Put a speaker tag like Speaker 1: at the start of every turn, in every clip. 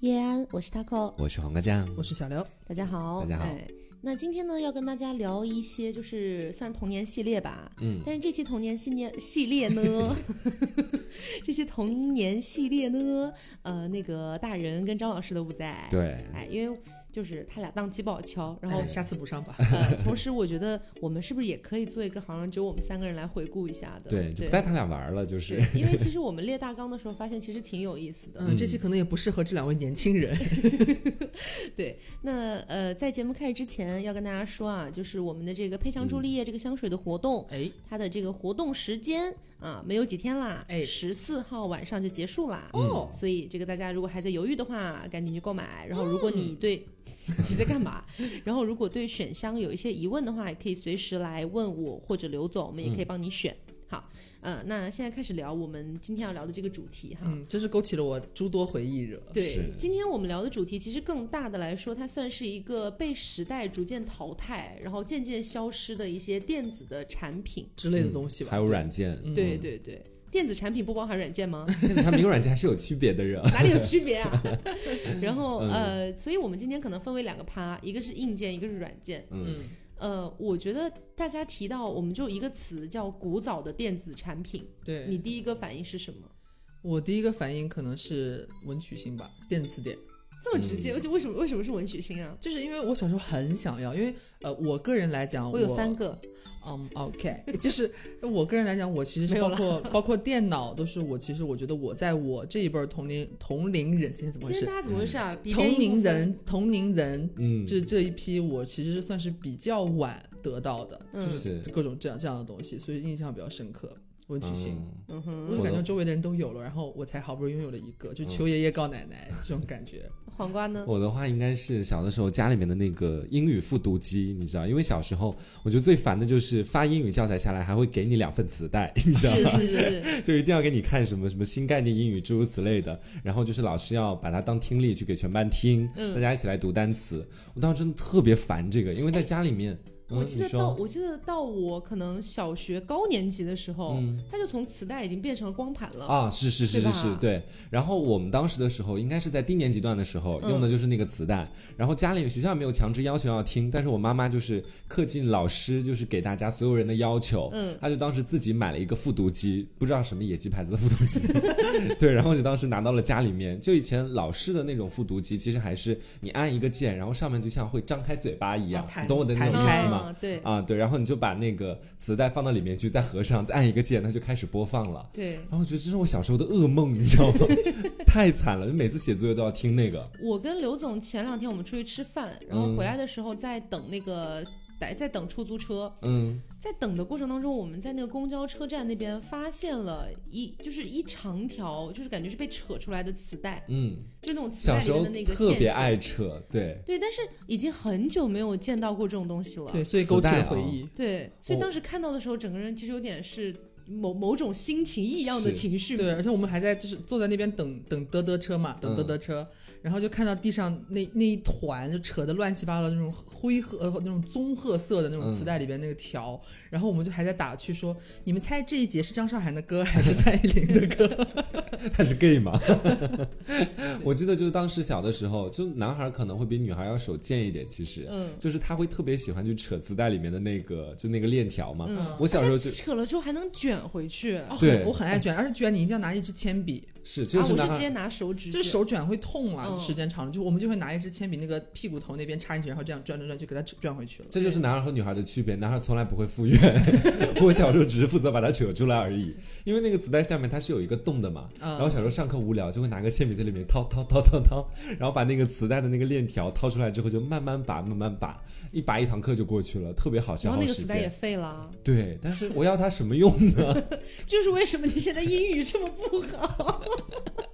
Speaker 1: 叶安，我是 Taco，
Speaker 2: 我是黄瓜酱，
Speaker 3: 我是小刘，
Speaker 1: 大家好，
Speaker 2: 大家好
Speaker 1: 哎那今天呢，要跟大家聊一些，就是算是童年系列吧。
Speaker 2: 嗯
Speaker 1: 但是这期童年系列系列 呢，这期童年系列呢，呃，那个大人跟张老师都不在。，
Speaker 2: 对，
Speaker 1: 哎，因为就是他俩档期不好敲，然后
Speaker 3: 哎、下次补上吧。
Speaker 1: 呃，同时我觉得我们是不是也可以做一个，好像只有我们三个人来回顾一下的？
Speaker 2: 对，就
Speaker 1: 对
Speaker 2: 不带他俩玩了，就是
Speaker 1: 对，因为其实我们列大纲的时候发现，其实挺有意思的。
Speaker 3: 嗯，这期可能也不适合这两位年轻人。
Speaker 1: 那呃，在节目开始之前，要跟大家说啊，就是我们的这个配
Speaker 3: 嗯
Speaker 1: 香助力叶这个香水的活动，
Speaker 3: 哎，
Speaker 1: 它的这个活动时间啊，没有几天啦，
Speaker 3: 哎
Speaker 1: 十四号晚上就结束啦。
Speaker 3: 哦
Speaker 1: 所以这个大家如果还在犹豫的话，赶紧去购买。
Speaker 3: 嗯
Speaker 1: 然后如果你对、 你在干嘛，然后如果对选香有一些疑问的话，也可以随时来问我或者刘总，我们也可
Speaker 3: 嗯
Speaker 1: 以帮你选。好，呃，那现在开始聊我们今天要聊的这个主题哈。
Speaker 3: 嗯，真是勾起了我诸多回忆惹。
Speaker 1: 对
Speaker 2: 是，
Speaker 1: 今天我们聊的主题其实更大的来说，它算是一个被时代逐渐淘汰，然后渐渐消失的一些电子的产品。
Speaker 3: 之类的东西吧。
Speaker 2: 还有软件，
Speaker 3: 嗯
Speaker 1: 对对对，电子产品不包含软件 吗？
Speaker 2: 电子产品跟软件还是有区别 的人。
Speaker 1: 哪里有区别啊？然后
Speaker 3: 嗯
Speaker 1: 呃，所以我们今天可能分为两个趴，一个是硬件，一个是软件。
Speaker 2: 嗯，
Speaker 3: 嗯，
Speaker 1: 呃，我觉得大家提到我们就一个词叫古早的电子产品，
Speaker 3: 对，
Speaker 1: 你第一个反应是什么？
Speaker 3: 我第一个反应可能是文曲星吧，电子典，
Speaker 1: 这么直
Speaker 3: 嗯
Speaker 1: 接，就为什么为什么是文曲星啊？
Speaker 3: 就是因为我小时候很想要，因为呃，我个人来讲，
Speaker 1: 我
Speaker 3: 我
Speaker 1: 有三，个，
Speaker 3: 嗯，OK，就是 我个人来讲，我其实是
Speaker 1: 没有
Speaker 3: 包
Speaker 1: 了
Speaker 3: 括包括电脑都是我，其实我觉得我在我这一辈儿同龄同龄人，今天怎么
Speaker 1: 今天
Speaker 3: 回事
Speaker 1: 大？家怎么回事啊？比
Speaker 3: 嗯同
Speaker 1: 边一
Speaker 3: 龄
Speaker 1: 部分
Speaker 3: 人，同龄人
Speaker 2: 嗯
Speaker 3: 这这一批我其实是算是比较晚得到的，
Speaker 1: 嗯
Speaker 3: 就是
Speaker 2: 是
Speaker 3: 各种这样这样的东西，所以印象比较深刻。文曲星，
Speaker 2: 嗯
Speaker 1: 嗯哼，
Speaker 3: 我就感觉周围的人都有了，然后我才好不容易拥有了一个，就求爷爷告奶奶这种感觉。
Speaker 1: 黄瓜呢？
Speaker 2: 我的话应该是小的时候家里面的那个英语复读机，你知道，因为小时候我觉得最烦的就是发英语教材下来还会给你两份磁带，你知道
Speaker 1: 是
Speaker 2: 吗？
Speaker 1: 是是，
Speaker 2: 就一定要给你看什么什么新概念英语诸如此类的，然后就是老师要把它当听力去给全班听，
Speaker 1: 嗯
Speaker 2: 大家一起来读单词。我当时真的特别烦这个，因为在家里面，嗯、
Speaker 1: 我记得
Speaker 2: 你
Speaker 1: 到
Speaker 2: 说
Speaker 1: 我记得到我可能小学高年级的时候，它就从磁带已经变成了光盘了。
Speaker 2: 嗯啊，是是是
Speaker 1: 对
Speaker 2: 是是
Speaker 1: 吧，
Speaker 2: 对。然后我们当时的时候，应该是在低年级段的时候
Speaker 1: 嗯
Speaker 2: 用的就是那个磁带，然后家里学校没有强制要求要听，但是我妈妈就是恪尽老师就是给大家所有人的要求，
Speaker 1: 嗯，
Speaker 2: 她就当时自己买了一个复读机，不知道什么野鸡牌子的复读 机， 对，然后就当时拿到了家里面。就以前老式的那种复读机，其实还是你按一个键，然后上面就像会张开嘴巴一
Speaker 1: 哦
Speaker 2: 样
Speaker 3: 啊，弹
Speaker 2: 你懂我的那
Speaker 3: 弹
Speaker 2: 种意思
Speaker 3: 开
Speaker 2: 吗？
Speaker 1: 啊，对
Speaker 2: 啊，对，然后你就把那个磁带放到里面去，再合上，再按一个键，它就开始播放了。
Speaker 1: 对。
Speaker 2: 然后我觉得哦这是我小时候的噩梦，你知道吗？ 太惨了，就每次写作业都要听那个。
Speaker 1: 我跟刘总前两天我们出去吃饭，然后回来的时候在等那个。在在等出租车，
Speaker 2: 嗯，
Speaker 1: 在等的过程当中，我们在那个公交车站那边发现了一就是一长条，就是感觉是被扯出来的磁带，
Speaker 2: 嗯，
Speaker 1: 就那种磁
Speaker 2: 小
Speaker 1: 带里
Speaker 2: 时
Speaker 1: 面
Speaker 2: 候
Speaker 1: 的那个线
Speaker 2: 特别
Speaker 1: 线
Speaker 2: 爱扯，对，
Speaker 1: 对，但是已经很久没有见到过这种东西了。
Speaker 3: 对，所以
Speaker 2: 磁
Speaker 3: 勾起
Speaker 2: 带
Speaker 3: 了
Speaker 2: 啊
Speaker 3: 回忆。
Speaker 1: 对，所以
Speaker 2: 我
Speaker 1: 当时看到的时候，整个人其实有点是某某种心情异样的
Speaker 2: 是
Speaker 1: 情绪。
Speaker 3: 对，，而且我们还在就是坐在那边等等得得车嘛，等得得车，然后就看到地上那那一团就扯得乱七八糟的那种灰褐呃那种棕褐色的那种磁带里边那个条，然后我们就还在打趣说，你们猜这一节是张韶涵的歌还是蔡依林的歌？
Speaker 2: 他是 gay 吗？ 我记得就是当时小的时候，就男孩可能会比女孩要手贱一点，其实，
Speaker 1: 嗯，
Speaker 2: 就是他会特别喜欢去扯磁带里面的那个，就那个链条嘛。
Speaker 1: 嗯
Speaker 2: 我小时候就
Speaker 1: 扯了之后还能卷回去，
Speaker 3: 哦
Speaker 2: 对
Speaker 3: 我很爱卷，而且卷你一定要拿一支铅笔，
Speaker 2: 是，这
Speaker 1: 啊，
Speaker 2: 就
Speaker 1: 我是
Speaker 2: 男
Speaker 1: 直
Speaker 2: 孩。
Speaker 1: 接拿手指
Speaker 3: 就是
Speaker 1: 卷
Speaker 3: 手卷会痛啊，
Speaker 1: 嗯
Speaker 3: 时间长了，就我们就会拿一支铅笔那个屁股头那边插进去，然后这样转转转就给它转回去了。
Speaker 2: 这就是男孩和女孩的区别，男孩从来不会复原。 我小时候只是负责把它扯出来而已，因为那个子弹下面它是有一个洞的嘛。
Speaker 3: 嗯
Speaker 2: 然后小时候上课无聊，就会拿个铅笔在里面掏掏掏掏掏，然后把那个磁带的那个链条掏出来之后，就慢慢拔，慢慢拔，一拔一堂课就过去了，特别好消
Speaker 1: 然后
Speaker 2: 耗
Speaker 1: 那个
Speaker 2: 时
Speaker 1: 磁带也
Speaker 2: 间。
Speaker 1: 废了，
Speaker 2: 对，但是我要它什么用呢？
Speaker 1: 就是为什么你现在英语这么不好。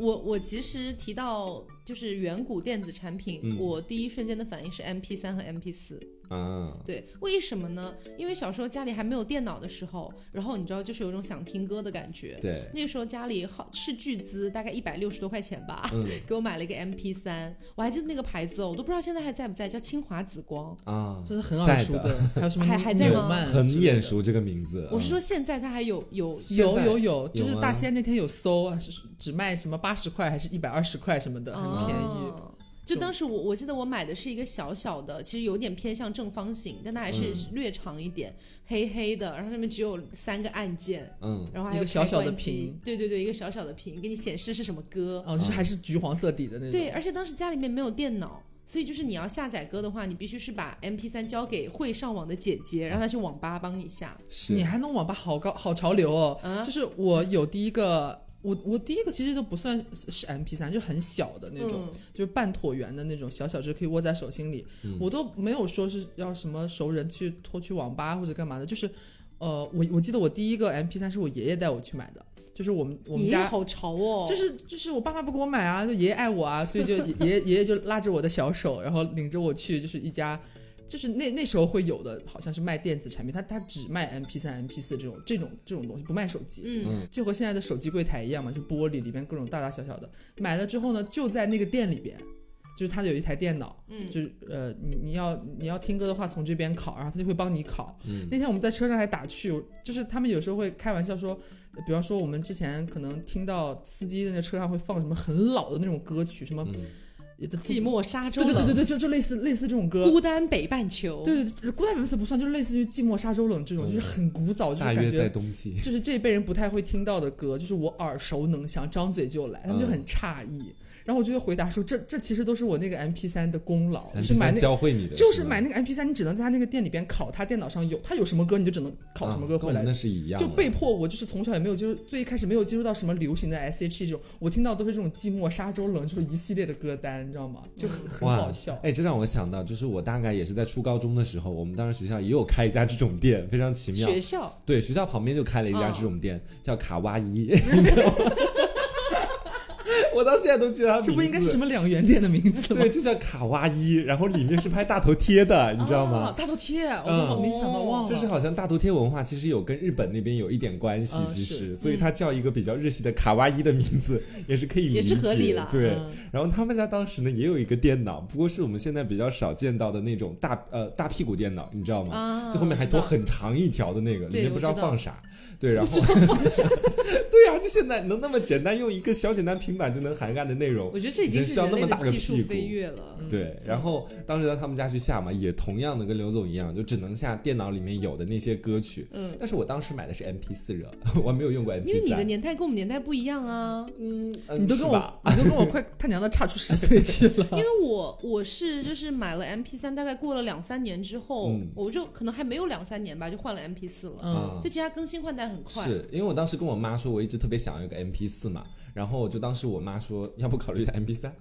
Speaker 1: 我我其实提到就是远古电子产品，
Speaker 2: 嗯
Speaker 1: 我第一瞬间的反应是 M P 三和 M P 四，
Speaker 2: 啊，
Speaker 1: 对，为什么呢？因为小时候家里还没有电脑的时候，然后你知道，就是有一种想听歌的感觉。
Speaker 2: 对，
Speaker 1: 那个时候家里好斥巨资，大概一百六十多块钱吧，
Speaker 2: 嗯
Speaker 1: 给我买了一个 MP 三，我还记得那个牌子哦，我都不知道现在还在不在，叫清华紫光。
Speaker 2: 啊，
Speaker 3: 这是很耳熟
Speaker 2: 在
Speaker 3: 的，还有什么
Speaker 1: 还还在
Speaker 3: 纽
Speaker 1: 吗
Speaker 3: 曼
Speaker 2: 很
Speaker 3: 之类
Speaker 2: 眼
Speaker 3: 的。
Speaker 2: 熟这个名字。
Speaker 1: 我是
Speaker 2: 嗯
Speaker 1: 说现在它还有有
Speaker 2: 现
Speaker 3: 有
Speaker 2: 在
Speaker 3: 有有，就是
Speaker 2: 有
Speaker 3: 大
Speaker 2: 吗
Speaker 3: 仙那天有搜，啊，是只卖什么八十块还是一百二十块什么的，很便宜。
Speaker 1: 哦就当时我我记得我买的是一个小小的，其实有点偏向正方形，但它还是
Speaker 3: 嗯
Speaker 1: 略长一点，黑黑的，然后上面只有三个按键，
Speaker 2: 嗯，
Speaker 1: 然后还
Speaker 3: 一
Speaker 1: 有
Speaker 3: 个小小的
Speaker 1: 开关机
Speaker 3: 屏，
Speaker 1: 对对对，一个小小的屏，给你显示是什么歌。
Speaker 3: 哦，就是还是橘黄色底的那种。
Speaker 1: 对，而且当时家里面没有电脑，所以就是你要下载歌的话，你必须是把 M P 三交给会上网的姐姐，让她去网吧帮你下。
Speaker 2: 是
Speaker 3: 你还弄网吧，好高好潮流哦！
Speaker 1: 啊
Speaker 3: 就是我有第一个，我我第一个其实都不算是是 MP 三，就很小的那种，
Speaker 1: 嗯
Speaker 3: 就是半椭圆的那种，小小只可以握在手心里。我都没有说是要什么熟人去拖去网吧或者干嘛的，就是，呃，我我记得我第一个 MP 三是我爷爷带我去买的，就是我们我
Speaker 1: 爷
Speaker 3: 们
Speaker 1: 爷
Speaker 3: 家
Speaker 1: 好潮哦，
Speaker 3: 就是就是我爸妈不给我买啊，就爷爷爱我啊，所以就爷爷爷爷就拉着我的小手，然后领着我去就是一家，就是那那时候会有的，好像是卖电子产品，他他只卖 MP 三、MP 四这种这种这种东西，不卖手机。
Speaker 1: 嗯
Speaker 3: 就和现在的手机柜台一样嘛，就玻璃里边各种大大小小的。买了之后呢，就在那个店里边，就是他有一台电脑，
Speaker 1: 嗯
Speaker 3: 就是呃，你你要你要听歌的话，从这边拷，然后他就会帮你拷。
Speaker 2: 嗯
Speaker 3: 那天我们在车上还打趣，就是他们有时候会开玩笑说，比方说我们之前可能听到司机在那车上会放什么很老的那种歌曲，什么
Speaker 2: 嗯
Speaker 1: 寂，寞沙洲
Speaker 3: 对对对
Speaker 1: 冷，
Speaker 3: 对对，就就类似类似这种歌。
Speaker 1: 孤单北半球，
Speaker 3: 对对对，孤单本色不算，就是类似于《寂寞沙洲冷》这种，
Speaker 2: 嗯
Speaker 3: 就是很古早，就是
Speaker 2: 大
Speaker 3: 感
Speaker 2: 约在
Speaker 3: 觉
Speaker 2: 冬 季。
Speaker 3: 就是这一辈人不太会听到的歌，就是我耳熟能详，张嘴就来，他们就
Speaker 2: 嗯
Speaker 3: 很诧异。然后我就会回答说，这这其实都是我那个 M P 三的功劳，就是买那
Speaker 2: MP3 教会你的，
Speaker 3: 就是
Speaker 2: 吗
Speaker 3: 买那个 M P 三，你只能在他那个店里边拷，他电脑上有，他有什么歌你就只能拷什么歌
Speaker 2: 啊跟
Speaker 3: 回
Speaker 2: 我
Speaker 3: 来
Speaker 2: 们，那是一样的，
Speaker 3: 就被迫我就是从小也没有接触，最一开始没有接触到什么流行的 S H E 这种，我听到都是这种寂寞沙洲冷，就是一系列的歌单，你知道吗？就很很
Speaker 2: 哇
Speaker 3: 好笑。
Speaker 2: 哎，这让我想到，就是我大概也是在初高中的时候，我们当时学校也有开一家这种店，非常奇妙。
Speaker 1: 学校
Speaker 2: 对，学校旁边就开了一家
Speaker 1: 哦
Speaker 2: 这种店，叫卡哇伊， 你知道吗？我到现在都记得它
Speaker 3: 这不应该是什
Speaker 2: 么？
Speaker 3: 么两元店的名字吗？
Speaker 2: 对，就叫卡哇伊，然后里面是拍大头贴的，你知道吗？
Speaker 3: 啊大头贴，我都好没想到
Speaker 1: 哦
Speaker 3: 忘了。
Speaker 2: 就是好像大头贴文化其实有跟日本那边有一点关系
Speaker 1: 嗯
Speaker 3: 啊，
Speaker 2: 其
Speaker 3: 是
Speaker 2: 实，所以它叫一个比较日系的卡哇伊的名字也是可以理解，
Speaker 1: 也是合理啦
Speaker 2: 对
Speaker 3: 嗯，
Speaker 2: 然后他们家当时呢也有一个电脑，不过是我们现在比较少见到的那种大呃大屁股电脑，你知道吗
Speaker 1: 啊？
Speaker 2: 就后面还拖
Speaker 1: 我知道
Speaker 2: 很长一条的那个，里
Speaker 1: 对
Speaker 2: 面不知道
Speaker 1: 我知道
Speaker 2: 放啥。对，然后 对啊呀、就现在能那么简单用一个小简单平板就能涵盖的内容
Speaker 1: 我，觉得这已经是
Speaker 2: 人需要
Speaker 1: 人
Speaker 2: 那
Speaker 1: 类
Speaker 2: 么
Speaker 1: 的
Speaker 2: 大个
Speaker 1: 技术
Speaker 2: 屁股
Speaker 1: 飞跃了。
Speaker 2: 对，然后当时到他们家去下嘛，也同样的跟刘总一样，就只能下电脑里面有的那些歌曲。
Speaker 1: 嗯
Speaker 2: 但是我当时买的是 MP 四热，我还没有用过 MP
Speaker 1: 因
Speaker 2: 三。
Speaker 1: 为你的年代跟我们年代不一样啊，
Speaker 2: 嗯，呃
Speaker 3: 你都跟
Speaker 2: 是吧
Speaker 3: 我，你都跟我快他娘的差出十岁去
Speaker 1: 因
Speaker 3: 了。
Speaker 1: 为我我是就是买了 MP 三，大概过了两三年之后，
Speaker 2: 嗯
Speaker 1: 我就可能还没有两三年吧，就换了 MP 四了。
Speaker 3: 嗯，
Speaker 2: 啊
Speaker 1: 就其实它更新换代很快，
Speaker 2: 是因为我当时跟我妈说，我一直特别想要一个 MP 四嘛，然后我就当时我妈说，要不考虑一下 MP 三。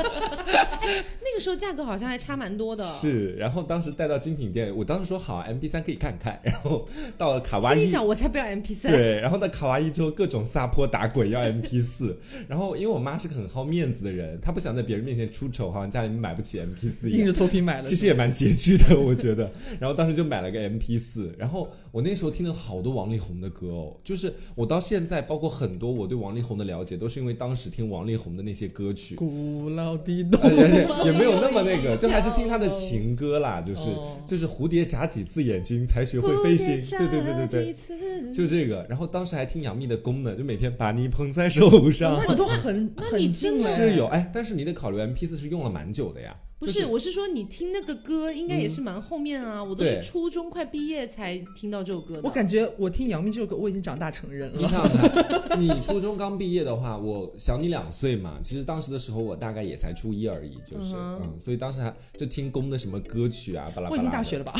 Speaker 1: 那个时候价格好像还差蛮多的。
Speaker 2: 是，然后当时带到精品店，我当时说好、啊、，MP 三可以看看。然后到了卡哇
Speaker 1: 心里
Speaker 2: 伊，
Speaker 1: 想，我才不要 MP 三。
Speaker 2: 对，然后到卡哇伊之后，各种撒泼打滚要 MP 四，然后因为我妈是个很好面子的人，她不想在别人面前出丑，好像家里面买不起 MP 四一
Speaker 3: 硬
Speaker 2: 样。
Speaker 3: 着头皮买 了。
Speaker 2: 其实也蛮拮据的，我觉得。 然后当时就买了个 MP 四，然后我那时候听了好多王力宏的歌哦，就是我到现在，包括很多我对王力宏的了解，都是因为当时听王力宏的那些歌 曲。
Speaker 3: 古老的啊洞
Speaker 2: 呃，也也也没有那么那个，就还是听他的情歌啦，就是
Speaker 3: 哦
Speaker 2: 就是蝴蝶眨几次眼睛才学会飞行，对对对对对，
Speaker 1: 对
Speaker 2: 就这个，然后当时还听杨幂的《功能》，就每天把你捧在手上
Speaker 3: 那，你都很
Speaker 1: 那
Speaker 3: 很
Speaker 1: 你
Speaker 3: 近
Speaker 1: 真的
Speaker 3: 了
Speaker 2: 哎是有哎，但是你得考虑 M P 四是用了蛮久的呀，
Speaker 1: 不，
Speaker 2: 就是嗯
Speaker 1: 我是说你听那个歌应该也是蛮后面啊，我都
Speaker 2: 对
Speaker 1: 是初中快毕业才听到这首歌的。
Speaker 3: 我感觉我听杨幂这首歌，我已经长大成人
Speaker 2: 你
Speaker 3: 了。
Speaker 2: 想想看， 你初中刚毕业的话，我小你两岁嘛，其实当时的时候我大概也才初一而已，就是
Speaker 1: 嗯
Speaker 2: 嗯，所以当时还就听宫的什么歌曲 啊，巴拉巴拉的，
Speaker 3: 我已经大学了吧，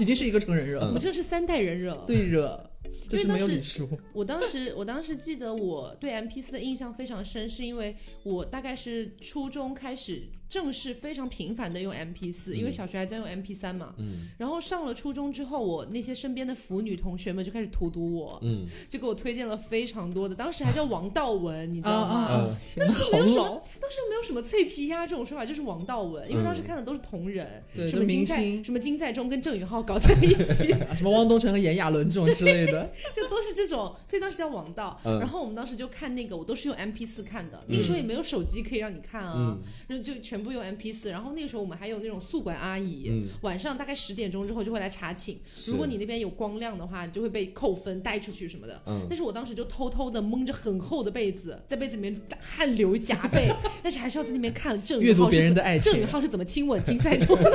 Speaker 3: 已经是一个成人
Speaker 1: 我
Speaker 3: 热
Speaker 2: 嗯
Speaker 1: 们这是三代人惹，
Speaker 3: 对热。这是没有礼数。
Speaker 1: 我当时，我当时记得我对 M P 四的印象非常深，是因为我大概是初中开始正式非常频繁的用 M P 四，
Speaker 3: 嗯
Speaker 1: 因为小学还在用 M P 三嘛。
Speaker 2: 嗯
Speaker 1: 然后上了初中之后，我那些身边的腐女同学们就开始荼毒我，
Speaker 2: 嗯
Speaker 1: 就给我推荐了非常多的，当时还叫王道文，你知道吗？
Speaker 3: 啊
Speaker 2: 呃，
Speaker 3: 天哪，好老，
Speaker 1: 当时没有什么脆皮鸭这种说法，就是王道文，因为当时看的都是同人，
Speaker 3: 嗯对
Speaker 1: 什
Speaker 3: 就
Speaker 1: 么
Speaker 3: 明
Speaker 1: 金在
Speaker 3: 星
Speaker 1: 什么金在中跟郑宇浩搞在一起，
Speaker 3: 啊什么汪东城和炎亚纶这种之类的，
Speaker 1: 就都是这种，所以当时叫王道。
Speaker 2: 嗯
Speaker 1: 然后我们当时就看那个，我都是用 M P 四看的，那个时候也没有手机可以让你看啊，
Speaker 2: 嗯
Speaker 1: 就就全部用 M P 四。然后那个时候我们还有那种宿管阿姨。
Speaker 2: 嗯，
Speaker 1: 晚上大概十点钟之后就会来查寝，
Speaker 2: 是
Speaker 1: 如果你那边有光亮的话，你就会被扣分带出去什么的。
Speaker 2: 嗯
Speaker 1: 但是我当时就偷偷的蒙着很厚的被子，在被子里面汗流浃 背，但是还是要在那边看郑宇浩
Speaker 3: 阅读别
Speaker 1: 是
Speaker 3: 人
Speaker 1: 怎
Speaker 3: 的爱情
Speaker 1: 郑宇浩是怎么亲吻金在中 的？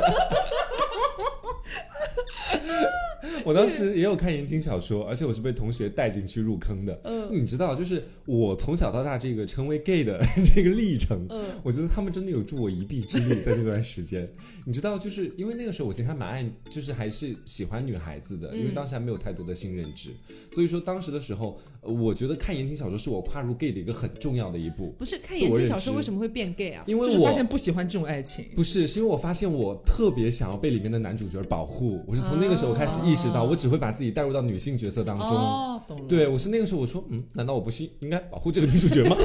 Speaker 2: 我当时也有看言情小说，而且我是被同学带进去入坑的。
Speaker 1: 嗯
Speaker 2: 你知道，就是我从小到大这个成为 gay 的 这个历程，
Speaker 1: 嗯
Speaker 2: 我觉得他们真的有助我一臂之力，在那段时间，你知道，就是因为那个时候我其实还蛮爱，就是还是喜欢女孩子的，因为
Speaker 1: 嗯
Speaker 2: 当时还没有太多的性认知，所以说当时的时候，呃我觉得看言情小说是我跨入 gay 的一个很重要的一步，
Speaker 1: 不是看
Speaker 2: 自我
Speaker 1: 言情
Speaker 2: 认
Speaker 1: 小说
Speaker 2: 知
Speaker 1: 为什么会变 gay 啊？
Speaker 2: 因为
Speaker 3: 就
Speaker 2: 我
Speaker 3: 是发现不喜欢这种爱情。
Speaker 2: 不是，是因为我发现我特别想要被里面的男主角保护，我是从那个时候开始意识到，
Speaker 3: 啊
Speaker 2: 我只会把自己带入到女性角色当中。
Speaker 3: 哦，懂了。
Speaker 2: 对，我是那个时候我说，嗯，难道我不是应该保护这个女主角吗？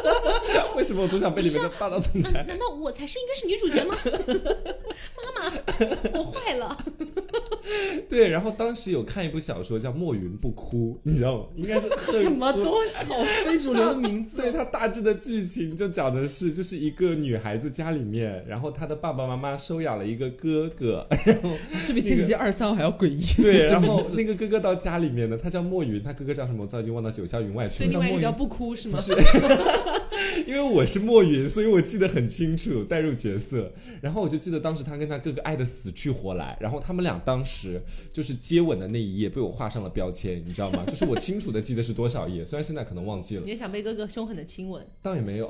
Speaker 2: 为什么我总想被里面的霸道总
Speaker 1: 那
Speaker 2: 裁？
Speaker 1: 难道我才是应该是女主角 吗？妈妈，我坏了。
Speaker 2: 对，然后当时有看一部小说叫《墨云不哭》，你知道吗？应 该是
Speaker 1: 什么东西？
Speaker 3: 好 非主流的名字，
Speaker 2: 对它大致的剧情就讲的是，就是一个女孩子家里面，然后她的爸爸妈妈收养了一个哥哥，
Speaker 3: 这比天使街二三还要诡异。
Speaker 2: 对，
Speaker 3: 这
Speaker 2: 然
Speaker 3: 名
Speaker 2: 后
Speaker 3: 字
Speaker 2: 那个哥哥到家里面呢，他叫墨云，他哥哥叫什么？我早已经忘到九霄云外去
Speaker 1: 对，另
Speaker 2: 了。
Speaker 1: 外一个叫不哭是吗？
Speaker 2: 因为我是墨云，所以我记得很清楚，带入角色。然后我就记得当时他跟他哥哥爱的死去活来，然后他们俩当时就是接吻的那一页被我画上了标签，你知道吗？就是我清楚的记得是多少页，虽然现在可能忘记了
Speaker 1: 你，也想被哥哥凶狠的亲吻？
Speaker 2: 倒也没有。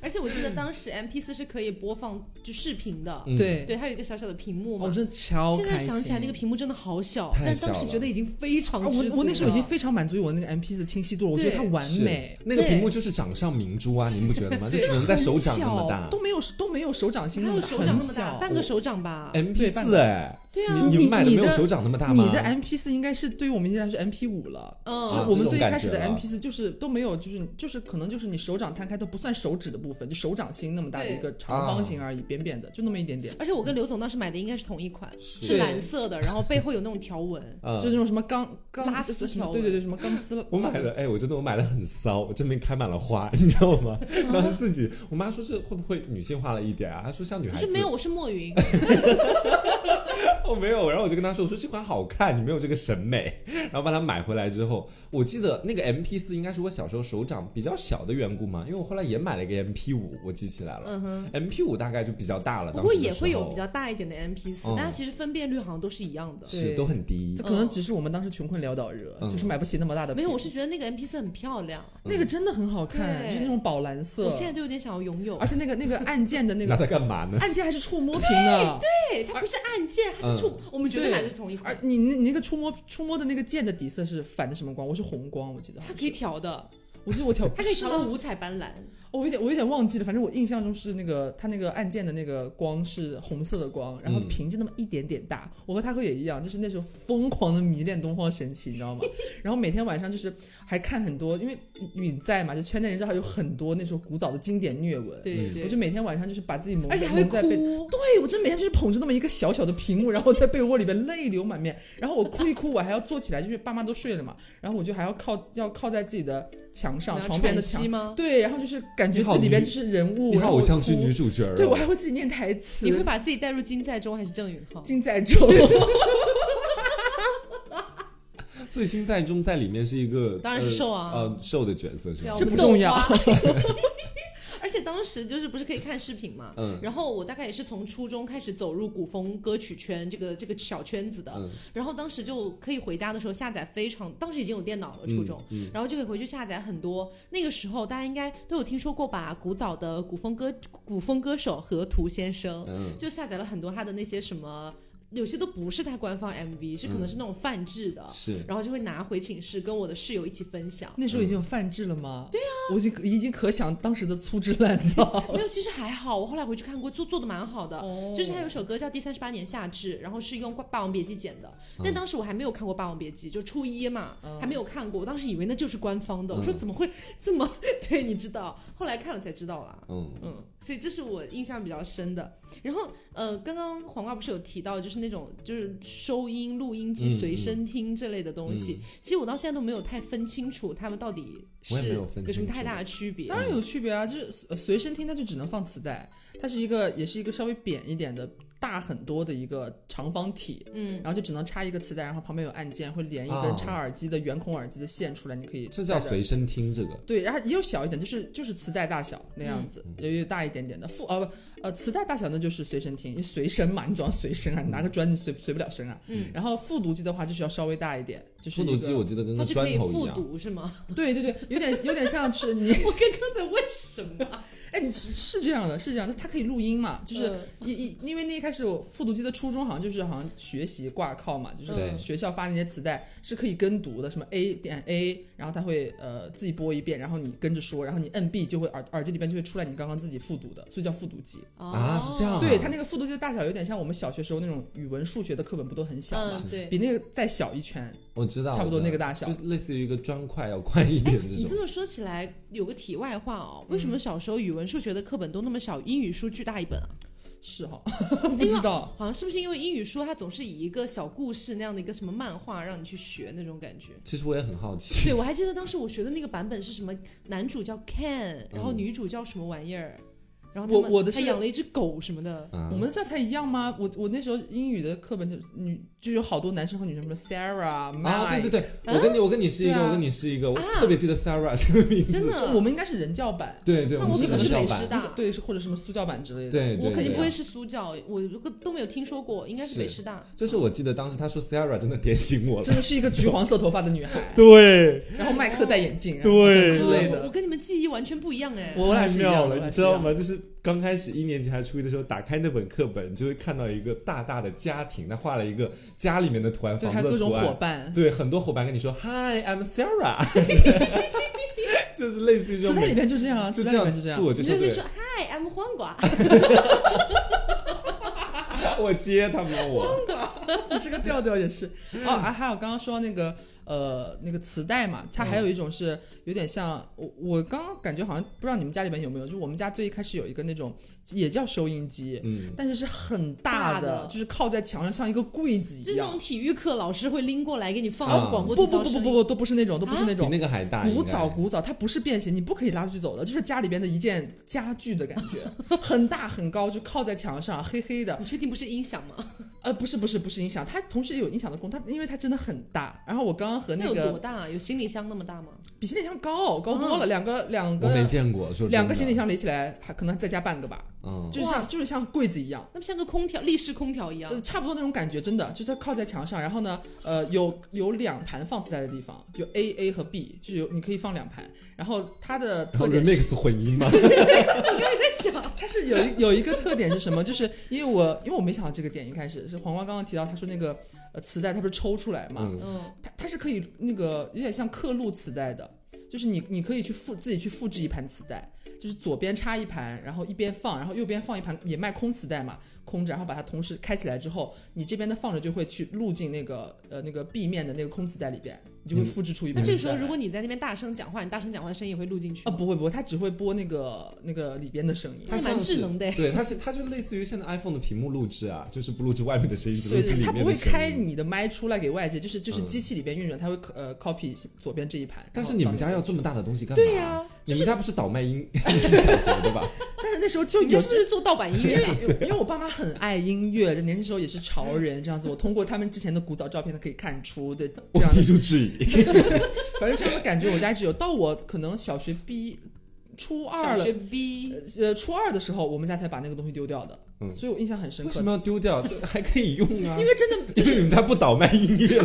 Speaker 1: 而且我记得当时 M P 四是可以播放就视频的，
Speaker 2: 嗯
Speaker 3: 对，
Speaker 1: 对，它有一个小小的屏幕嘛
Speaker 3: 我。哦真的超
Speaker 1: 现
Speaker 3: 开
Speaker 1: 在
Speaker 3: 心。
Speaker 1: 想起来那个屏幕真的好小，
Speaker 2: 太
Speaker 1: 但当
Speaker 2: 小
Speaker 1: 时
Speaker 2: 了
Speaker 1: 觉得已经非常
Speaker 3: 啊，
Speaker 1: 知足
Speaker 3: 我我那时候已经
Speaker 1: 了
Speaker 3: 非常满足于我那个 M P 的清晰度了，我觉得它完
Speaker 2: 是
Speaker 3: 美，
Speaker 2: 那个
Speaker 1: 对
Speaker 2: 屏幕就是掌上明珠啊，你们不觉得吗？就
Speaker 1: 对
Speaker 2: 只能在手掌那么
Speaker 3: 很
Speaker 2: 大
Speaker 3: 哦小都没有都没有手掌心
Speaker 1: 哪
Speaker 3: 那
Speaker 1: 有
Speaker 3: 么
Speaker 1: 手掌那么
Speaker 3: 很
Speaker 1: 大，
Speaker 3: 小
Speaker 1: 半个手掌吧。
Speaker 2: ，M P
Speaker 3: 半
Speaker 2: 四哎，
Speaker 1: 对啊，
Speaker 2: 你
Speaker 3: 你
Speaker 2: 们买的
Speaker 3: 你
Speaker 2: 没有
Speaker 3: 的
Speaker 2: 手掌那么大吗？
Speaker 3: 你的 M P 四应该是对于我们现在是 M P 五了。就
Speaker 2: 啊
Speaker 1: 嗯，
Speaker 3: 我
Speaker 2: 这
Speaker 3: 们
Speaker 2: 种
Speaker 3: 最一
Speaker 2: 感
Speaker 3: 开始
Speaker 2: 觉
Speaker 3: 的
Speaker 2: 了
Speaker 3: M P 四就是都没有，就是就是可能就是你手掌摊开都不算手指的部分，就手掌心那么大的
Speaker 1: 对
Speaker 3: 一个长方形而已，扁扁的，就那么一点点，
Speaker 1: 而且我跟刘总当时买的应该是同一款，
Speaker 2: 是。
Speaker 1: 是蓝色的，然后背后有那种条纹
Speaker 2: 嗯
Speaker 3: 就那种什么钢钢
Speaker 1: 拉丝
Speaker 3: 就是什么
Speaker 1: 条
Speaker 3: 对对
Speaker 1: 纹
Speaker 3: 对，什么钢丝。
Speaker 2: 我买了，哎，我真的我买的很骚，我这边开满了花， 你知道吗？
Speaker 3: 啊
Speaker 2: 当时自己，我妈说这会不会女性化了一点啊？她说像女
Speaker 1: 我
Speaker 2: 孩
Speaker 1: 说
Speaker 2: 子，
Speaker 1: 没有，我是墨云，
Speaker 2: 我哦没有。然后我就跟她说，我说这款好看，你没有这个审美。 然后把它买回来之后，我记得那个 M P 四应该是我小时候手掌比较小的缘故嘛，因为我后来也买了一个 M P 五，我记起来了。
Speaker 1: 嗯哼。
Speaker 2: M P 五大概就比较大了，
Speaker 1: 不过
Speaker 2: 当时的
Speaker 1: 也会
Speaker 2: 时候
Speaker 1: 有比较大一点的 MP 四、
Speaker 2: 嗯
Speaker 1: 但它其实分辨率好像都是一样的。
Speaker 2: 是
Speaker 3: 对
Speaker 2: 都很低
Speaker 3: 这，可能只是我们当时穷困潦倒惹，
Speaker 2: 嗯
Speaker 3: 就是买不起那么大的
Speaker 1: 嗯没
Speaker 3: 屏。
Speaker 1: 有，我是觉得那个 MP 四很漂亮，
Speaker 3: 那个真的很好看，
Speaker 1: 对
Speaker 3: 就是那种宝蓝色。
Speaker 1: 我现在都有点想要拥有
Speaker 3: 而。且那个那个按键的那
Speaker 2: 拿
Speaker 3: 个
Speaker 2: 它干嘛 呢？
Speaker 3: 按键还是触摸屏的，
Speaker 1: 对，它不是按键，它是
Speaker 3: 嗯
Speaker 1: 触，我们绝对买的是同一款，
Speaker 3: 而哎你那你那个触摸触摸的那个键的底色是反的什么光？我是红光，我记得好
Speaker 1: 它
Speaker 3: 像
Speaker 1: 可以
Speaker 3: 是，
Speaker 1: 调的，
Speaker 3: 我记得我调，
Speaker 1: 它可以
Speaker 3: 是
Speaker 1: 调到
Speaker 3: 吗
Speaker 1: 五彩斑斓。
Speaker 3: 我有点我有点忘记了，反正我印象中是那个它那个按键的那个光是红色的光，然后
Speaker 2: 嗯
Speaker 3: 屏就那么一点点大。我和他哥也一样，就是那时候疯狂的迷恋东方神起，你知道 吗？然后每天晚上就是还看很多，因为允在嘛，就圈内人知道还有很多那时候古早的经典虐文。
Speaker 1: 对
Speaker 3: 我
Speaker 1: 对
Speaker 3: 就
Speaker 1: 对，
Speaker 3: 每天晚上就是把自己蒙
Speaker 1: 而
Speaker 3: 在，
Speaker 1: 且还会
Speaker 3: 蒙在被
Speaker 1: 哭。
Speaker 3: 对哎我真每天就是捧着那么一个小小的屏幕，然后在被窝里边泪流满面，然后我哭一哭，我还要坐起来，就是爸妈都睡了嘛，然后我就还要靠要靠在自己的墙上，
Speaker 1: 然后
Speaker 3: 床边的
Speaker 1: 喘息
Speaker 3: 墙，
Speaker 1: 吗？
Speaker 3: 对，然后就是感觉
Speaker 2: 你好
Speaker 3: 自己里边
Speaker 2: 女
Speaker 3: 就是人物，
Speaker 2: 你
Speaker 3: 然
Speaker 2: 看
Speaker 3: 后我
Speaker 2: 偶像剧
Speaker 3: 哭
Speaker 2: 女 主角哦，
Speaker 3: 对我还会自己念台词，
Speaker 1: 你会把自己带入金在中还是郑允浩？
Speaker 3: 金在中，
Speaker 2: 所以金在中在里面是一个，
Speaker 1: 当然是
Speaker 2: 呃
Speaker 1: 瘦啊
Speaker 2: 呃，瘦的角色是
Speaker 1: 对啊
Speaker 2: 吗？
Speaker 3: 这
Speaker 1: 我们
Speaker 3: 不重
Speaker 1: 豆
Speaker 3: 要
Speaker 1: 花。 而且当时就是不是可以看视频嘛，
Speaker 2: 嗯
Speaker 1: 然后我大概也是从初中开始走入古风歌曲圈这个这个小圈子的，
Speaker 2: 嗯
Speaker 1: 然后当时就可以回家的时候下载非常，当时已经有电脑了初中，
Speaker 2: 嗯
Speaker 1: 然后就可以回去下载很多。那个时候大家应该都有听说过吧，古早的古风歌古风歌手河图先生，
Speaker 2: 嗯，
Speaker 1: 就下载了很多他的那些什么。有些都不是他官方 MV，是可能是那种泛制的，
Speaker 2: 嗯是
Speaker 1: 然后就会拿回寝室跟我的室友一起分享。
Speaker 3: 那时候已经有泛制了吗？对呀、啊我已经已经可想当时的粗制滥
Speaker 2: 哦
Speaker 3: 造。
Speaker 1: 没有，其实还好，我后来回去看过，做做的蛮好的。
Speaker 3: 哦
Speaker 1: 就是他有首歌叫《第三十八年夏至》，然后是用《霸王别姬》剪的，
Speaker 2: 嗯
Speaker 1: 但当时我还没有看过《霸王别姬》，就初一嘛，还没有看过。我当时以为那就是官方
Speaker 2: 嗯
Speaker 1: 的，我说怎么会这么？ 对，你知道，后来看了才知道啦。
Speaker 2: 嗯
Speaker 1: 嗯，所以这是我印象比较深的。然后呃，刚刚黄瓜不是有提到，就是那种就是收音录音机
Speaker 2: 嗯
Speaker 1: 随身听这类的东西，其实我到现在都没有太分清楚他们到底是
Speaker 2: 我也没有分
Speaker 1: 有什么
Speaker 2: 清
Speaker 1: 太
Speaker 2: 楚
Speaker 1: 大的区别。
Speaker 3: 当然有区别啊，就是随随身听它就只能放磁带，它是一个也是一个稍微扁一点的大很多的一个长方体，
Speaker 1: 嗯，
Speaker 3: 然后就只能插一个磁带，然后旁边有按键，会连一
Speaker 2: 哦
Speaker 3: 根插耳机的圆孔耳机的线出来，你可以
Speaker 2: 这叫
Speaker 3: 带着
Speaker 2: 随身听这个。
Speaker 3: 对，然后也有小一点，就是就是磁带大小那样子，也有大一点点的附呃不呃磁带大小那就是随身听，你随身嘛，你总要随身啊，你拿个砖你随随不了身啊。
Speaker 1: 嗯，
Speaker 3: 然后复读机的话就是要稍微大一点，就
Speaker 2: 复
Speaker 3: 是一
Speaker 2: 读
Speaker 3: 个
Speaker 2: 机我记得跟
Speaker 1: 它
Speaker 2: 个
Speaker 1: 是可
Speaker 2: 砖
Speaker 1: 以
Speaker 2: 头一
Speaker 1: 复
Speaker 2: 样，
Speaker 1: 读是吗？
Speaker 3: 对对对，有点有点像是你
Speaker 1: 我刚刚在问什么？
Speaker 3: 哎你是是这样的，是这样的，它可以录音嘛，就是
Speaker 1: 嗯
Speaker 3: 一一、因为那一开始我复读机的初衷好像就是好像学习挂靠嘛，就
Speaker 2: 对
Speaker 3: 是学校发那些磁带是可以跟读的，什么 A 点 A，然后它会呃自己播一遍，然后你跟着说，然后你摁 B 就会耳耳机里边就会出来你刚刚自己复读的，所以叫复读机。
Speaker 1: 哦
Speaker 2: 啊是这样啊
Speaker 3: 对它那个复读机的大小有点像我们小学时候那种语文、数学的课本，不都很小吗？
Speaker 1: 嗯，对。
Speaker 3: 比那个再小一圈，
Speaker 2: 我知道，
Speaker 3: 差不多
Speaker 2: 我知道
Speaker 3: 那个大小
Speaker 2: 就是类似于一个砖块要宽一点
Speaker 1: 哎
Speaker 2: 这
Speaker 1: 你这
Speaker 2: 种。嗯
Speaker 1: 么说起来，有个题外话哦，为什么小时候语文、数学的课本都那么小，英语书巨大一本啊？
Speaker 3: 是哈， 不知道。
Speaker 1: 好像是不是因为英语书它总是以一个小故事那样的一个什么漫画让你去学那种感觉？
Speaker 2: 其实我也很好奇，
Speaker 1: 对，我还记得当时我学的那个版本是什么，男主叫 Ken，然后
Speaker 2: 嗯
Speaker 1: 女主叫什么玩意儿，然后他们
Speaker 3: 我我的
Speaker 1: 还
Speaker 3: 是
Speaker 1: 养了一只狗什么的，
Speaker 2: 啊
Speaker 3: 我们的教材一样吗？我我那时候英语的课本就女就有好多男生和女生，什么 Sarah、Mike，、
Speaker 2: 啊，对对对，我跟你我跟你是一
Speaker 3: 对
Speaker 2: 个，
Speaker 3: 啊
Speaker 2: 我跟你是一个，我特别记得 Sarah 这个名字，
Speaker 1: 真的，
Speaker 3: 嗯
Speaker 1: 啊
Speaker 3: 我们应该是人教版，
Speaker 2: 对对，
Speaker 1: 那
Speaker 2: 我们
Speaker 1: 我
Speaker 2: 是
Speaker 1: 可能
Speaker 2: 人
Speaker 1: 是
Speaker 2: 教
Speaker 1: 美
Speaker 2: 版
Speaker 1: 师，大。
Speaker 3: 对，是或者什么苏教版之类的。
Speaker 2: 对对，
Speaker 1: 我肯定
Speaker 2: 对
Speaker 1: 不会。是苏教，我都没有听说过，应该是北师大。
Speaker 2: 就是我记得当时他说 Sarah 真的点醒我了，，
Speaker 3: 真的是一个橘黄色头发的女孩
Speaker 2: 对
Speaker 3: 然后麦克戴眼镜，啊
Speaker 2: 对
Speaker 3: 之类的
Speaker 1: 我我跟你们记忆完全不一样哎。
Speaker 3: 我我俩
Speaker 2: 太
Speaker 3: 是一
Speaker 2: 妙
Speaker 3: 样的，
Speaker 2: 了，
Speaker 3: 我俩
Speaker 2: 你
Speaker 3: 是
Speaker 2: 知
Speaker 3: 一
Speaker 2: 道
Speaker 3: 样的
Speaker 2: 吗？就是刚开始一年级还是初一的时候，打开那本课本，你就会看到一个大大的家庭，他画了一个家里面的图案，
Speaker 3: 对，
Speaker 2: 房
Speaker 3: 还有
Speaker 2: 子
Speaker 3: 各
Speaker 2: 的
Speaker 3: 种
Speaker 2: 图
Speaker 3: 伙
Speaker 2: 案，
Speaker 3: 伴。
Speaker 2: 对，很多伙伴跟你说 “Hi, I'm Sarah”，就是 类似于这
Speaker 3: 磁
Speaker 2: 种
Speaker 3: 带里
Speaker 2: 美，
Speaker 3: 面就这样啊，
Speaker 2: 就
Speaker 3: 磁带
Speaker 2: 这
Speaker 3: 里
Speaker 2: 样
Speaker 3: 面是这
Speaker 2: 自
Speaker 3: 样。
Speaker 2: 我
Speaker 1: 你就
Speaker 2: 介绍，
Speaker 1: 可以
Speaker 2: 对
Speaker 1: 说，嗨，I'm 黄瓜。
Speaker 3: 啊
Speaker 2: 我接他们我，
Speaker 3: 这个调调也是。哦，啊，还有刚刚说那个呃那个磁带嘛，它还有一种是有点像我我刚刚感觉好像不知道你们家里面有没有，就我们家最一开始有一个那种也叫收音机。
Speaker 2: 嗯，
Speaker 3: 但是是很大的，
Speaker 1: 大的
Speaker 3: 就是靠在墙上像一个柜子
Speaker 1: 就
Speaker 3: 一
Speaker 1: 是那
Speaker 3: 样
Speaker 1: 种。体育课老师会拎过来给你放
Speaker 2: 啊
Speaker 1: 广播
Speaker 3: 不
Speaker 1: 体
Speaker 3: 不
Speaker 1: 操
Speaker 3: 不不
Speaker 1: 声
Speaker 3: 不
Speaker 1: 音啊
Speaker 3: 不，都不是那种，都不是那
Speaker 2: 比
Speaker 3: 种。
Speaker 2: 那个还大，
Speaker 3: 古
Speaker 2: 应该
Speaker 3: 早古早，它不是便携，你不可以拉出去走的，就是家里边的一件家具的感觉，很大很高，就靠在墙上，黑黑的
Speaker 1: 你，确定不是音响吗？
Speaker 3: 呃，不是不是不是音响，它同时也有音响的功能，它因为它真的很大。然后我刚刚和
Speaker 1: 那
Speaker 3: 那
Speaker 1: 有多嗯
Speaker 3: 个
Speaker 1: 大啊？有行李箱那么大吗？
Speaker 3: 比行李箱高高多了，两个两
Speaker 2: 我没
Speaker 3: 个
Speaker 2: 见过，说
Speaker 3: 两个行
Speaker 2: 真
Speaker 3: 李
Speaker 2: 的，
Speaker 3: 箱垒起来，还可能再加半个吧，
Speaker 2: 嗯，
Speaker 3: 就是像就是像柜子一样。
Speaker 1: 那不像个空调立式空调一样
Speaker 3: 就？差不多那种感觉，真的，就它靠在墙上，然后呢，呃，有有两盘放磁带的地方，就 A A 和 B，就有你可以放两盘。然后它的
Speaker 2: 然后
Speaker 3: 特点是
Speaker 2: remix 混音嘛，
Speaker 3: 它是有一有一个特点是什么？就是因为我因为我没想到这个点，一开始是黄瓜刚刚提到，他说那个呃磁带它不是抽出来嘛，
Speaker 2: 嗯，
Speaker 1: 嗯，
Speaker 3: 它它是可以那个有点像刻录磁带的，就是你你可以去复自己去复制一盘磁带，就是左边插一盘，然后一边放，然后右边放一盘也卖空磁带嘛，空着，然后把它同时开起来之后，你这边的放着就会去录进那个呃那个 B 面的那个空磁带里边，你就会复制出一
Speaker 1: 那
Speaker 3: 盘磁
Speaker 1: 这
Speaker 3: 带来。
Speaker 1: 个时候如果你在那边大声讲话，你大声讲话的声音也会录进去
Speaker 3: 啊、。不会不会，它只会播那个那个里边的声音。
Speaker 1: 它蛮智能的
Speaker 2: 对，它是它就类似于现在 iPhone 的屏幕录制啊，就是不录制外面的声音，只
Speaker 3: 对
Speaker 2: 录制
Speaker 3: 对，
Speaker 2: 里
Speaker 3: 它
Speaker 2: 面
Speaker 3: 不
Speaker 2: 的
Speaker 3: 会
Speaker 2: 声
Speaker 3: 开
Speaker 2: 音。
Speaker 3: 你的麦出来给外界，就是就是
Speaker 2: 嗯
Speaker 3: 机器里边运转，它会呃 copy 左边这一盘。
Speaker 2: 但
Speaker 3: 然后
Speaker 2: 是你们
Speaker 3: 到那
Speaker 2: 家要
Speaker 3: 边
Speaker 2: 这么大的东西干嘛？
Speaker 1: 对呀，
Speaker 2: 你们家不是倒卖 音音小学的吧？
Speaker 3: 但是那时候就
Speaker 1: 你这
Speaker 3: 有
Speaker 1: 是不是做盗版音 乐啊？
Speaker 3: 因为因为我爸妈很爱音乐，年轻时候也是潮人这样子。我通过他们之前的古早照片，可以看出，对这
Speaker 2: 我
Speaker 3: 样
Speaker 2: 提
Speaker 3: 的，
Speaker 2: 出质疑。
Speaker 3: 反正这样的感觉我家一直有。到我可能小学毕初
Speaker 1: 小
Speaker 3: 二 了
Speaker 1: 学，B，
Speaker 3: 呃，初二的时候，我们家才把那个东西丢掉的，
Speaker 2: 嗯
Speaker 3: 所以我印象很深
Speaker 2: 为
Speaker 3: 刻
Speaker 2: 什。么要丢掉？这还可以用啊！
Speaker 3: 因为真的
Speaker 2: 因为你们家不倒卖音乐了，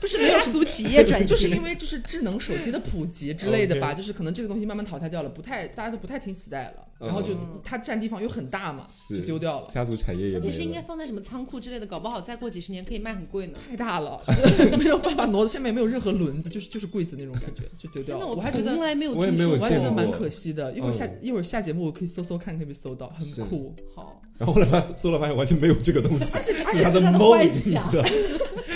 Speaker 1: 不 是家族企业转型，
Speaker 3: 就是因为就是智能手机的普及之类的 吧，就是可能这个东西慢慢淘汰掉了，不太大家都不太听磁带了，然后就它占地方又很大嘛，
Speaker 2: 是
Speaker 3: 就丢掉了，
Speaker 2: 家族产业也没
Speaker 1: 其实应
Speaker 2: 了
Speaker 1: 该。放在什么仓库之类的，搞不好再过几十年可以卖很贵呢。
Speaker 3: 太大了， 没有办法挪，下面没有任何轮子，就是就是柜子那种感觉，就丢掉
Speaker 1: 真
Speaker 3: 了。
Speaker 1: 的，
Speaker 3: 我还觉得
Speaker 1: 从来没有
Speaker 2: 我也
Speaker 1: 听
Speaker 2: 没有
Speaker 1: 说
Speaker 3: 我
Speaker 1: 过
Speaker 3: 还
Speaker 2: 见
Speaker 3: 觉得
Speaker 2: 过
Speaker 3: 蛮可惜的，一会儿下
Speaker 2: 嗯
Speaker 3: 一会儿下节目我可以搜搜看，可以搜到，
Speaker 2: 是
Speaker 3: 很酷。
Speaker 1: 好，
Speaker 2: 然后后来发搜了发现完全没有这个东西，
Speaker 1: 而且而
Speaker 2: 这
Speaker 1: 且
Speaker 2: 他
Speaker 1: 是他的
Speaker 2: 梦，
Speaker 1: 幻
Speaker 2: 你知
Speaker 1: 想，
Speaker 2: 道吗？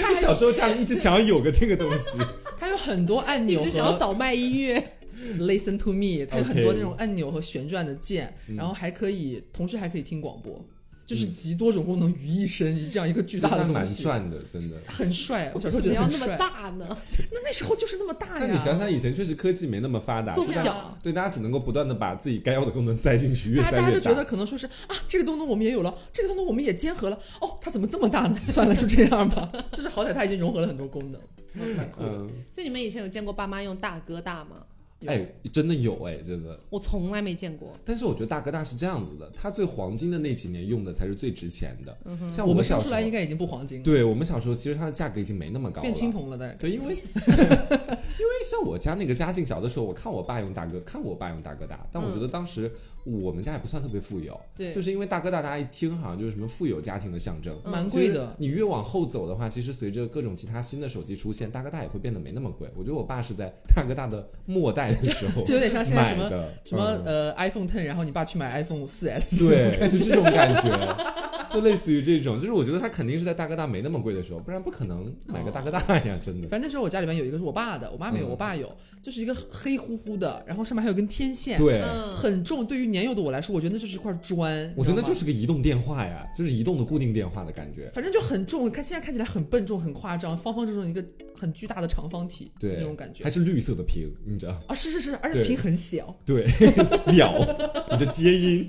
Speaker 2: 就小时候家里一直想要有个这个东西，
Speaker 3: 它有很多按
Speaker 1: 一
Speaker 3: 钮
Speaker 1: 直想要
Speaker 3: 和
Speaker 1: 倒卖音乐，
Speaker 3: Listen to me，它有很
Speaker 2: OK
Speaker 3: 多那种按钮和旋转的键，然后还可以同时还可以听广播，就是集多种功能于一身，这样一个
Speaker 2: 其
Speaker 3: 巨
Speaker 2: 实
Speaker 3: 大
Speaker 2: 它
Speaker 3: 的东
Speaker 2: 蛮
Speaker 3: 西。啊
Speaker 2: 赚的，真的。
Speaker 3: 很帅，我小
Speaker 1: 为什
Speaker 3: 时候
Speaker 1: 么
Speaker 3: 觉得
Speaker 1: 要
Speaker 3: 很
Speaker 1: 那么
Speaker 3: 帅。
Speaker 1: 大呢？
Speaker 3: 那那时候就是那么大
Speaker 2: 那
Speaker 3: 呀。
Speaker 2: 你想想，以前确实科技没那么发达，
Speaker 1: 做不
Speaker 2: 就大家
Speaker 1: 小，
Speaker 2: 对，大家只能够不断的把自己该要的功能塞进去，越
Speaker 3: 大家大
Speaker 2: 塞
Speaker 3: 家
Speaker 2: 越
Speaker 3: 就
Speaker 2: 大
Speaker 3: 觉。得可能说是啊，这个东东我们也有了，这个东东我们也结合了。哦，它怎么这么大呢？算了，就这样吧。 就是好歹它已经融合了很多功能，蛮酷的。
Speaker 2: 嗯，
Speaker 1: 所以你们以前有见过爸妈用大哥大吗？
Speaker 3: 嗯
Speaker 2: 哎，真的有哎，真的。
Speaker 1: 我从来没见过。
Speaker 2: 但是我觉得大哥大是这样子的，他最黄金的那几年用的才是最值钱的。像
Speaker 3: 我们
Speaker 2: 小
Speaker 3: 生
Speaker 2: 时
Speaker 3: 出
Speaker 2: 候，
Speaker 3: 来应该已经不黄金了，
Speaker 2: 对我们小时候，其实它的价格已经没那么高了。
Speaker 3: 变青铜了，大概。
Speaker 2: 对，因为因为像我家那个家境，小的时候我看我爸用大哥，看我爸用大哥大，但我觉
Speaker 3: 嗯
Speaker 2: 得当时我们家也不算特别富有，
Speaker 1: 对
Speaker 2: 就是因为大哥大大家一听好像就是什么富有家庭的象征。
Speaker 1: 嗯
Speaker 3: 蛮
Speaker 2: 其
Speaker 3: 贵
Speaker 2: 实
Speaker 3: 的。
Speaker 2: 你越往后走的话，其实随着各种其他新的手机出现，大哥大也会变得没那么贵。我觉得我爸是在大哥大的末代的时候
Speaker 3: 就有点像现在什么
Speaker 2: 买的
Speaker 3: 什么
Speaker 2: 嗯
Speaker 3: 呃 iPhone Ten，然后你爸去买 iPhone 四 S，
Speaker 2: 对，就这种感觉，就类似于这种，就是我觉得他肯定是在大哥大没那么贵的时候，不然不可能买个大哥大呀，真的。
Speaker 3: 反正那时候我家里面有一个是我爸的，我妈没有，
Speaker 2: 嗯
Speaker 3: 我爸有，就是一个黑乎乎的，然后上面还有根天线，
Speaker 2: 对，
Speaker 1: 嗯，
Speaker 3: 很重。对于年幼的我来说，我觉得那就是一块砖。
Speaker 2: 我觉得
Speaker 3: 你知道吗
Speaker 2: 就是个移动电话呀，就是移动的固定电话的感觉。
Speaker 3: 反正就很重，看现在看起来很笨重、很夸张，方方正正一个很巨大的长方体，
Speaker 2: 对，
Speaker 3: 就那种感觉
Speaker 2: 还。是绿色的屏，你知道？
Speaker 3: 啊，是是是，而且
Speaker 2: 对
Speaker 3: 屏很小，
Speaker 2: 对， 了，你的接音，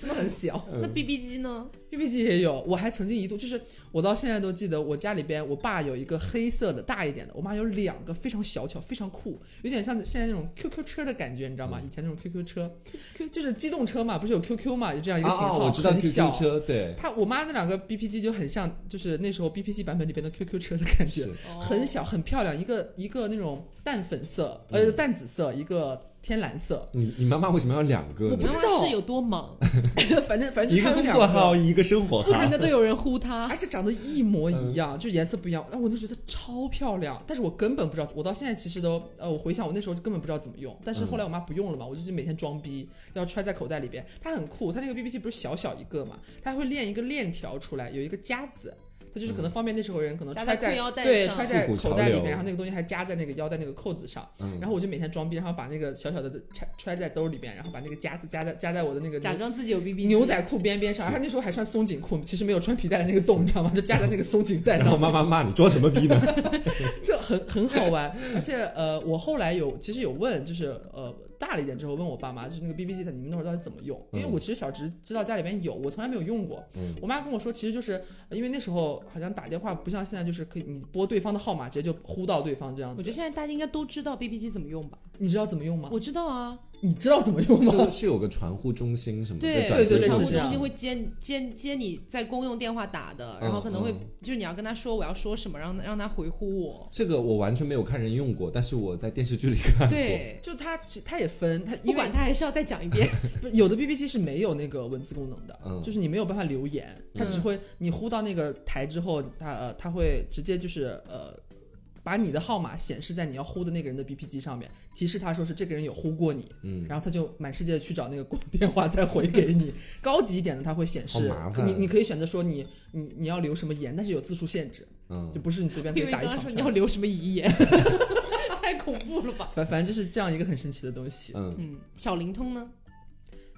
Speaker 3: 真的很小。
Speaker 1: 那 BB 机呢？
Speaker 3: BB 机也有，我还曾经一度就是，我到现在都记得，我家里边我爸有一个黑色的大一点的，我妈有两个非常小巧、非常酷，有点像现在那种 QQ 车的感觉，你知道
Speaker 2: 嗯
Speaker 3: 吗？以前那种 QQ 车，就是机动车嘛，不是有 QQ 嘛，有这样一个型
Speaker 2: 啊，
Speaker 3: 号，
Speaker 2: 我知道
Speaker 3: 很小
Speaker 2: QQ。车，对，
Speaker 3: 他我妈那两个 B P 机就很像，就是那时候 B P 机版本里边的 Q Q 车的感觉
Speaker 2: 是，
Speaker 1: 哦
Speaker 3: 很小很漂亮，一个一个那种淡粉色，呃
Speaker 2: 嗯
Speaker 3: 淡紫色，一个天 蓝色，
Speaker 2: 你你妈妈为什么要两个
Speaker 3: 我
Speaker 1: 你
Speaker 2: 呢
Speaker 3: 不？
Speaker 1: 妈
Speaker 3: 知
Speaker 1: 妈
Speaker 3: 道
Speaker 1: 是有多忙，
Speaker 3: 反正反正
Speaker 2: 一
Speaker 3: 就它
Speaker 2: 个工
Speaker 3: 有两
Speaker 2: 作号，
Speaker 3: 个，
Speaker 2: 一个生活
Speaker 1: 不
Speaker 2: 号
Speaker 1: 停，的都有人呼她
Speaker 3: 而。且长得一模
Speaker 2: 嗯
Speaker 3: 一样，就颜色不一样，但我就觉得超漂亮，但是我根本不知道，我到现在其实都呃，我回想我那时候就根本不知道怎么用，但是后
Speaker 2: 嗯
Speaker 3: 来我妈不用了嘛，我就每天装逼，要揣在口袋里边，它很酷，它那个 B P 机不是小小一个嘛，它会练一个链条出来，有一个夹子。它就是可能方便那时候人可能
Speaker 1: 夹
Speaker 3: 揣
Speaker 1: 在
Speaker 3: 在
Speaker 1: 裤腰带
Speaker 3: 对
Speaker 1: 上
Speaker 3: 揣在
Speaker 2: 嗯复古
Speaker 3: 口
Speaker 2: 潮
Speaker 3: 袋里
Speaker 2: 流
Speaker 3: 边，然后那个东西还夹在那个腰带那个扣子上，
Speaker 2: 嗯
Speaker 3: 然后我就每天装逼，然后把那个小小的揣揣在兜里边，然后把那个夹子夹在夹在我的那个
Speaker 1: 假装自己有 BB 机
Speaker 3: 牛仔裤边边上，然后那时候还穿松紧裤，其实没有穿皮带的那个洞，你知道吗？就夹在那个松紧带
Speaker 2: 然后
Speaker 3: 上，
Speaker 2: 妈妈骂你装什么逼呢？
Speaker 3: 这很很好玩。而且呃，我后来有其实有问，就是呃大了一点之后问我爸妈，就是那个 BB 机的你们那会儿到底怎么用？因为
Speaker 2: 嗯
Speaker 3: 我其实小侄知道家里边有，我从来没有用过。
Speaker 2: 嗯
Speaker 3: 我妈跟我说，其实就是呃因为那时候好像打电话不像现在，就是可以你拨对方的号码直接就呼到对方这样
Speaker 1: 我
Speaker 3: 子
Speaker 1: 觉。得现在大家应该都知道 BB 机怎么用吧？
Speaker 3: 你知道怎么用吗？
Speaker 1: 我知道啊，
Speaker 3: 你知道怎么用吗
Speaker 2: 是？是有个传呼中心什么的
Speaker 1: 对
Speaker 2: 转接
Speaker 3: 对对
Speaker 1: 传
Speaker 2: 中
Speaker 1: 呼
Speaker 3: 类似
Speaker 1: 中
Speaker 2: 心
Speaker 3: 这样
Speaker 1: 心会接接接你在公用电话打的，然后可能会
Speaker 2: 嗯
Speaker 1: 就是你要跟他说我要说什么，让让他回呼我。
Speaker 2: 这个我完全没有看人用过，但是我在电视剧里
Speaker 3: 哎
Speaker 2: 看过。
Speaker 1: 对，
Speaker 3: 就它其，它也分，它
Speaker 1: 不
Speaker 3: 因为
Speaker 1: 管他还是要再讲一 遍。
Speaker 3: 不是有的 B B 机是没有那个文字功能的，
Speaker 2: 嗯
Speaker 3: 就是你没有办法留言，它
Speaker 1: 嗯
Speaker 3: 只会你呼到那个台之后，它呃它会直接就是呃。把你的号码显示在你要呼的那个人的 B P 机上面，提示他说是这个人有呼过你，
Speaker 2: 嗯
Speaker 3: 然后他就满世界去找那个公用电话再回给你。高级一点的，他会显示
Speaker 2: 好麻烦啊
Speaker 3: 你你可以选择说你你你要留什么言，但是有字数限制，
Speaker 2: 嗯
Speaker 3: 就，不是你随便可
Speaker 1: 因
Speaker 3: 以
Speaker 1: 为
Speaker 3: 打
Speaker 1: 刚
Speaker 3: 一
Speaker 1: 刚
Speaker 3: 场
Speaker 1: 说
Speaker 3: 串
Speaker 1: 你要
Speaker 3: 的。
Speaker 1: 留什么遗言， 太恐怖了吧？
Speaker 3: 反反正就是这样一个很神奇的东西。
Speaker 2: 嗯，
Speaker 1: 嗯，小灵通呢？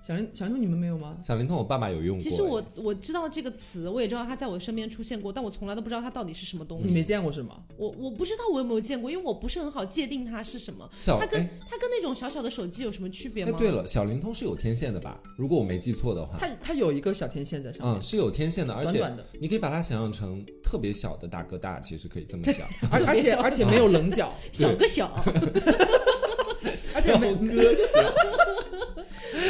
Speaker 3: 小人小人你们没有吗？
Speaker 2: 小灵通我爸爸有用过。哎
Speaker 1: 其实我我知道这个词，我也知道它在我身边出现过，但我从来都不知道它到底是什么东
Speaker 3: 你没
Speaker 2: 嗯
Speaker 1: 西。
Speaker 3: 见过是吗？
Speaker 1: 我我不知道我有没有见过，因为我不是很好界定它是什么。
Speaker 2: 小
Speaker 1: 它跟
Speaker 2: 哎
Speaker 1: 它跟那种小小的手机有什么区别
Speaker 2: 哎
Speaker 1: 吗？
Speaker 2: 对了，小灵通是有天线的吧？如果我没记错的话，
Speaker 3: 它它有一个小天线在上面，
Speaker 2: 啊嗯，是有天线的，而
Speaker 3: 短
Speaker 2: 且
Speaker 3: 短的。
Speaker 2: 你可以把它想象成特别小的大哥大，其实可以这么 想。
Speaker 3: 而而且
Speaker 1: 小
Speaker 3: 而且没有棱角，
Speaker 1: 小个小，
Speaker 3: 而且没
Speaker 2: 小哥小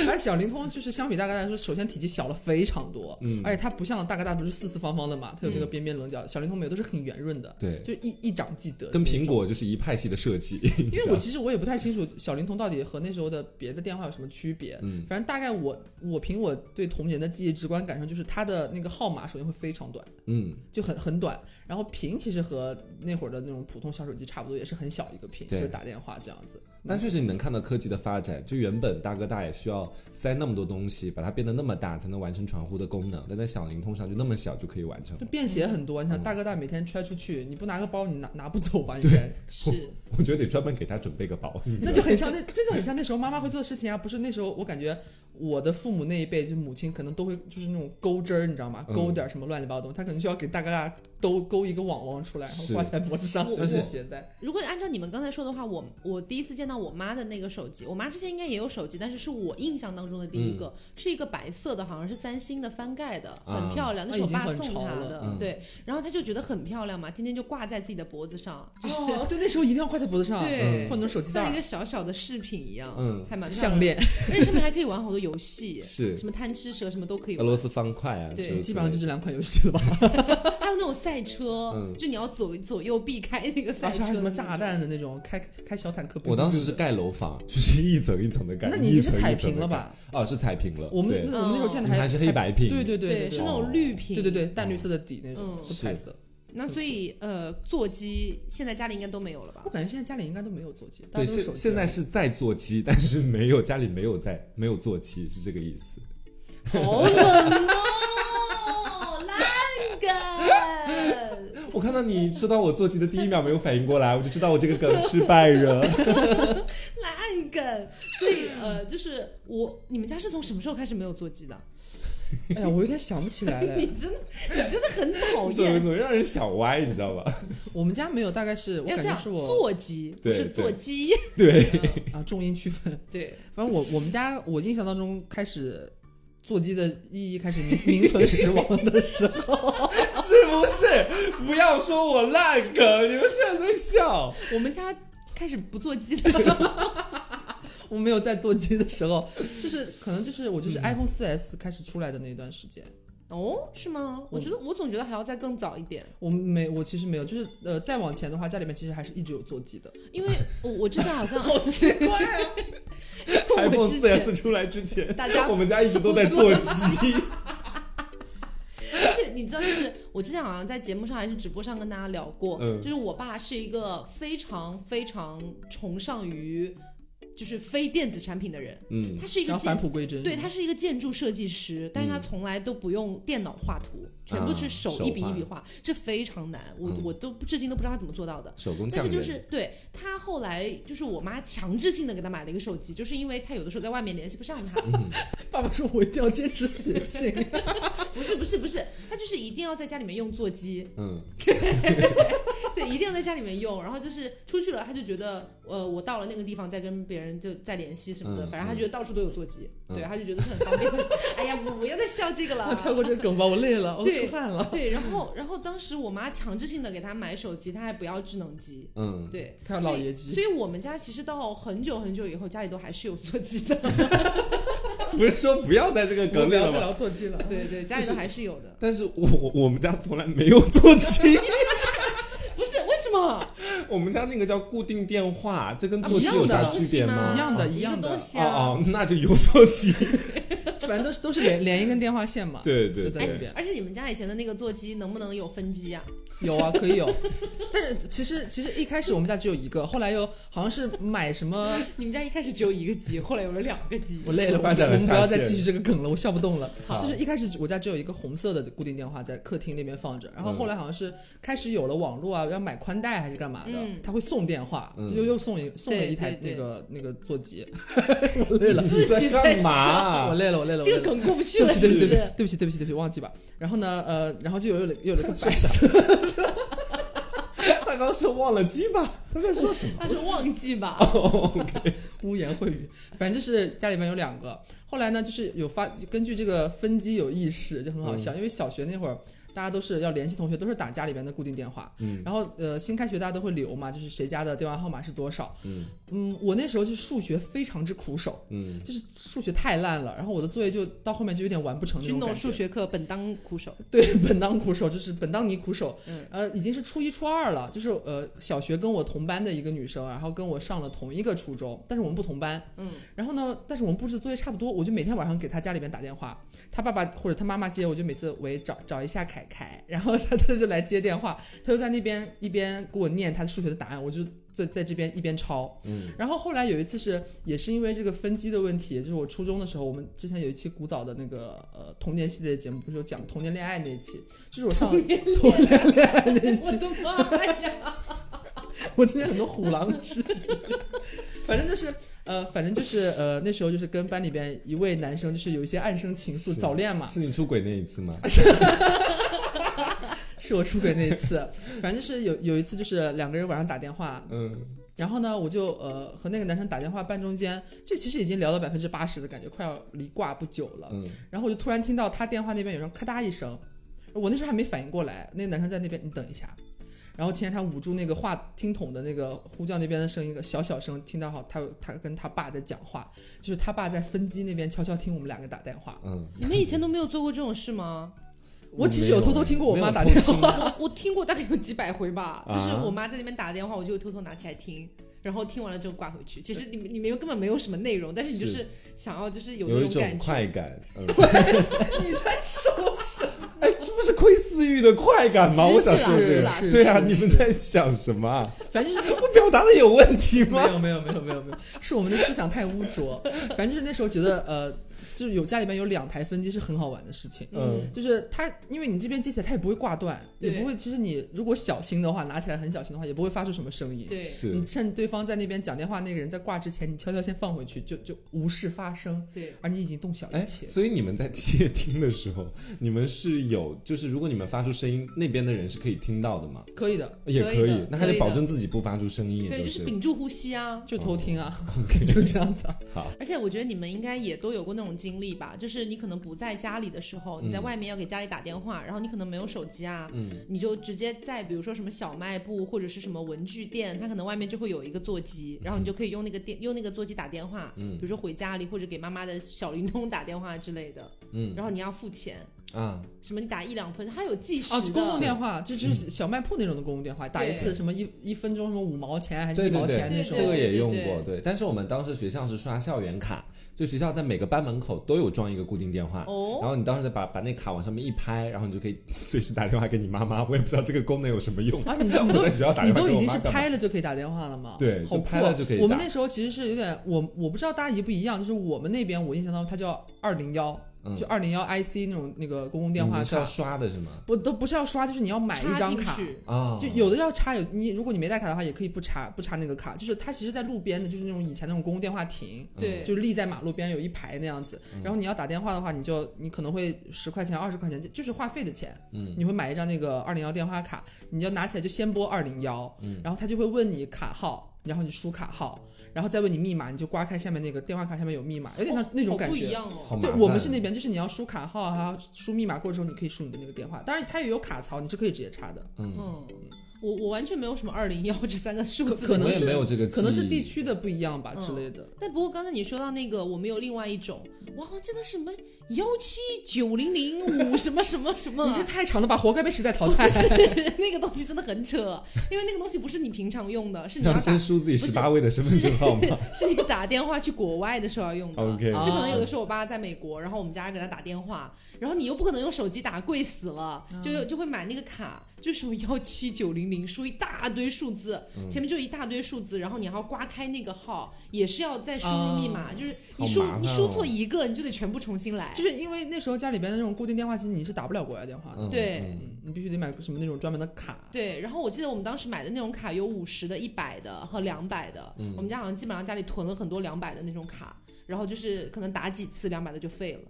Speaker 3: 而小灵通就是相比大哥大来说，首先体积小了非常多，
Speaker 2: 嗯
Speaker 3: 而且它不像大哥大不是四四方方的嘛，它有那个边边棱角，小灵通没有，都是很圆润的，
Speaker 2: 对
Speaker 3: 就一一掌即得。
Speaker 2: 跟苹，果就是一派系的设 计。
Speaker 3: 因为我其实我也不太清楚小灵通到底和那时候的别的电话有什么区别，
Speaker 2: 嗯
Speaker 3: 反正大概我我凭我对童年的记忆直观感受，就是它的那个号码首先会非常短，
Speaker 2: 嗯，
Speaker 3: 就很很短，然后屏其实和那会儿的那种普通小手机差不多，也是很小一个屏，就
Speaker 2: 对
Speaker 3: 是打电话这样子。
Speaker 2: 但确实你能看到科技的发展，就原本大哥大也需要塞那么多东西，把它变得那么大才能完成传呼的功能，但在小灵通上就那么小就可以完成
Speaker 3: 就
Speaker 2: 了。
Speaker 3: 便携很多，
Speaker 2: 嗯
Speaker 3: 你想大哥大每天揣出去，你不拿个包你拿拿不走吧？应该，
Speaker 1: 是
Speaker 2: 我觉得得专门给他准备个包。
Speaker 3: 那就很像那这就很像那时候妈妈会做的事情啊，不是那时候我感觉我的父母那一辈，就母亲可能都会就是那种钩针儿，你知道吗？
Speaker 2: 嗯
Speaker 3: 钩点儿什么乱七八糟东西，她可能需要给大哥大兜勾一个网网出来，然
Speaker 2: 是
Speaker 3: 后挂在脖子上，
Speaker 1: 我
Speaker 3: 或者是
Speaker 1: 我
Speaker 3: 携带。
Speaker 1: 如果按照你们刚才说的话，我我第一次见到我妈的那个手机，我妈之前应该也有手机，但是是我印象当中的第一个，是一个白色的，好像是三星的翻盖的，
Speaker 2: 嗯啊
Speaker 1: 很漂亮，那
Speaker 3: 那
Speaker 1: 是我
Speaker 3: 已经
Speaker 1: 爸
Speaker 3: 很
Speaker 1: 送
Speaker 3: 潮
Speaker 1: 她
Speaker 3: 了
Speaker 1: 的，
Speaker 2: 嗯
Speaker 1: 对。然后她就觉得很漂亮嘛，天天就挂在自己的脖子上，就是、
Speaker 3: 哦， 对，那时候一定要挂在脖子上，
Speaker 1: 对，
Speaker 3: 或者那种手机袋
Speaker 1: 像一
Speaker 3: 儿
Speaker 1: 个、小小的饰品一样，
Speaker 2: 嗯
Speaker 1: 还蛮漂亮
Speaker 3: 项
Speaker 1: 的，
Speaker 3: 链，
Speaker 1: 而且上面还可以玩好多游戏，
Speaker 2: 是
Speaker 1: 什么贪吃蛇什么都可以
Speaker 2: 俄
Speaker 1: 玩，
Speaker 2: 罗斯方块啊，
Speaker 1: 对
Speaker 2: 之类的
Speaker 3: 基本上就这两款游戏了吧？
Speaker 1: 还有那种赛车，
Speaker 2: 嗯
Speaker 1: 就你要左左右避开那个
Speaker 3: 而
Speaker 1: 赛
Speaker 3: 且还有
Speaker 1: 车，
Speaker 3: 啊什么炸弹。的那种，开开小坦克。
Speaker 2: 我当时是盖楼房，就是一层一层的盖，
Speaker 3: 那你已
Speaker 2: 一
Speaker 3: 经
Speaker 2: 层
Speaker 3: 是
Speaker 2: 一层
Speaker 3: 踩
Speaker 2: 地
Speaker 3: 平了
Speaker 2: 盖？
Speaker 3: 吧？
Speaker 2: 哦，是踩平了。
Speaker 3: 我们
Speaker 2: 对
Speaker 3: 那我们那时候见的
Speaker 2: 你还是黑白屏
Speaker 3: 对对对
Speaker 1: 哦对，
Speaker 3: 对
Speaker 1: 是那种绿屏，
Speaker 3: 对对对，淡绿色的底那种，
Speaker 1: 嗯
Speaker 3: 不彩色。
Speaker 1: 那所以呃，座机现在家里应该都没有了吧
Speaker 3: 我？感觉现在家里应该都没有座机，大
Speaker 2: 对，
Speaker 3: 家都是
Speaker 2: 现
Speaker 3: 手机。啊
Speaker 2: 现在是在座机，但是没有家里没有在没有座机，是这个意思。
Speaker 1: 好冷哦，烂梗。
Speaker 2: 我看到你说到我座机的第一秒没有反应过来，我就知道我这个梗失败了。
Speaker 1: 烂梗，所以呃，就是我，你们家是从什么时候开始没有座机的？
Speaker 3: 哎呀，我有点想不起来了。
Speaker 1: 你真的，你真的很讨
Speaker 2: 怎么
Speaker 1: 厌。
Speaker 2: 怎么让人想歪，你知道吧？
Speaker 3: 我们家没有，大概是我
Speaker 1: 要
Speaker 3: 感
Speaker 1: 这
Speaker 3: 觉
Speaker 1: 样，
Speaker 3: 是我
Speaker 1: 座机不
Speaker 2: 对
Speaker 1: 是
Speaker 2: 对
Speaker 1: 座 机，
Speaker 2: 对，
Speaker 3: 啊重音区分。
Speaker 1: 对，
Speaker 3: 反正我我们家我印象当中开始座机的意义开始名名存实亡的 时候，
Speaker 2: 是不是？不要说我烂梗，你们现在在笑。
Speaker 1: 我们家开始不座机的时候，
Speaker 3: 我没有在座机的时候，就是可能就是我就是
Speaker 2: 嗯
Speaker 3: iPhone 4S 开始出来的那段时间。
Speaker 1: 哦，是吗？我觉
Speaker 3: 嗯
Speaker 1: 得我总觉得还要再更早一点，
Speaker 3: 我没，我其实没有，就是呃，再往前的话，家里面其实还是一直有座机的。
Speaker 1: 因为我我之前好像
Speaker 3: 奇怪 啊！
Speaker 1: 我
Speaker 2: iPhone
Speaker 1: 之前
Speaker 2: 4S 出来之前，
Speaker 1: 大家
Speaker 2: 我们家一直都在座机。
Speaker 1: 而且你知道，就是我之前好像在节目上还是直播上跟大家聊过，
Speaker 2: 嗯
Speaker 1: 就是我爸是一个非常非常崇尚于就是非电子产品的人，
Speaker 2: 嗯，
Speaker 1: 他是一
Speaker 3: 想
Speaker 1: 个
Speaker 3: 要返
Speaker 1: 建
Speaker 3: 璞归真。
Speaker 1: 对，他是一个建筑设计师，但是他从来都不用电脑画图，全部是
Speaker 2: 嗯啊
Speaker 1: 手
Speaker 2: 手
Speaker 1: 一笔一笔
Speaker 2: 画
Speaker 1: 画，这非常难，我、
Speaker 2: 嗯
Speaker 1: 我都不至今都不知道他怎么做到的。
Speaker 2: 手工
Speaker 1: 但
Speaker 2: 匠
Speaker 1: 是
Speaker 2: 人。
Speaker 1: 就是对他后来就是我妈强制性的给他买了一个手机，就是因为他有的时候在外面联系不上他，
Speaker 3: 爸爸说，我一定要坚持写 信。
Speaker 1: 不是不是不是，他就是一定要在家里面用座机，
Speaker 2: 嗯，
Speaker 1: 对，一定要在家里面用。然后就是出去了，他就觉得，呃，我到了那个地方再跟别人就再联系什么的，
Speaker 2: 嗯
Speaker 1: 反正他觉得到处都有座机，
Speaker 2: 嗯
Speaker 1: 对，他就觉得是很方便 的。哎呀，不不要再笑这个了
Speaker 3: 啊，。跳过这个梗吧，我累了，我
Speaker 1: 对
Speaker 3: 出汗了。
Speaker 1: 对，然后然后当时我妈强制性的给他买手机，他还不要智能机，
Speaker 2: 嗯，
Speaker 1: 对，
Speaker 3: 他要老爷机
Speaker 1: 所以。所以我们家其实到很久很久以后，家里都还是有座机的，
Speaker 2: 不是说不要在这个
Speaker 3: 我
Speaker 2: 梗
Speaker 3: 不
Speaker 2: 里
Speaker 3: 要
Speaker 2: 了
Speaker 3: 再
Speaker 2: 吗？
Speaker 3: 聊座机了。
Speaker 1: 对对，家里都还是有的。
Speaker 2: 但是我我我们家从来没有座机，
Speaker 1: 不是为什么？
Speaker 2: 我们家那个叫固定电话，这跟
Speaker 1: 啊
Speaker 2: 座机
Speaker 1: 一样
Speaker 2: 有
Speaker 1: 的
Speaker 2: 啥
Speaker 1: 东
Speaker 2: 区
Speaker 1: 西
Speaker 2: 别
Speaker 1: 吗？
Speaker 2: 吗？
Speaker 3: 一样的
Speaker 1: 一
Speaker 3: 一样
Speaker 1: 个
Speaker 3: 的
Speaker 1: 东西
Speaker 2: 哦
Speaker 1: 啊。
Speaker 2: 哦，那就有座机。
Speaker 3: 反正都是都是连连一根电话线嘛。
Speaker 2: 对对
Speaker 3: 就在
Speaker 2: 对
Speaker 3: 那边
Speaker 1: 而且你们家以前的那个座机能不能有分机啊？
Speaker 3: 有啊，可以有。 但是其实其实一开始我们家只有一个，后来又好像是买什么，
Speaker 1: 你们家一开始只有一个机，后来有了两个机。
Speaker 3: 我累了，
Speaker 2: 发展了
Speaker 3: 我们不要再
Speaker 2: 下线
Speaker 3: 继续这个梗了，我笑不动了。
Speaker 2: 好
Speaker 3: 就是一开始我家只有一个红色的固定电话在客厅那边放着，然
Speaker 2: 嗯
Speaker 3: 后后来好像是开始有了网络啊，要买宽带还是干嘛的，
Speaker 1: 嗯
Speaker 3: 他会送电话，
Speaker 2: 嗯
Speaker 3: 就又又送一送了一台
Speaker 1: 对对对
Speaker 3: 那个那个座 机。我累了，
Speaker 1: 自己在
Speaker 2: 你在干
Speaker 3: 我
Speaker 2: 嘛？啊
Speaker 3: 累了，我累了，我累
Speaker 1: 这
Speaker 3: 了
Speaker 1: 个。梗过不去
Speaker 3: 对
Speaker 1: 了，
Speaker 3: 不起，对
Speaker 1: 是
Speaker 3: 不
Speaker 1: 不
Speaker 3: 起，
Speaker 1: 是？
Speaker 3: 对不起，对不起，对不起，忘记吧。然后呢，呃，然后就有了又有 了个白色，
Speaker 2: 他刚说忘了机吧？他在说什么？
Speaker 1: 他是忘记吧？
Speaker 2: 哦
Speaker 3: 污言秽语，反正就是家里面有
Speaker 1: 嗯
Speaker 3: 两个。后来呢，就是有发根据这个分机有意识，就很好笑，因为小学那会儿。大家都是要联系同学，都是打家里边的固定电话。
Speaker 2: 嗯
Speaker 3: 然后呃，新开学大家都会留嘛，就是谁家的电话号码是多少。
Speaker 2: 嗯
Speaker 3: 嗯，我那时候就是数学非常之苦手，
Speaker 2: 嗯，
Speaker 3: 就是数学太烂了，然后我的作业就到后面就有点完不成那
Speaker 1: 军
Speaker 3: 种感
Speaker 1: 统
Speaker 3: 觉
Speaker 1: 数学课本当苦手，
Speaker 3: 对本当苦手，就是本当你苦手。
Speaker 1: 嗯，
Speaker 3: 呃，已经是初一初二了，就是呃小学跟我同班的一个女生，然后跟我上了同一个初中，但是我们不同班。
Speaker 1: 嗯，
Speaker 3: 然后呢，但是我们布置作业差不多，我就每天晚上给她家里边打电话，她爸爸或者她妈妈接，我就每次喂找找一下凯凯，然后她她就来接电话，她就在那边一边给我念她数学的答案，我就在在这边一边抄。
Speaker 2: 嗯，
Speaker 3: 然后后来有一次是也是因为这个分机的问题，就是我初中的时候，我们之前有一期古早的那个呃童年系列节目，不是有讲童年恋爱那一期，就是我上了童年恋爱那一 期
Speaker 1: 我，的妈呀！
Speaker 3: 我今天很多虎狼之力， 反正就是呃，反正就是呃，那时候就是跟班里边一位男生就是有一些暗生情愫，
Speaker 2: 是
Speaker 3: 早恋嘛，
Speaker 2: 嗯是你出轨那一次吗？
Speaker 3: 是我出轨那一次， 反正就是有有一次就是两个人晚上打电话，
Speaker 2: 嗯
Speaker 3: 然后呢，我就呃和那个男生打电话半中间，就其实已经聊到百分之八十的感觉，快要离挂不久了，
Speaker 2: 嗯
Speaker 3: 然后我就突然听到他电话那边有人咔嗒一声，我那时候还没反应过来，那个男生在那边，你等一下。然后听见他捂住那个话听筒的那个呼叫那边的声音，一个小小声，听到好他他跟他爸在讲话，就是他爸在分机那边悄悄听我们两个打电话。
Speaker 2: 嗯，
Speaker 1: 你们以前都没有做过这种事吗？
Speaker 3: 我其实有偷偷听过我妈打电
Speaker 2: 没有偷
Speaker 3: 话，
Speaker 1: 我我听过大概有几百回吧，
Speaker 2: 啊
Speaker 1: 就是我妈在那边打电话，我就偷偷拿起来听，然后听完了之后挂回去。其实你们你们又根本没有什么内容，但是你就是是想要就是有
Speaker 2: 有
Speaker 1: 那
Speaker 2: 一种
Speaker 1: 感觉。
Speaker 2: 快感，嗯，
Speaker 3: 你在说什么？
Speaker 2: 哎，这不是窥私欲的快感吗？
Speaker 1: 是
Speaker 2: 我想
Speaker 1: 是
Speaker 2: 说
Speaker 1: 啦
Speaker 2: 这
Speaker 1: 是
Speaker 2: 个
Speaker 1: 啦，
Speaker 3: 是
Speaker 2: 对啊，
Speaker 3: 是
Speaker 2: 你们
Speaker 3: 是
Speaker 2: 在想什么啊？
Speaker 3: 反正就是那时候
Speaker 2: 我表达的有问题
Speaker 3: 没
Speaker 2: 吗？
Speaker 3: 有没有没有没有没有，是我们的思想太污浊。反正就是那时候觉得呃，就是有家里边有两台分机是很好玩的事情。
Speaker 2: 嗯
Speaker 3: 就是它，因为你这边接起来，它也不会挂断，也
Speaker 1: 对
Speaker 3: 不会。其实你如果小心的话，拿起来很小心的话，也不会发出什么声音。，
Speaker 1: 对，
Speaker 2: 是
Speaker 3: 你，趁对方在那边讲电话，那个人在挂之前，你悄悄先放回去，就就无事发生，
Speaker 1: 对，
Speaker 3: 而你已经动小
Speaker 2: 哎，
Speaker 3: 一切。
Speaker 2: 所以你们在窃听的时候， 你们是有，就是如果你们发出声音，那边的人是可以听到的吗？
Speaker 3: 可以的，
Speaker 2: 也
Speaker 1: 可以
Speaker 2: 可
Speaker 1: 的
Speaker 2: 以，那还
Speaker 1: 可
Speaker 2: 得
Speaker 1: 以
Speaker 2: 保
Speaker 1: 的
Speaker 2: 证自己不发出声音，
Speaker 1: 对，
Speaker 2: 也
Speaker 1: 就是是屏住呼吸啊。
Speaker 3: 就偷听啊，
Speaker 2: 哦
Speaker 3: 就这样 子啊。
Speaker 2: 好，
Speaker 1: 而且我觉得你们应该也都有过那种经历吧，就是你可能不在家里的时候，你在
Speaker 2: 嗯
Speaker 1: 外面要给家里打电话，然后你可能没有手机啊，
Speaker 2: 嗯
Speaker 1: 你就直接在比如说什么小卖部或者是什么文具店，它可能外面就会有一个座机，然后你就可以用那个电用那个座机打电话，比
Speaker 2: 嗯
Speaker 1: 如说回家里或者给妈妈的小灵通打电话之类的，
Speaker 2: 嗯
Speaker 1: 然后你要付钱，
Speaker 2: 啊，
Speaker 1: 什么你打一两分钟，它有计时
Speaker 3: 就哦公共
Speaker 1: 的。
Speaker 3: 电
Speaker 2: 嗯
Speaker 3: 话，就就是小卖铺那种的公共电话，打一次什么一一分钟什么五毛钱还是
Speaker 2: 对
Speaker 3: 一
Speaker 2: 对
Speaker 3: 毛钱那
Speaker 2: 对，
Speaker 3: 种。
Speaker 2: 这个也用
Speaker 1: 对对
Speaker 2: 过，对。但是我们当时学校是刷校园卡，就学校在每个班门口都有装一个固定电话。然
Speaker 1: 哦，
Speaker 2: 后你当时再把把那卡往上面一拍，然后你就可以 随时打电话给你妈妈。我也不知道这个功能有什么用。
Speaker 3: 啊， 你都
Speaker 2: 我
Speaker 3: 你都
Speaker 2: 在学校打
Speaker 3: 你
Speaker 2: 电话给
Speaker 3: 都已
Speaker 2: 我
Speaker 3: 经
Speaker 2: 妈
Speaker 3: 是
Speaker 2: 干嘛？
Speaker 3: 拍了就可以打电话了嘛？
Speaker 2: 对
Speaker 3: 好
Speaker 2: 就拍
Speaker 3: 酷啊
Speaker 2: 了就可以
Speaker 3: 我们
Speaker 2: 打
Speaker 3: 那时候其实是有点，我我不知道大家一不一样，就是我们那边我印象当中它叫二零幺，
Speaker 2: 嗯
Speaker 3: 就二零幺 IC 那种那个公共电
Speaker 2: 你
Speaker 3: 话
Speaker 2: 们是要
Speaker 3: 卡，
Speaker 2: 刷的是吗？
Speaker 3: 不都不是要刷，就是你要买一
Speaker 1: 插
Speaker 3: 张
Speaker 1: 进
Speaker 3: 卡。
Speaker 1: 去，
Speaker 2: 啊，
Speaker 3: 就有的要插有你，如果你没带卡的话，也可以不插不插那个卡。就是它其实，在路边的，就是那种以前那种公共电话亭，
Speaker 2: 嗯
Speaker 1: 对，
Speaker 3: 就立在马路边有一排那样子。然后你要打电话的话，你就你可能会十块钱、二十块钱，就是话费的钱。
Speaker 2: 嗯
Speaker 3: 你会买一张那个二零幺电话卡，你就拿起来就先拨二零幺
Speaker 2: 嗯，
Speaker 3: 然后他就会问你卡号，然后你输卡号，然后再问你密码，你就刮开下面那个电话卡下面有密码，有点像那种
Speaker 1: 好
Speaker 3: 感
Speaker 1: 不一
Speaker 3: 觉。
Speaker 1: 样哦。
Speaker 2: 好麻
Speaker 3: 对
Speaker 2: 烦。
Speaker 3: 我们是那边，就是你要输卡号啊，输密码过之后，你可以输你的那个电话。当然，它也有卡槽，你是可以直接插的。
Speaker 2: 嗯，
Speaker 1: 嗯，我我完全没有什么二零幺这三个数
Speaker 3: 可
Speaker 1: 字的
Speaker 3: 可能
Speaker 2: 我也
Speaker 3: 是
Speaker 2: 没有这个记忆，
Speaker 3: 可能是地区的不一样吧
Speaker 1: 嗯
Speaker 3: 之类的。
Speaker 1: 但不过刚才你说到那个，我们有另外一种，哇，真的什么幺七九零零五什么什么什么，啊
Speaker 3: 你这太长了吧，活该被时代淘汰。
Speaker 1: 那个东西真的很扯，啊因为那个东西不是你平常用的，是你要
Speaker 2: 要
Speaker 1: 打
Speaker 2: 先，输自己
Speaker 1: 不
Speaker 2: 十
Speaker 1: 是
Speaker 2: 八位的身份证号 码。
Speaker 1: 是你打电话去国外的时候要用的。
Speaker 2: OK，
Speaker 3: 啊
Speaker 1: 就可能有的时候我爸在美国，然后我们家人给他打电话，然后你又不可能用手机打，贵死了，就有就会买那个卡，就什么幺七九零零，输一大堆数字，
Speaker 2: 嗯
Speaker 1: 前面就一大堆数字，然后你还要刮开那个号，也是要再输入密码，就是你
Speaker 2: 啊好
Speaker 1: 输
Speaker 2: 麻烦
Speaker 1: 你输
Speaker 2: 哦
Speaker 1: 错一个，你就得全部重新来。
Speaker 3: 就是因为那时候家里边的那种固定电话，其实你是打不了国外电话的，
Speaker 2: 嗯
Speaker 1: 对
Speaker 2: 嗯
Speaker 3: 嗯，你必须得买什么那种专门的卡。
Speaker 1: 对，然后我记得我们当时买的那种卡有五十的、一百的和两百的，
Speaker 2: 嗯
Speaker 1: 我们家好像基本上家里囤了很多两百的那种卡，然后就是可能打几次两百的就废了。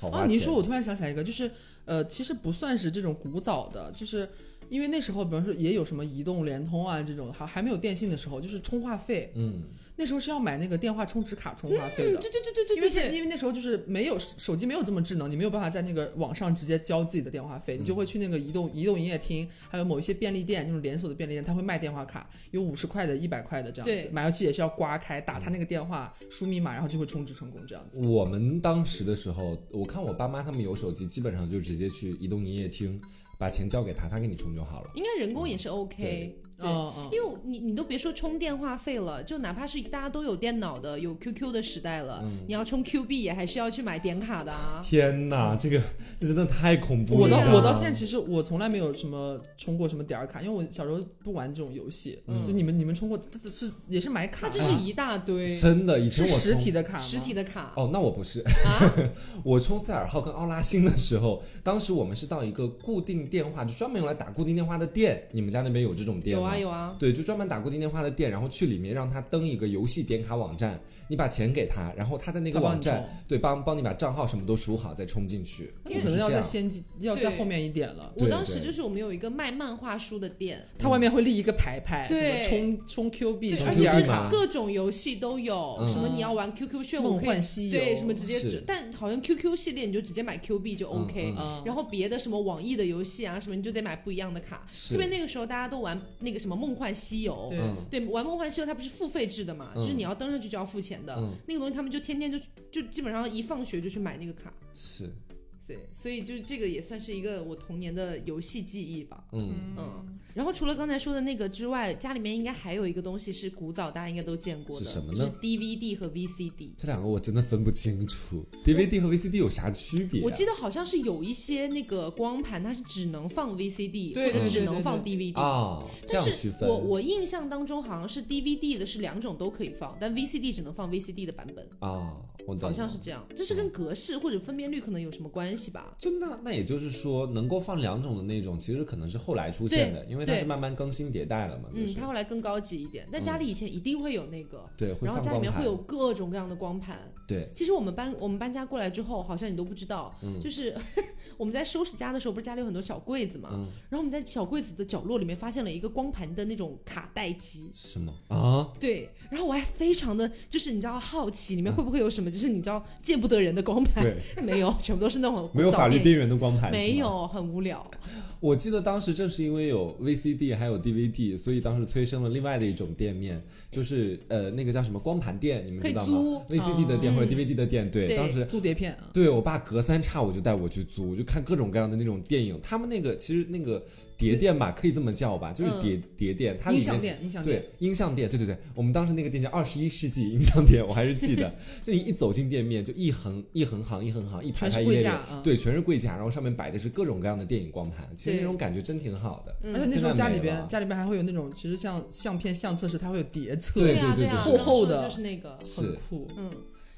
Speaker 2: 好花
Speaker 3: 哦，你
Speaker 2: 钱
Speaker 3: 说我突然想起来一个，就是呃，其实不算是这种古早的，就是因为那时候，比方说也有什么移动、联通啊这种，还还没有电信的时候，就是充话费，
Speaker 2: 嗯
Speaker 3: 那时候是要买那个电话充值卡充话费
Speaker 1: 嗯对
Speaker 3: 的。
Speaker 1: 对对对对
Speaker 3: 因为
Speaker 1: 对
Speaker 3: 现
Speaker 1: 对，
Speaker 3: 因为那时候就是没有手机没有这么智能，你没有办法在那个网上直接交自己的电话费，你
Speaker 2: 嗯
Speaker 3: 就会去那个移动移动营业厅，还有某一些便利店，就是连锁的便利店，它会卖电话卡，有五十块的、一百块的这样
Speaker 1: 对
Speaker 3: 子，买回去也是要刮开，打他那
Speaker 2: 嗯
Speaker 3: 个电话，输密码，然后就会充值成功这样子。
Speaker 2: 我们当时的时候，我看我爸妈他们有手机，基本上就直接去移动营业厅把钱交给他，他给你充就好了。
Speaker 1: 应该人工也是 OK。对，
Speaker 3: 嗯嗯，
Speaker 1: 因为你你都别说充电话费了，就哪怕是大家都有电脑的、有 QQ 的时代了，你要充 Q 币也还是要去买点卡的啊。
Speaker 2: 天哪，这个这真的太恐怖了！
Speaker 3: 我到
Speaker 1: 对啊
Speaker 3: 我到现在其实我从来没有什么充过什么点儿卡，因为我小时候不玩这种游戏。
Speaker 2: 嗯
Speaker 3: 就你们你们充过，这这是也是买卡
Speaker 1: 它
Speaker 3: 的
Speaker 1: 这
Speaker 3: 吗，
Speaker 1: 是一大堆
Speaker 2: 真啊的以前
Speaker 3: 是
Speaker 2: 我
Speaker 3: 实
Speaker 2: 充
Speaker 3: 体的卡吗，
Speaker 1: 实体的卡，
Speaker 2: 哦，那我不是 我充赛尔号跟奥拉星的时候，当时我们是到一个固定电话，就专门用来打固定电话的店。你们家那边有这种店
Speaker 1: 有
Speaker 2: 吗？
Speaker 1: 啊有啊。
Speaker 2: 对，就专门打固定电话的店，然后去里面让他登一个游戏点卡网站，你把钱给他，然后他在那个
Speaker 3: 他帮你
Speaker 2: 网站
Speaker 3: 充
Speaker 2: 对帮帮你把账号什么都输好，再充进去。我
Speaker 3: 那你
Speaker 2: 们
Speaker 3: 可能
Speaker 2: 是
Speaker 3: 要
Speaker 2: 这
Speaker 3: 在
Speaker 2: 样
Speaker 3: 先进要在
Speaker 1: 对
Speaker 3: 后面一点了。
Speaker 1: 我当
Speaker 2: 对
Speaker 1: 时
Speaker 2: 对
Speaker 1: 就是我们有一个卖漫画书的店，
Speaker 3: 它外面会立一个牌牌，
Speaker 1: 对
Speaker 3: 什么充充 Q 币，
Speaker 1: 对，
Speaker 3: 什么
Speaker 1: 而且
Speaker 2: 充
Speaker 3: 点
Speaker 2: QR
Speaker 1: 是
Speaker 3: 儿卡，
Speaker 1: 各种游戏都有，
Speaker 2: 嗯
Speaker 1: 什么你要玩 QQ 炫舞
Speaker 3: 梦
Speaker 1: 可以
Speaker 3: 幻西游，
Speaker 1: 对，什么直接
Speaker 2: 是
Speaker 1: 就，但好像 QQ 系列你就直接买 Q 币就
Speaker 2: 嗯
Speaker 1: OK，、
Speaker 2: 嗯
Speaker 3: 嗯
Speaker 1: 然后别的什么网易的游戏啊什么，你就得买不一样的卡。
Speaker 2: 是
Speaker 1: 特别那个时候大家都玩那个什么梦幻西游，
Speaker 3: 对
Speaker 2: 嗯
Speaker 1: 对玩梦幻西游它不是付费制的嘛，
Speaker 2: 嗯
Speaker 1: 就是你要登上去就要付钱的，
Speaker 2: 嗯
Speaker 1: 那个东西他们就天天就就基本上一放学就去买那个卡。
Speaker 2: 是嗯
Speaker 1: 对，所以就是这个也算是一个我童年的游戏记忆吧。
Speaker 2: 嗯
Speaker 1: 嗯，然后除了刚才说的那个之外，家里面应该还有一个东西是古早大家应该都见过的，
Speaker 2: 是什么呢
Speaker 1: 就是 DVD 和 VCD。
Speaker 2: 这两个我真的分不清楚，DVD 和 VCD 有啥区别、啊？
Speaker 1: 我记得好像是有一些那个光盘，它是只能放 VCD
Speaker 3: 对
Speaker 1: 或者
Speaker 3: 对
Speaker 1: 只
Speaker 3: 对
Speaker 1: 能
Speaker 3: 对
Speaker 1: 放
Speaker 3: 对
Speaker 1: DVD。
Speaker 2: 啊，这
Speaker 1: 但
Speaker 2: 样
Speaker 1: 是
Speaker 2: 区分
Speaker 1: 我我印象当中好像是 DVD 的是两种都可以放，但 VCD 只能放 VCD 的版本，
Speaker 2: 啊，我懂
Speaker 1: 好
Speaker 2: 了
Speaker 1: 像是这样。这是跟格式或者分辨率可能有什么关系吧？
Speaker 2: 就那那也就是说，能够放两种的那种，其实可能是后来出现的，因为它
Speaker 1: 对
Speaker 2: 是慢慢更新迭代了嘛。就
Speaker 1: 嗯，
Speaker 2: 是
Speaker 1: 它后来更高级一点，但家里以前一定会有那个，
Speaker 2: 对，会
Speaker 1: 然后
Speaker 2: 放
Speaker 1: 家里
Speaker 2: 光
Speaker 1: 面
Speaker 2: 盘
Speaker 1: 会。有各种各样的光盘。
Speaker 2: 对，
Speaker 1: 其实我们搬我们搬家过来之后，好像你都不知道，
Speaker 2: 嗯
Speaker 1: 就是 我们在收拾家的时候，不是家里有很多小柜子嘛，
Speaker 2: 嗯
Speaker 1: 然后我们在小柜子的角落里面发现了一个光盘的那种卡带机。
Speaker 2: 什么啊？
Speaker 1: 对，然后我还非常的就是你知道好奇里面会不会有什么，就是你知道见不得人的光盘，
Speaker 2: 对，
Speaker 1: 没有，全部都是那种
Speaker 2: 没有
Speaker 1: 古早
Speaker 2: 法律
Speaker 1: 电
Speaker 2: 边缘的光盘，
Speaker 1: 影，没。有，很无聊。
Speaker 2: 我记得当时正是因为有 VCD 还有 DVD，所以当时催生了另外的一种店面，就是呃那个叫什么光盘店，你们
Speaker 1: 可以
Speaker 2: 知道
Speaker 1: 租
Speaker 2: 吗？VCD 的店
Speaker 1: 哦
Speaker 2: 或者 DVD 的店，对，
Speaker 1: 对
Speaker 2: 当时
Speaker 3: 租碟片啊，
Speaker 2: 对我爸隔三差五就带我去租，我就看各种各样的那种电影。他们那个其实那个碟店吧，可以这么叫吧，
Speaker 1: 嗯
Speaker 2: 就是碟、碟店，它里
Speaker 3: 音
Speaker 2: 面
Speaker 3: 响店，音响店，
Speaker 2: 对音像店，对对对，我们当时那个店叫二十一世纪音像店，我还是 记得。就你一走进店面，就一横一横行一横行，一排
Speaker 3: 全是
Speaker 2: 排一
Speaker 3: 柜
Speaker 2: 列列
Speaker 3: 架啊
Speaker 2: 对，全是柜架，然后上面摆的是各种各样的电影光盘，其实
Speaker 1: 对
Speaker 2: 那种感觉真挺好的。
Speaker 1: 嗯
Speaker 3: 而且那时候
Speaker 2: 现在
Speaker 3: 家里
Speaker 2: 没了
Speaker 3: 边家里边还会有那种，其实像相片相册是它会有叠册，
Speaker 2: 对
Speaker 1: 呀、对
Speaker 2: 对
Speaker 1: 呀、我
Speaker 2: 对对
Speaker 1: 刚
Speaker 3: 厚厚
Speaker 1: 说
Speaker 3: 的
Speaker 1: 就是那个，
Speaker 2: 是
Speaker 3: 很，酷。
Speaker 1: 嗯。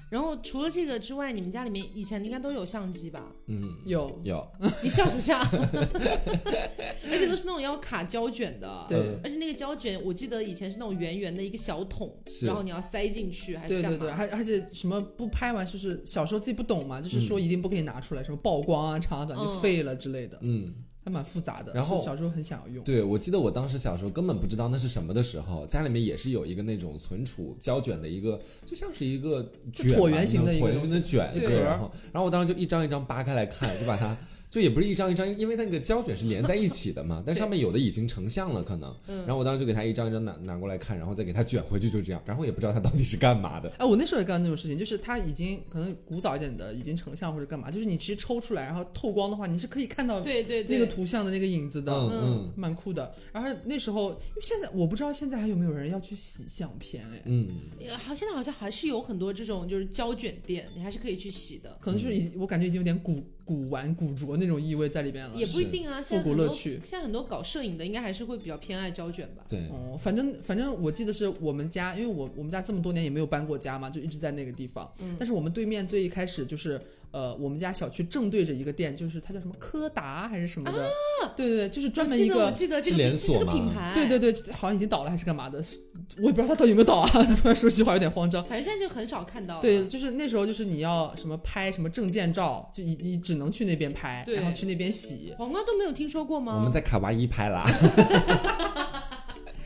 Speaker 1: 然后除了这个之外，你们家里面以前应该都有相机吧？
Speaker 2: 嗯，
Speaker 3: 有，
Speaker 2: 有，
Speaker 1: 你笑什么笑？而且都是那种要卡胶卷的，
Speaker 3: 对
Speaker 2: 嗯
Speaker 1: 而且那个胶卷，我记得以前是那种圆圆的一个小桶，
Speaker 2: 是
Speaker 1: 然后你要塞进去还是
Speaker 3: 对
Speaker 1: 干
Speaker 3: 对
Speaker 1: 嘛？
Speaker 3: 对，还而且什么不拍完就是小时候自己不懂嘛，就是说一定不可以拿出来，什么曝光啊、长啊短
Speaker 1: 嗯
Speaker 3: 就废了之类的，
Speaker 2: 嗯。
Speaker 3: 还蛮复杂的。
Speaker 2: 然后
Speaker 3: 是小时候很想要用，
Speaker 2: 对，我记得我当时小时候根本不知道那是什么的时候，家里面也是有一个那种存储胶卷的一个，就像是一个
Speaker 3: 就
Speaker 2: 卷吧
Speaker 3: 椭圆形的一个
Speaker 2: 椭圆形的卷，
Speaker 1: 对
Speaker 2: 对。然后，然后我当时就一张一张扒开来看，就把它。就也不是一张一张，因为它那个胶卷是连在一起的嘛， 但上面有的已经成像了，可能。
Speaker 3: 嗯
Speaker 2: 然后我当时就给他一张一张拿拿过来看，然后再给他卷回去，就这样。然后也不知道它到底是干嘛 的。
Speaker 3: 哎，我那时候也干那种事情，就是它已经可能古早一点的已经成像或者干嘛，就是你直接抽出来，然后透光的话，你是可以看到
Speaker 1: 对对对，
Speaker 3: 那个图像的那个影子的，
Speaker 2: 嗯嗯
Speaker 3: 蛮酷的。然后那时候，因为现在我不知道现在还有没有人要去洗相片，哎，
Speaker 2: 嗯，
Speaker 1: 呃好，现在好像还是有很多这种就是胶卷店，你还是可以去洗的，
Speaker 3: 可能就是
Speaker 2: 嗯
Speaker 3: 已、我感觉已经有点古古玩古着那种意味在里面了。
Speaker 1: 也不一
Speaker 2: 是
Speaker 1: 定啊。
Speaker 3: 复
Speaker 1: 现在
Speaker 3: 古
Speaker 1: 很
Speaker 3: 乐
Speaker 1: 多
Speaker 3: 趣
Speaker 1: 现在很多搞摄影的应该还是会比较偏爱胶卷吧。
Speaker 2: 对，
Speaker 3: 哦，反正反正我记得是我们家，因为我我们家这么多年也没有搬过家嘛，就一直在那个地方。
Speaker 1: 嗯
Speaker 3: 但是我们对面最一开始就是呃，我们家小区正对着一个店，就是它叫什么柯达啊还是什么的，对对对，就是专门一
Speaker 1: 啊我
Speaker 3: 个。
Speaker 1: 记得我记得这个
Speaker 2: 是连
Speaker 1: 品这是
Speaker 2: 锁
Speaker 1: 个
Speaker 2: 吗
Speaker 1: 品牌，
Speaker 3: 对对对，好像已经倒了还是干嘛的，我也不知道它到底有没有倒啊！ 突然说这句话有点慌张。
Speaker 1: 反正现在就很少看到了。
Speaker 3: 对，就是那时候就是你要什么拍什么证件照，就你你只能去那边拍，
Speaker 1: 对
Speaker 3: 然后去那边洗。
Speaker 1: 黄瓜都没有听说过吗？
Speaker 2: 我们在卡哇伊拍啦。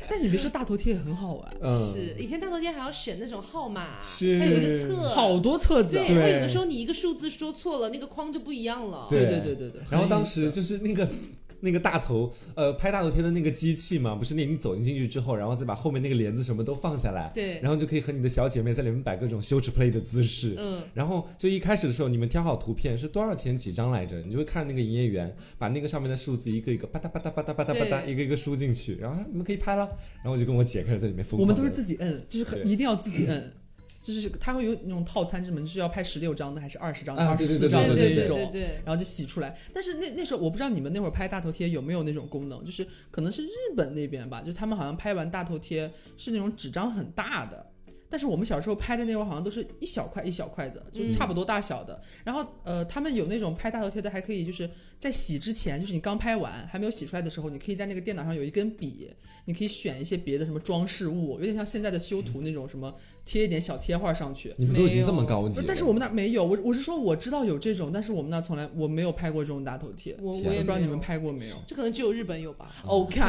Speaker 3: 但是你别说，大头贴也很好玩，
Speaker 2: 嗯，
Speaker 1: 是以前大头贴还要选那种号码，
Speaker 2: 是
Speaker 1: 它有一个册，
Speaker 3: 好多册子啊。
Speaker 1: 对，
Speaker 2: 对
Speaker 1: 它有的时候你一个数字说错了，那个框就不一样了。
Speaker 2: 对
Speaker 3: 对对对对对。
Speaker 2: 然后
Speaker 3: 很有
Speaker 2: 当
Speaker 3: 意思
Speaker 2: 时就是那个那个大头，呃，拍大头贴的那个机器嘛，不是那你走进去之后，然后再把后面那个帘子什么都放下来，
Speaker 1: 对
Speaker 2: 然后就可以和你的小姐妹在里面摆各种羞耻 play 的姿势。
Speaker 1: 嗯，
Speaker 2: 然后就一开始的时候，你们挑好图片是多少钱几张来着？你就会看那个营业员把那个上面的数字一个一个吧嗒吧嗒吧嗒吧嗒吧嗒
Speaker 1: 对
Speaker 2: 一个一个输进去，然后你们可以拍了。然后我就跟我姐开始在里面疯狂地。
Speaker 3: 我们都是自己摁，就是很
Speaker 2: 对
Speaker 3: 一定要自己摁，就是它会有那种套餐之门，就是要拍十六张的还是二十张的、
Speaker 2: 啊
Speaker 3: 二
Speaker 2: 对
Speaker 3: 十
Speaker 2: 对
Speaker 3: 四
Speaker 2: 对
Speaker 3: 张的
Speaker 1: 对
Speaker 3: 那
Speaker 1: 对
Speaker 3: 种
Speaker 1: 对，对
Speaker 3: 然后就洗出来。但是那那时候我不知道你们那会儿拍大头贴有没有那种功能，就是可能是日本那边吧，就他们好像拍完大头贴是那种纸张很大的。但是我们小时候拍的那会儿好像都是一小块一小块的，就是差不多大小的。然后呃，他们有那种拍大头贴的，还可以就是在洗之前，就是你刚拍完还没有洗出来的时候，你可以在那个电脑上有一根笔，你可以选一些别的什么装饰物，有点像现在的修图那种什么贴一点小贴画上去。
Speaker 2: 你们都已经这么高
Speaker 3: 不
Speaker 2: 级
Speaker 3: 是
Speaker 2: 了，
Speaker 3: 呃但是我们那儿没有，我我是说我知道有这种，但是我们那儿从来我没有拍过这种大头贴，
Speaker 1: 我
Speaker 2: 天
Speaker 1: 我
Speaker 2: 啊
Speaker 1: 也
Speaker 3: 不知道
Speaker 1: 没
Speaker 3: 你
Speaker 1: 有
Speaker 3: 们，拍过没有
Speaker 4: 这可能只有日本有吧。
Speaker 3: ？OK，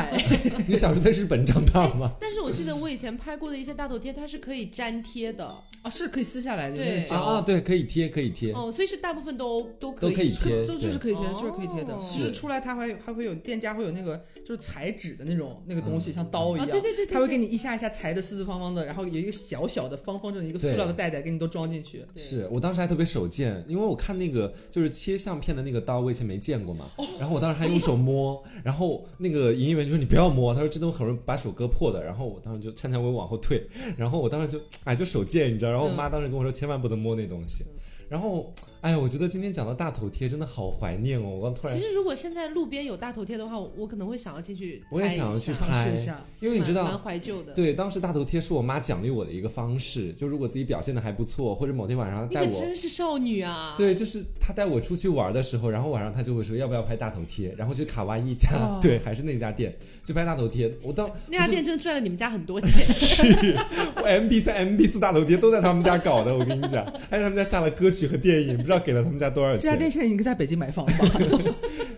Speaker 2: 你小时候在日本长大 吗？
Speaker 1: 但是我记得我以前拍过的一些大头贴，它是可以粘贴的
Speaker 3: 啊，是可以撕下来的那
Speaker 1: 对
Speaker 3: 个胶，
Speaker 2: 啊，对，可以贴，可以贴，
Speaker 1: 哦，所以是大部分都都可
Speaker 2: 都
Speaker 1: 以
Speaker 2: 可以
Speaker 3: 可
Speaker 2: 贴，
Speaker 3: 就
Speaker 2: 对
Speaker 3: 就是可以贴的，就是可以贴的，
Speaker 1: 哦
Speaker 3: 就是出来它还还会有店家会有那个就是裁纸的那种那个东西，像刀一
Speaker 1: 啊，
Speaker 3: 样，
Speaker 1: 对对对对，
Speaker 3: 它会给
Speaker 1: 你
Speaker 3: 你一下一下裁的四四方方的，然后有一个小小的方方正的一个塑料的袋袋给你都装进去。
Speaker 2: 是我当时还特别手贱，因为我看那个就是切相片的那个刀，我以前没见过嘛。
Speaker 1: 哦
Speaker 2: 然后我当时还用手摸，然后那个营业员就说你不要摸，他说这东西很容易把手割破的。然后我当时就颤颤巍巍往后退，然后我当时就哎就手贱，你知道？然后我
Speaker 1: 嗯
Speaker 2: 妈当时跟我说千万不能摸那东西。然后哎呀，我觉得今天讲到大头贴真的好怀念哦，我刚突然
Speaker 1: 其实如果现在路边有大头贴的话，我我可能会想要进去，
Speaker 2: 我也想要去
Speaker 3: 尝
Speaker 2: 拍
Speaker 3: 试一下，
Speaker 2: 因为你知
Speaker 1: 蛮
Speaker 2: 道
Speaker 1: 蛮。怀旧的。
Speaker 2: 对，当时大头贴是我妈奖励我的一个方式，就如果自己表现的还不错，或者某天晚上她
Speaker 1: 你
Speaker 2: 带
Speaker 1: 可
Speaker 2: 我
Speaker 1: 真是少女啊！
Speaker 2: 对，就是他带我出去玩的时候，然后晚上他就会说要不要拍大头贴，然后去卡哇伊家，
Speaker 3: 哦
Speaker 2: 对，还是那家店去拍大头贴。我当
Speaker 1: 那家店真的赚了你们家很多钱。
Speaker 2: 我 MB 三、MB 四大头贴都在他们家搞的，我跟你讲，还有他们家下了歌曲和电影，不知道给了他们家多少
Speaker 3: 这家
Speaker 2: 钱
Speaker 3: 店。现在已经在北京买 房了吧？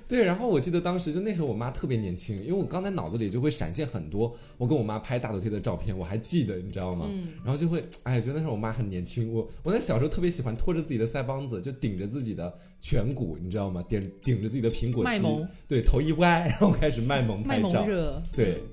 Speaker 2: 对，然后我记得当时就那时候我妈特别年轻，因为我刚才脑子里就会闪现很多我跟我妈拍大头贴的照片，我还记得，你知道吗？
Speaker 1: 嗯
Speaker 2: 然后就会哎，觉得那时候我妈很年轻，我我那小时候特别喜欢拖着自己的腮帮子，就顶着自己的颧骨，你知道吗？顶顶着自己的苹果
Speaker 3: 卖
Speaker 2: 肌
Speaker 3: 萌，
Speaker 2: 对，头一歪，然后开始卖萌
Speaker 3: 卖
Speaker 2: 拍
Speaker 3: 萌
Speaker 2: 照，
Speaker 3: 热，嗯
Speaker 2: 对，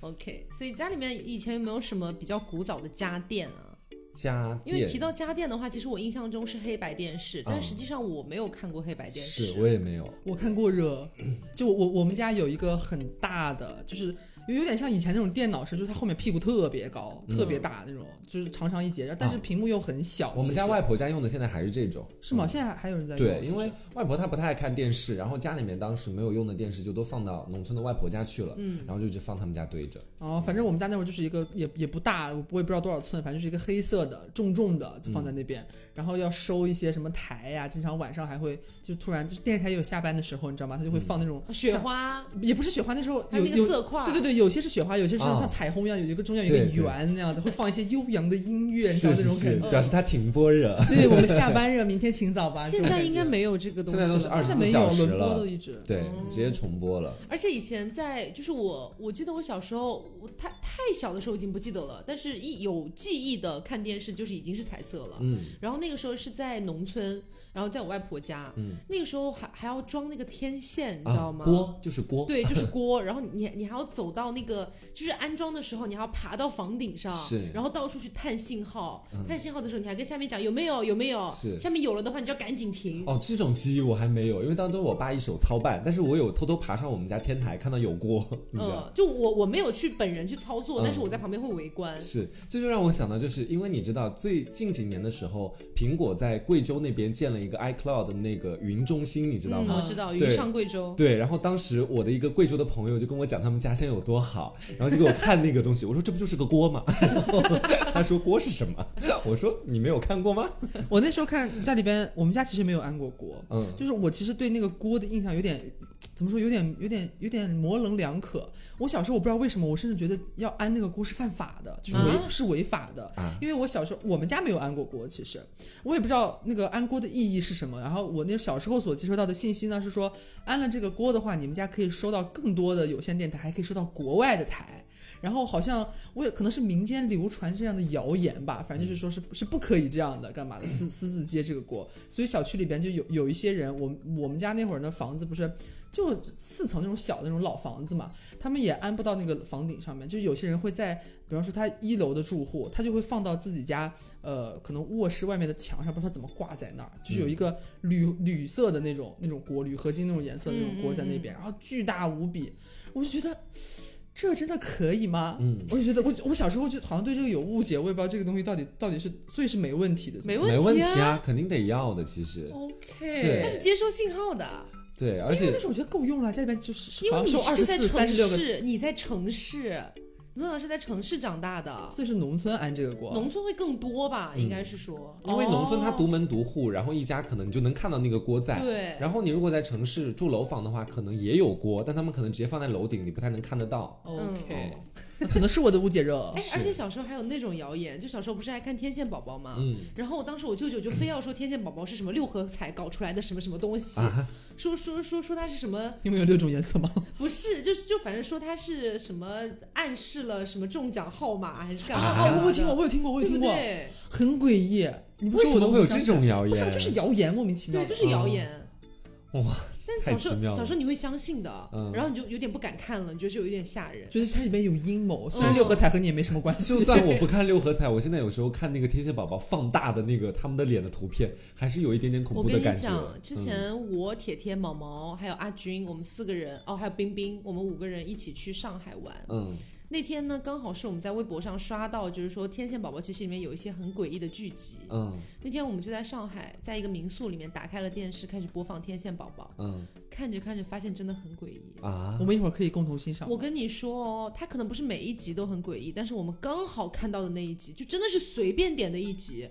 Speaker 1: OK，所以家里面以前有没有什么比较古早的家电啊？
Speaker 2: 家
Speaker 1: 因为
Speaker 2: 电
Speaker 1: 提到家电的话，其实我印象中是黑白电视，但
Speaker 2: 嗯
Speaker 1: 实际上我没有看过黑白电视。
Speaker 2: 是我也没有，
Speaker 3: 我看过热，就我我们家有一个很大的，就是有有点像以前那种电脑式，就是它后面屁股特别高、
Speaker 2: 嗯
Speaker 3: 特别大那种，就是长长一截，但是屏幕又很小。
Speaker 2: 啊我们
Speaker 3: 其
Speaker 2: 家
Speaker 3: 实
Speaker 2: 外婆家用的现在还是这种，
Speaker 3: 是吗？
Speaker 2: 嗯
Speaker 3: 现在还还有人在用？
Speaker 2: 对，
Speaker 3: 是
Speaker 2: 因
Speaker 3: 不是
Speaker 2: 为外婆她不太爱看电视，然后家里面当时没有用的电视就都放到农村的外婆家去了，嗯，然后就一直放他们家堆着，
Speaker 3: 哦，反正我们家那会儿就是一个也也不大，我我也不知道多少寸，反正就是一个黑色的，重重的就放
Speaker 2: 嗯
Speaker 3: 在那边，然后要收一些什么台呀、经常晚上还会就突然就是电视台也有下班的时候，你知道吗？它
Speaker 2: 嗯
Speaker 3: 就会放那种
Speaker 1: 雪
Speaker 3: 像，
Speaker 1: 花，
Speaker 3: 也不是雪花，那时候
Speaker 1: 还
Speaker 3: 有
Speaker 1: 有那个
Speaker 3: 有
Speaker 1: 色块，
Speaker 3: 对对对，有些是雪花，有些是
Speaker 2: 啊
Speaker 3: 像彩虹一样，有一个中间有一个
Speaker 2: 对对
Speaker 3: 圆那样子，会放一些悠扬的音乐，你知道
Speaker 2: 是
Speaker 3: 那
Speaker 2: 是
Speaker 3: 种
Speaker 2: 是
Speaker 3: 感，觉。嗯
Speaker 2: 表示她停播热，
Speaker 3: 对我们下班热，明天请早吧。
Speaker 1: 现
Speaker 3: 这种
Speaker 1: 在
Speaker 3: 感
Speaker 1: 应该
Speaker 3: 觉
Speaker 1: 没有这个东西
Speaker 2: 现在都是
Speaker 1: 了。
Speaker 2: 二
Speaker 3: 现
Speaker 2: 十四
Speaker 3: 在没
Speaker 2: 小
Speaker 3: 有
Speaker 2: 时
Speaker 3: 轮播都
Speaker 2: 了，
Speaker 3: 一直。
Speaker 2: 对
Speaker 1: 哦，
Speaker 2: 直接重播了。
Speaker 1: 而且以前在，就是我，我记得我小时候，我太太小的时候已经不记得了，但是一有记忆的看电视就是已经是彩色了。
Speaker 2: 嗯，
Speaker 1: 然后那个时候是在农村，然后在我外婆家，
Speaker 2: 嗯
Speaker 1: 那个时候还还要装那个天线，你知
Speaker 2: 啊
Speaker 1: 道，吗？
Speaker 2: 锅就是 锅，
Speaker 1: 对，就是锅，然后你你还要走到那个，就是安装的时候，你还要爬到房顶上，
Speaker 2: 是
Speaker 1: 然后到处去探信号，
Speaker 2: 嗯
Speaker 1: 探信号的时候，你还跟下面讲有没有有没有，
Speaker 2: 是
Speaker 1: 下面有了的话，你就要赶紧停。
Speaker 2: 哦，这种记忆我还没有，因为当时我爸一手操办，但是我有偷偷爬上我们家天台，看到有锅， 你知道。
Speaker 1: 嗯，就我我没有去本人去操作，但是
Speaker 2: 嗯
Speaker 1: 我在旁边会围观。
Speaker 2: 是，这就让我想到，就是因为你知道，最近几年的时候，苹果在贵州那边建了一个 iCloud 的那个云中心，你知道
Speaker 1: 嗯，
Speaker 2: 吗？
Speaker 1: 我知道，
Speaker 2: 对
Speaker 1: 云上贵州。
Speaker 2: 对，然后当时我的一个贵州的朋友就跟我讲他们家乡有多好，然后就给我看那个东西，我说这不就是个锅吗？ 然后他说锅是什么？我说你没有看过吗？
Speaker 3: 我那时候看家里边，我们家其实没有安过锅，
Speaker 2: 嗯，
Speaker 3: 就是我其实对那个锅的印象有点，怎么说，有点有点有点模棱两可。我小时候我不知道为什么，我甚至觉得要安那个锅是犯法的，就是违、
Speaker 1: 啊
Speaker 3: 是违法的、
Speaker 2: 啊
Speaker 3: 因为我小时候我们家没有安过锅，其实我也不知道那个安锅的意义是什么。然后我那小时候所接收到的信息呢是说，安了这个锅的话，你们家可以收到更多的有线电台，还可以收到国外的台。然后好像我也可能是民间流传这样的谣言吧，反正就是说是是不可以这样的，干嘛的私私自接这个锅。所以小区里边就有有一些人，我们我们家那会儿的房子不是就四层那种小的那种老房子嘛，他们也安不到那个房顶上面，就是有些人会在，比方说他一楼的住户，他就会放到自己家呃可能卧室外面的墙上，不知道怎么挂在那儿，就是有一个铝铝色的那种那种锅，铝合金那种颜色的那种锅在那边，然后巨大无比，我就觉得。这真的可以吗？
Speaker 2: 嗯，
Speaker 3: 我就觉得我我小时候就好像对这个有误解，我也不知道这个东西到底到底是所以是没问题的，
Speaker 1: 没
Speaker 2: 没
Speaker 1: 问
Speaker 2: 问
Speaker 1: 题
Speaker 2: 题
Speaker 1: 啊
Speaker 2: 啊，肯定得要的。其实
Speaker 3: OK，
Speaker 2: 对
Speaker 1: 它是接收信号的，
Speaker 2: 对，
Speaker 1: 哦
Speaker 2: 而
Speaker 3: 因为
Speaker 2: 且
Speaker 3: 但是我觉得够用了，家里面就是
Speaker 1: 因为
Speaker 3: 好
Speaker 1: 你
Speaker 3: 像收二
Speaker 1: 是
Speaker 3: 十
Speaker 1: 在
Speaker 3: 四、
Speaker 1: 城
Speaker 3: 三十六个，
Speaker 1: 市，你在城市，你从小是在城市长大的，
Speaker 3: 所以是农村安这个锅。
Speaker 1: 农村会更多吧？应该是说，
Speaker 2: 嗯因为农村它
Speaker 1: 哦
Speaker 2: 独门独户，然后一家可能你就能看到那个锅在。
Speaker 1: 对，
Speaker 2: 然后你如果在城市住楼房的话，可能也有锅，但他们可能直接放在楼顶，你不太能看得到。
Speaker 3: OK，可能是我的误解热
Speaker 1: 嗯哎。，而且小时候还有那种谣言，就小时候不是爱看《天线宝宝》吗？
Speaker 2: 嗯，
Speaker 1: 然后我当时我舅舅就非要说天线宝宝是什么六合彩搞出来的什么什么东西，
Speaker 2: 啊
Speaker 1: 说说说说它是什么
Speaker 3: 因为有六种颜色吗？
Speaker 1: 不是，就就反正说它是什么暗示了什么中奖号码还是干嘛、
Speaker 2: 啊
Speaker 3: 哦，我有听过，，我有听过，我有
Speaker 1: 对不
Speaker 3: 听过，
Speaker 1: 对？
Speaker 3: 很诡异。你不
Speaker 2: 为
Speaker 3: 说
Speaker 2: 什
Speaker 3: 我
Speaker 2: 么
Speaker 3: 都
Speaker 2: 会有
Speaker 3: 不相
Speaker 2: 这
Speaker 3: 信
Speaker 2: 种谣
Speaker 3: 不
Speaker 2: 言？
Speaker 3: 是就是谣言，莫名其妙
Speaker 1: 对，
Speaker 3: 的。
Speaker 1: 就是谣言。
Speaker 2: 嗯哇！
Speaker 1: 但小时
Speaker 2: 太奇妙
Speaker 1: 候
Speaker 2: 了
Speaker 1: 小时候你会相信的，
Speaker 2: 嗯
Speaker 1: 然后你就有点不敢看了，你觉得有点吓人。
Speaker 3: 就是它里面有阴谋，虽然
Speaker 1: 嗯
Speaker 3: 六合彩和你也没什么关系。
Speaker 2: 就算我不看六合彩，我现在有时候看那个天线宝宝放大的那个他们的脸的图片，还是有一点点恐
Speaker 1: 我
Speaker 2: 怖
Speaker 1: 跟
Speaker 2: 的
Speaker 1: 你
Speaker 2: 感觉。嗯
Speaker 1: 讲，之前我铁铁、毛毛还有阿军，我们四个人哦，还有冰冰，我们五个人一起去上海玩。
Speaker 2: 嗯
Speaker 1: 那天呢，刚好是我们在微博上刷到，就是说《天线宝宝》其实里面有一些很诡异的剧集。
Speaker 2: 嗯
Speaker 1: 那天我们就在上海，在一个民宿里面打开了电视，开始播放《天线宝宝
Speaker 2: 嗯》，
Speaker 1: 看着看着发现真的很诡异。
Speaker 2: 啊
Speaker 3: 我，们一会儿可以共同欣赏。
Speaker 1: 我跟你说哦，它可能不是每一集都很诡异，但是我们刚好看到的那一集，就真的是随便点的一集，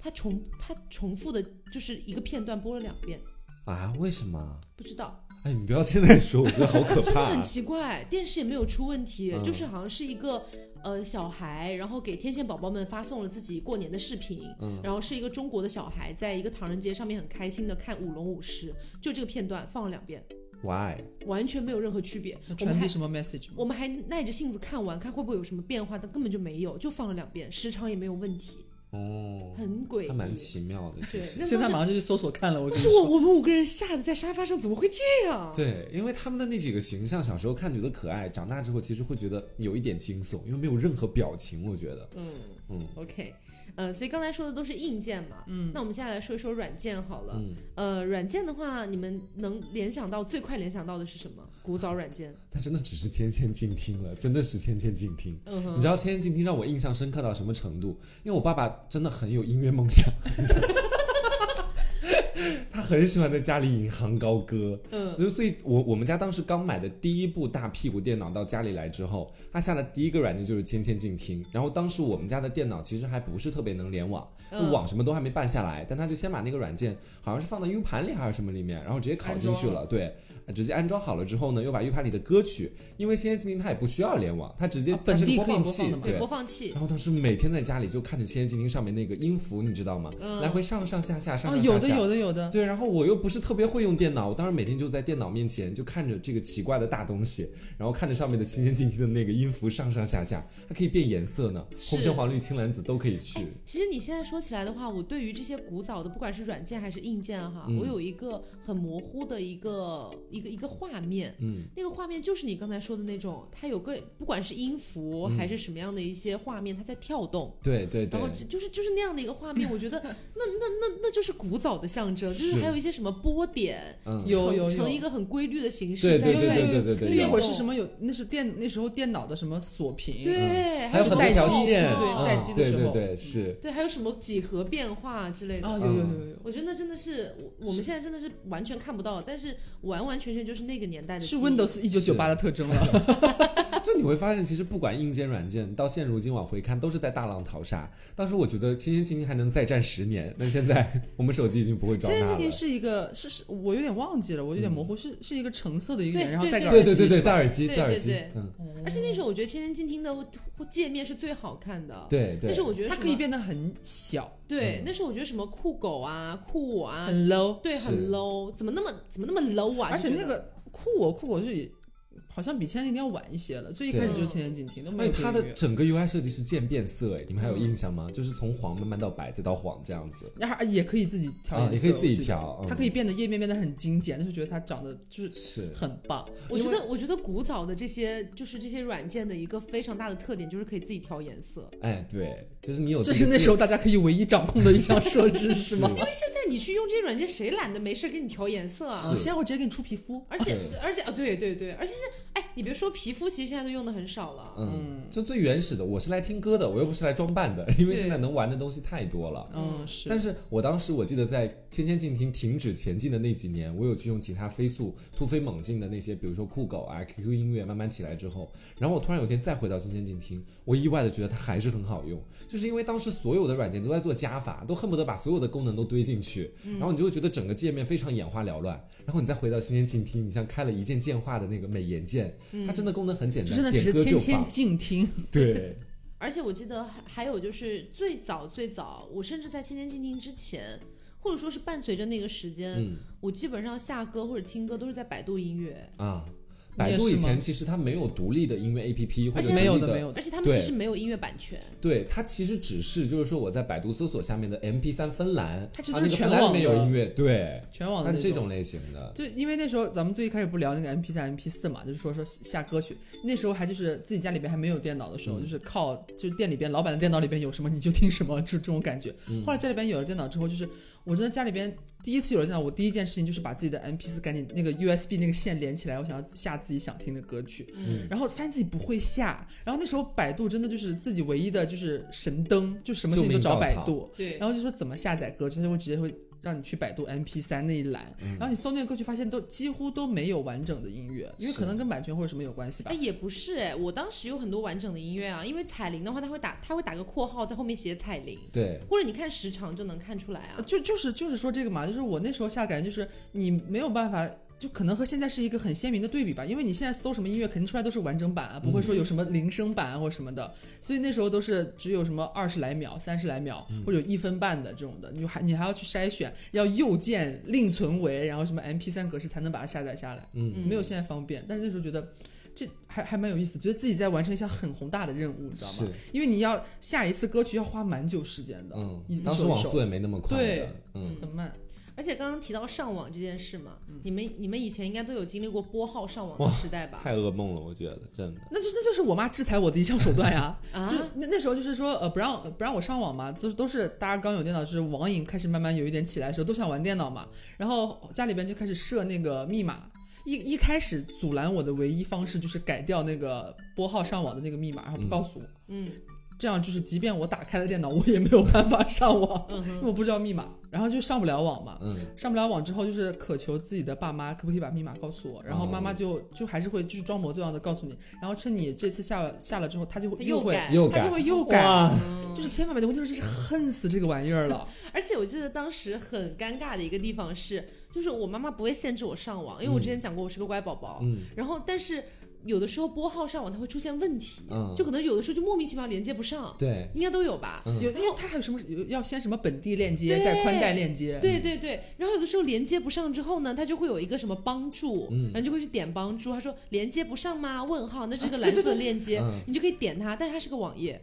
Speaker 1: 它重它重复的就是一个片段播了两遍，
Speaker 2: 啊，为什么？
Speaker 1: 不知道，
Speaker 2: 哎，你不要现在说，我觉得好可
Speaker 1: 真的
Speaker 2: 怕、
Speaker 1: 很
Speaker 2: 啊。
Speaker 1: 奇怪，电视也没有出问题，
Speaker 2: 嗯
Speaker 1: 就是好像是一个呃小孩，然后给天线宝宝们发送了自己过年的视频，
Speaker 2: 嗯
Speaker 1: 然后是一个中国的小孩在一个唐人街上面很开心的看舞龙舞狮，就这个片段放了两遍，
Speaker 2: Why？
Speaker 1: 完全没有任何区别。我们
Speaker 3: 传
Speaker 1: 还
Speaker 3: 递什么 message
Speaker 1: 我
Speaker 3: 吗？
Speaker 1: 们还耐着性子看完，看会不会有什么变化，但根本就没有，就放了两遍，时长也没有问题，
Speaker 2: 哦，
Speaker 1: 很诡异。
Speaker 2: 还蛮奇妙的。其
Speaker 1: 对
Speaker 2: 实，
Speaker 1: 那
Speaker 3: 现在
Speaker 1: 当时
Speaker 3: 马上就去搜索看了。我跟
Speaker 1: 当
Speaker 3: 你
Speaker 1: 时我
Speaker 3: 说，
Speaker 1: 我们五个人吓得在沙发上，怎么会这样？
Speaker 2: 对，因为他们的那几个形象，小时候看觉得可爱，长大之后其实会觉得有一点惊悚，因为没有任何表情，我觉得。
Speaker 1: 嗯
Speaker 2: 嗯
Speaker 1: ，OK，呃，所以刚才说的都是硬件嘛，嗯，那我们现在来说一说软件好了。
Speaker 2: 嗯，
Speaker 1: 呃，软件的话，你们能联想到最快联想到的是什么？古早软件，
Speaker 2: 但真的只是天线静听了，真的是天线静听。
Speaker 1: 嗯
Speaker 2: 你
Speaker 1: 哼，
Speaker 2: 知道《千千静听》让我印象深刻到什么程度？因为我爸爸真的很有音乐梦想， 他很喜欢在家里引吭高歌。
Speaker 1: 嗯
Speaker 2: 所以，所以我我们家当时刚买的第一部大屁股电脑到家里来之后，他下的第一个软件就是《千千静听》。然后当时我们家的电脑其实还不是特别能联网，
Speaker 1: 嗯
Speaker 2: 网什么都还没办下来，但他就先把那个软件好像是放到 U 盘里还是什么里面，然后直接拷进去了。对，直接安装好了之后呢，又把 U 盘里的歌曲，因为《千千静听》它也不需要联网，它直接
Speaker 3: 啊
Speaker 2: 它是
Speaker 3: 本地
Speaker 2: 播
Speaker 3: 可以
Speaker 2: 放
Speaker 3: 播放
Speaker 2: 器
Speaker 3: 的嘛
Speaker 1: 对，播放器
Speaker 2: 然，后当时每天在家里就看着《千千静听》上面那个音符，你知道吗？
Speaker 1: 嗯
Speaker 2: 来回上上下下，上
Speaker 3: 啊，
Speaker 2: 上下下。
Speaker 3: 有的有的有的，
Speaker 2: 对，然后我又不是特别会用电脑，我当时每天就在电脑面前就看着这个奇怪的大东西，然后看着上面的《千千静听》的那个音符上上下下，它可以变颜色呢，
Speaker 1: 是
Speaker 2: 红橙黄绿青蓝紫都可以去。
Speaker 1: 其实你现在说起来的话，我对于这些古早的，不管是软件还是硬件哈，
Speaker 2: 嗯
Speaker 1: 我有一个很模糊的一个一个一个画面。
Speaker 2: 嗯，
Speaker 1: 那个画面就是你刚才说的那种，它有个不管是音符还是什么样的一些画面，它在跳动，
Speaker 2: 对对对
Speaker 1: 然后，就就是就是那样的一个画面，我觉得 那那那那就是古早的象征，就是
Speaker 2: 是
Speaker 1: 还有一些什么波点，
Speaker 2: 嗯，
Speaker 3: 有
Speaker 1: 成
Speaker 3: 有
Speaker 1: 成一个很规律的形式
Speaker 2: 对
Speaker 1: 在
Speaker 2: 对对
Speaker 1: 在
Speaker 2: 对对对
Speaker 1: 有
Speaker 2: 对，
Speaker 3: 那
Speaker 2: 有
Speaker 3: 会儿是什么有？那是电那时候电脑的什么锁屏？
Speaker 1: 对，
Speaker 2: 还有
Speaker 1: 什
Speaker 2: 很
Speaker 1: 么
Speaker 2: 多条
Speaker 1: 几
Speaker 2: 线，
Speaker 1: 对
Speaker 2: 嗯
Speaker 3: 待机的
Speaker 2: 对
Speaker 3: 时
Speaker 2: 对
Speaker 3: 候
Speaker 2: 对是。
Speaker 1: 对，还有什么几何变化之类的。
Speaker 3: 啊，
Speaker 2: 嗯
Speaker 3: 有有有有有，
Speaker 1: 我觉得那真的是我我们现在真的是完全看不到，但是完完全全就是那个年代的
Speaker 3: 是
Speaker 1: 记忆
Speaker 3: Windows 一九九八的特征了。
Speaker 2: 就你会发现，其实不管硬件、软件，到现如今往回看，都是在大浪淘沙。当时我觉得《千千静听》还能再战十年，那现 在我们手机已经不会装
Speaker 3: 现在
Speaker 2: 它
Speaker 3: 这
Speaker 2: 了
Speaker 3: 题。是一个 是是，我有点忘记了，我有点模糊，是是一个橙色的一个
Speaker 1: 对
Speaker 3: 人，然后戴个耳
Speaker 2: 对
Speaker 3: 机，
Speaker 2: 对对对，
Speaker 3: 是吧
Speaker 2: 戴耳机，
Speaker 1: 对
Speaker 2: 戴耳
Speaker 1: 对
Speaker 2: 机
Speaker 1: 对，
Speaker 2: 嗯，
Speaker 1: 而且那时候我觉得《千千静听》的界面是最好看的。。
Speaker 2: 对对。
Speaker 1: 但是我觉得
Speaker 3: 它
Speaker 1: 什
Speaker 3: 可以
Speaker 1: 么
Speaker 3: 变得很小，
Speaker 1: 对，那时候我觉得什么酷狗啊、酷我啊，
Speaker 2: 嗯
Speaker 3: 很 low，
Speaker 1: 对，
Speaker 2: 是
Speaker 1: 很 low，怎么那么怎么那么 low 啊？
Speaker 3: 而且
Speaker 1: 就觉
Speaker 3: 那哦
Speaker 1: 得
Speaker 3: 个酷我酷我是也好好像比千年要晚一些了，最一开始就是千年警亭都没
Speaker 2: 而
Speaker 3: 有
Speaker 2: 且它
Speaker 3: 对
Speaker 2: 的
Speaker 3: 于
Speaker 2: 整个 UI 设计是渐变色，哎，你们还有
Speaker 3: 嗯
Speaker 2: 印象吗？就是从黄慢慢到白，再到黄这样子。
Speaker 3: 然后也可以自己调
Speaker 2: 啊
Speaker 3: 颜色，
Speaker 2: 也可以自己
Speaker 3: 我记得
Speaker 2: 调嗯
Speaker 3: 它可以变得页面变得很精简，但是觉得它长得就是
Speaker 2: 是，
Speaker 3: 很棒。
Speaker 1: 我
Speaker 3: 因
Speaker 1: 觉
Speaker 3: 为
Speaker 1: 得，我觉得古早的这些就是这些软件的一个非常大的特点，就是可以自己调颜色。
Speaker 2: 哎，对，就是你有
Speaker 3: 这是那时
Speaker 2: 候
Speaker 3: 候大家可以唯一掌控的一项设置，是 吗？
Speaker 1: 因为现在你去用这些软件，谁懒得没事儿给你调颜色啊
Speaker 2: 是？
Speaker 3: 啊，现在我直接给你出皮肤，
Speaker 1: 而且
Speaker 2: 对
Speaker 1: 而且啊，对对对，而且现在哎，你别说皮肤，其实现在都用的很少了。
Speaker 2: 嗯，就最原始的，我是来听歌的，我又不是来装 扮的，因为
Speaker 1: 对
Speaker 2: 现在能玩的东西太多了。
Speaker 3: 嗯，是，
Speaker 2: 但是我当时我记得在《千千静听》停止前进的那几年，我有去用吉他飞速突飞猛进的那些，比如说酷狗啊、QQ 音乐慢慢起来之后，然后我突然有一天再回到《千千静听》，我意外的觉得它还是很好用，就是因为当时所有的软件都在做加法，都恨不得把所有的功能都堆进去，
Speaker 3: 嗯
Speaker 2: 然后你就会觉得整个界面非常眼花缭乱。然后你再回到《千千静听》，你像开了一键键化的那个美颜键，它真的功能很简
Speaker 3: 就嗯真
Speaker 2: 单，
Speaker 3: 的只
Speaker 2: 点
Speaker 3: 是
Speaker 2: 歌
Speaker 3: 千
Speaker 2: 就
Speaker 3: 千
Speaker 2: 放。
Speaker 3: 静听，
Speaker 2: 对，
Speaker 1: 而且我记得还还有就是最早最早，我甚至在《千千静听》之前，或者说是伴随着那个时间，
Speaker 2: 嗯
Speaker 1: 我基本上下歌或者听歌都是在百度音乐，
Speaker 2: 啊。
Speaker 3: 你也
Speaker 2: 百度以
Speaker 3: 是吗
Speaker 2: 前其实它没有独立的音乐 APP，或
Speaker 1: 而
Speaker 2: 者
Speaker 1: 且
Speaker 3: 没有
Speaker 2: 独立
Speaker 3: 的，没有的。
Speaker 1: 而且他们其
Speaker 2: 哎对
Speaker 1: 实没有音乐版权。
Speaker 2: 对，它其实只是就是说我在百度搜索下面的 MP 3芬兰，
Speaker 3: 它其实
Speaker 2: 啊
Speaker 3: 就
Speaker 2: 那
Speaker 3: 是
Speaker 2: 个
Speaker 3: 全
Speaker 2: 芬兰里
Speaker 3: 网
Speaker 2: 面
Speaker 3: 的
Speaker 2: 有音乐，对，
Speaker 3: 全网的
Speaker 2: 它是
Speaker 3: 那
Speaker 2: 这种类型的，
Speaker 3: 就因为那时候咱们最一开始不聊那个 M P 三、M P 四嘛，就是说说下歌曲，那时候还就是自己家里边还没有电脑的时
Speaker 2: 嗯
Speaker 3: 候，就是靠就是店里边老板的电脑里边有什么你就听什么，就这种感觉。
Speaker 2: 嗯
Speaker 3: 后来家里边有了电脑之后，就是我真的家里边第一次有了电脑，我第一件事情就是把自己的 M P 四赶紧那个 U S B 那个线连起来，我想要下自己想听的歌曲。
Speaker 2: 嗯
Speaker 3: 然后发现自己不会下，然后那时候百度真的就是自己唯一的就是神灯，就什么事情都找百
Speaker 2: 救
Speaker 3: 度。
Speaker 1: 对
Speaker 3: 然后就说怎么下载歌曲，他就会直接会让你去百度 MP 3那一栏，
Speaker 2: 嗯
Speaker 3: 然后你搜那个歌曲，发现都几乎都没有完整的音乐，因为
Speaker 2: 是
Speaker 3: 可能跟版权或者什么有关系吧
Speaker 1: 哎，。也不是哎，我当时有很多完整的音乐啊，因为彩铃的话，它会打，它会打个括号在后面写彩铃，
Speaker 2: 对，
Speaker 1: 或者你看时长就能看出来
Speaker 3: 呃
Speaker 1: 啊。
Speaker 3: 就就是就是说这个嘛，就是我那时候下感觉就是你没有办法。就可能和现在是一个很鲜明的对比吧，因为你现在搜什么音乐，肯定出来都是完整版啊，不会
Speaker 2: 嗯
Speaker 3: 说有什么铃声版啊或什么的，所以那时候都是只有什么二十来秒、三十来秒，
Speaker 2: 嗯
Speaker 3: 或者有一分半的这种的，你就还你还要去筛选，要右键另存为，然后什么 MP 3格式才能把它下载下来。
Speaker 2: 嗯，
Speaker 3: 没有现在方便，但是那时候觉得这还还蛮有意思，觉得自己在完成一项很宏大的任务，你知道
Speaker 2: 是
Speaker 3: 吗？，因为你要下一次歌曲要花蛮久时间的，一
Speaker 2: 嗯，
Speaker 3: 一
Speaker 2: 当时
Speaker 3: 首一
Speaker 2: 网
Speaker 3: 首
Speaker 2: 速也没那么快的，
Speaker 3: 对
Speaker 2: 嗯，
Speaker 3: 很慢。
Speaker 1: 而且刚刚提到上网这件事嘛，你们你们以前应该都有经历过拨号上网的时代吧？
Speaker 2: 太噩梦了，我觉得真的，
Speaker 3: 那就那就是我妈制裁我的一项手段呀，
Speaker 1: 啊
Speaker 3: 就那那时候就是说呃不让不让我上网嘛，就是都是大家刚有电脑，就是网瘾开始慢慢有一点起来的时候，都想玩电脑嘛，然后家里边就开始设那个密码。一一开始阻拦我的唯一方式就是改掉那个拨号上网的那个密码，然后不告诉我。
Speaker 1: 嗯
Speaker 3: 这样就是，即便我打开了电脑，我也没有办法上网，
Speaker 1: 嗯
Speaker 3: 因
Speaker 1: 哼，
Speaker 3: 为我不知道密码，然后就上不了网嘛。
Speaker 2: 嗯，
Speaker 3: 上不了网之后，就是渴求自己的爸妈可不可以把密码告诉我，然后
Speaker 2: 哦
Speaker 3: 妈妈就就还是会就是装模作样的告诉你，然后趁你这次下了下了之后，她就
Speaker 1: 他
Speaker 3: 会
Speaker 1: 又
Speaker 3: 会
Speaker 1: 改。
Speaker 2: 又
Speaker 3: 她哎就
Speaker 2: 改，
Speaker 3: 会又改，
Speaker 2: 哇，
Speaker 1: 嗯
Speaker 3: 就是千万别的，我就是是恨死这个玩意 儿了。
Speaker 1: 而且我记得当时很尴尬的一个地方是，就是我妈妈不会限制我上网，因为我之
Speaker 3: 嗯
Speaker 1: 前讲过我是个乖宝宝，
Speaker 2: 嗯，
Speaker 1: 然后但是有的时候拨号上网它会出现问题，
Speaker 2: 嗯
Speaker 1: 就可能有的时候就莫名其妙连接不上，
Speaker 2: 对，
Speaker 1: 应该都有吧？
Speaker 2: 嗯
Speaker 3: 有，因为它还有什么有要先什么本地链接，
Speaker 1: 对
Speaker 3: 再宽带链接，
Speaker 1: 对对对，然后有的时候连接不上之后呢，它就会有一个什么帮助，
Speaker 2: 嗯
Speaker 1: 然后就会去点帮助，他说连接不上吗？问号，那是一个
Speaker 3: 啊对
Speaker 1: 蓝
Speaker 3: 对
Speaker 1: 色
Speaker 3: 对
Speaker 1: 链接，
Speaker 2: 嗯
Speaker 1: 你就可以点它，但是它是个网页，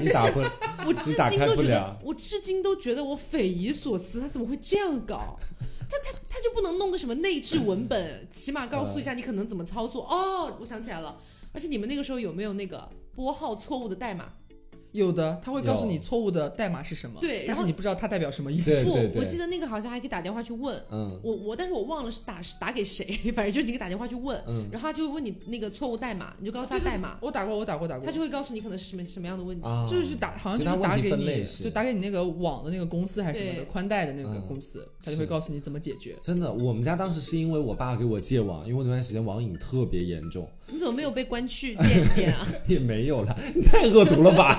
Speaker 2: 你打不，
Speaker 1: 我至
Speaker 2: 你打
Speaker 1: 今
Speaker 2: 开
Speaker 1: 都
Speaker 2: 不
Speaker 1: 觉得
Speaker 2: 了，
Speaker 1: 我至今都觉得我匪夷所思，他怎么会这样搞？他他他就不能弄个什么内置文本，起码告诉一下
Speaker 2: 嗯
Speaker 1: 你可能怎么操作哦。我想起来了，而且你们那个时候有没有那个拨号错误的代码？
Speaker 3: 有的他会告诉
Speaker 2: 有
Speaker 3: 你错误的代码是什么，
Speaker 1: 对
Speaker 3: 但
Speaker 1: 然后
Speaker 3: 是你不知道它代表什么意思。
Speaker 2: 对对
Speaker 1: 我
Speaker 2: 对
Speaker 1: 我记得那个好像还可以打电话去问。
Speaker 2: 嗯
Speaker 1: 我我，但是我忘了是打是打给谁， 反正就是你给打电话去问，
Speaker 2: 嗯
Speaker 1: 然后他就会问你那个错误代码，你就告诉他
Speaker 3: 对对
Speaker 1: 代码，
Speaker 3: 我打过，我打过，打过，
Speaker 1: 他就会告诉你可能是什么什么样的问题。
Speaker 2: 啊，
Speaker 3: 就是去打，好像
Speaker 2: 所以
Speaker 3: 就
Speaker 2: 它
Speaker 3: 是打
Speaker 2: 问题
Speaker 3: 给
Speaker 2: 分类
Speaker 3: 你，
Speaker 2: 是
Speaker 3: 就打给你那个网的那个公司还是什么的
Speaker 1: 对
Speaker 3: 宽带的那个
Speaker 2: 嗯
Speaker 3: 公司，他就会
Speaker 2: 是
Speaker 3: 告诉你怎么解决。
Speaker 2: 真的，我们家当时是因为我爸给我戒网，因为我那段时间网瘾特别严重，
Speaker 1: 你怎么没有被关去见一见啊？
Speaker 2: 也没有了，你太恶毒了吧？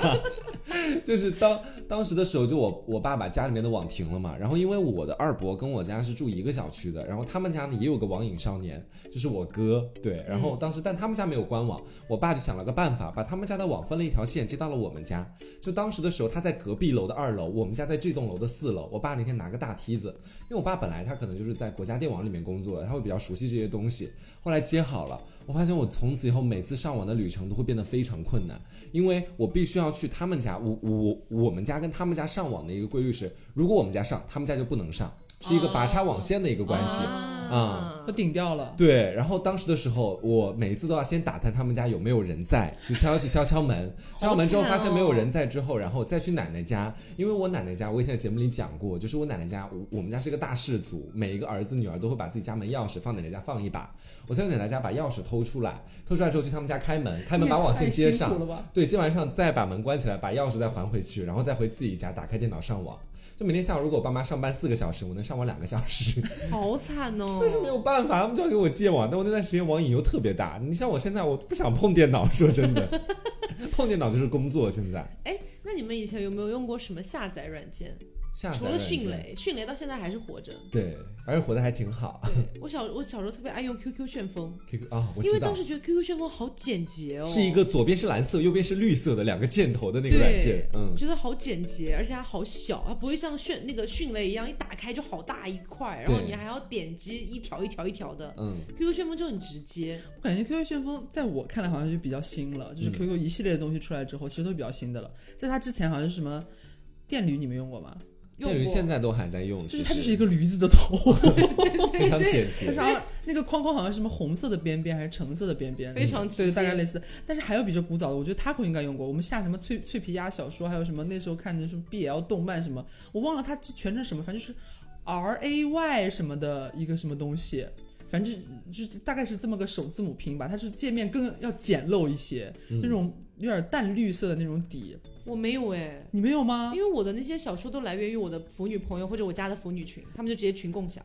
Speaker 2: 就是当当时的时候，就我我爸把家里面的网停了嘛，然后因为我的二伯跟我家是住一个小区的，然后他们家呢也有个网瘾少年，就是我哥，对，然后当时但他们家没有官网，我爸就想了个办法，把他们家的网分了一条线接到了我们家，就当时的时候他在隔壁楼的二楼，我们家在这栋楼的四楼，我爸那天拿个大梯子，因为我爸本来他可能就是在国家电网里面工作，他会比较熟悉这些东西，后来接好了，我发现我从此以后每次上网的旅程都会变得非常困难，因为我必须要去他们家，我我我们家跟他们家上网的一个规律是，如果我们家上，他们家就不能上，是一个拔插网线的一个关系。嗯
Speaker 1: 啊
Speaker 3: 我顶掉了。
Speaker 2: 对，然后当时的时候，我每一次都要先打探他们家有没有人在，就敲去敲敲门，敲门之后发现没有人在之后，然后再去奶奶家，因为我奶奶家，我以前在节目里讲过，就是我奶奶家，我我们家是个大氏族，每一个儿子女儿都会把自己家门钥匙放奶奶家放一把，我在奶奶家把钥匙偷出来，偷出来之后去他们家开门，开门把网线接
Speaker 3: 太
Speaker 2: 上
Speaker 3: 辛苦，了吧？
Speaker 2: 对，接完上再把门关起来，把钥匙再还回去，然后再回自己家打开电脑上网。就每天下午，如果我爸妈上班四个小时，我能上网两个小时。
Speaker 1: 好惨哦！
Speaker 2: 但是没有办法，他们就要给我戒网。但我那段时间网瘾又特别大。你像我现在，我不想碰电脑，说真的，碰电脑就是工作。现在
Speaker 1: 哎，那你们以前有没有用过什么下载软件？
Speaker 2: 下载
Speaker 1: 除了
Speaker 2: 软件
Speaker 1: 迅，雷，迅雷到现在还是活着。
Speaker 2: 对，而且活得还挺好。
Speaker 1: 对我小我小时候特别爱用 QQ 旋风，
Speaker 2: QQ 啊，我
Speaker 1: 因为
Speaker 2: 知道
Speaker 1: 当，时觉得 QQ 旋风好简洁哦，
Speaker 2: 是一个左边是蓝色，右边是绿色的两个箭头的那个软件
Speaker 1: 对。
Speaker 2: 嗯，
Speaker 1: 觉得好简洁，而且它好小，它不会像迅那个迅雷一样一打开就好大一块，然后
Speaker 2: 对
Speaker 1: 你还要点击一条一条一条的。
Speaker 2: 嗯，
Speaker 1: QQ 旋风就很直接，
Speaker 3: 我感觉 QQ 旋风在我看来好像就比较新了，就是 QQ 一系列的东西出来之后，其实都比较新的了。在它之前好像是什么电驴，你们用过吗？
Speaker 1: 用
Speaker 2: 但是
Speaker 1: 过。
Speaker 2: 现在都还在用，
Speaker 3: 就
Speaker 2: 其
Speaker 3: 是
Speaker 2: 实
Speaker 3: 它就是一个驴子的头，
Speaker 2: 非常简
Speaker 3: 它
Speaker 2: 洁。
Speaker 3: 上那个框框好像是什么红色的边边还是橙色的边边，
Speaker 1: 非常直
Speaker 3: 对，
Speaker 1: 接
Speaker 3: 大概类似的。但是还有比这古早的，我觉得 Taco 应该用过。我们下什么脆脆皮鸭小说，还有什么那时候看的什么 BL 动漫什么，我忘了它全称什么，反正就是 R A Y 什么的一个什么东西。反正就就大概是这么个首字母拼音吧，它是界面更要简陋一些，
Speaker 2: 嗯
Speaker 3: 那种有点淡绿色的那种底，
Speaker 1: 我没有哎，
Speaker 3: 你没有吗？
Speaker 1: 因为我的那些小说都来源于我的腐女朋友或者我家的腐女群，他们就直接群共享，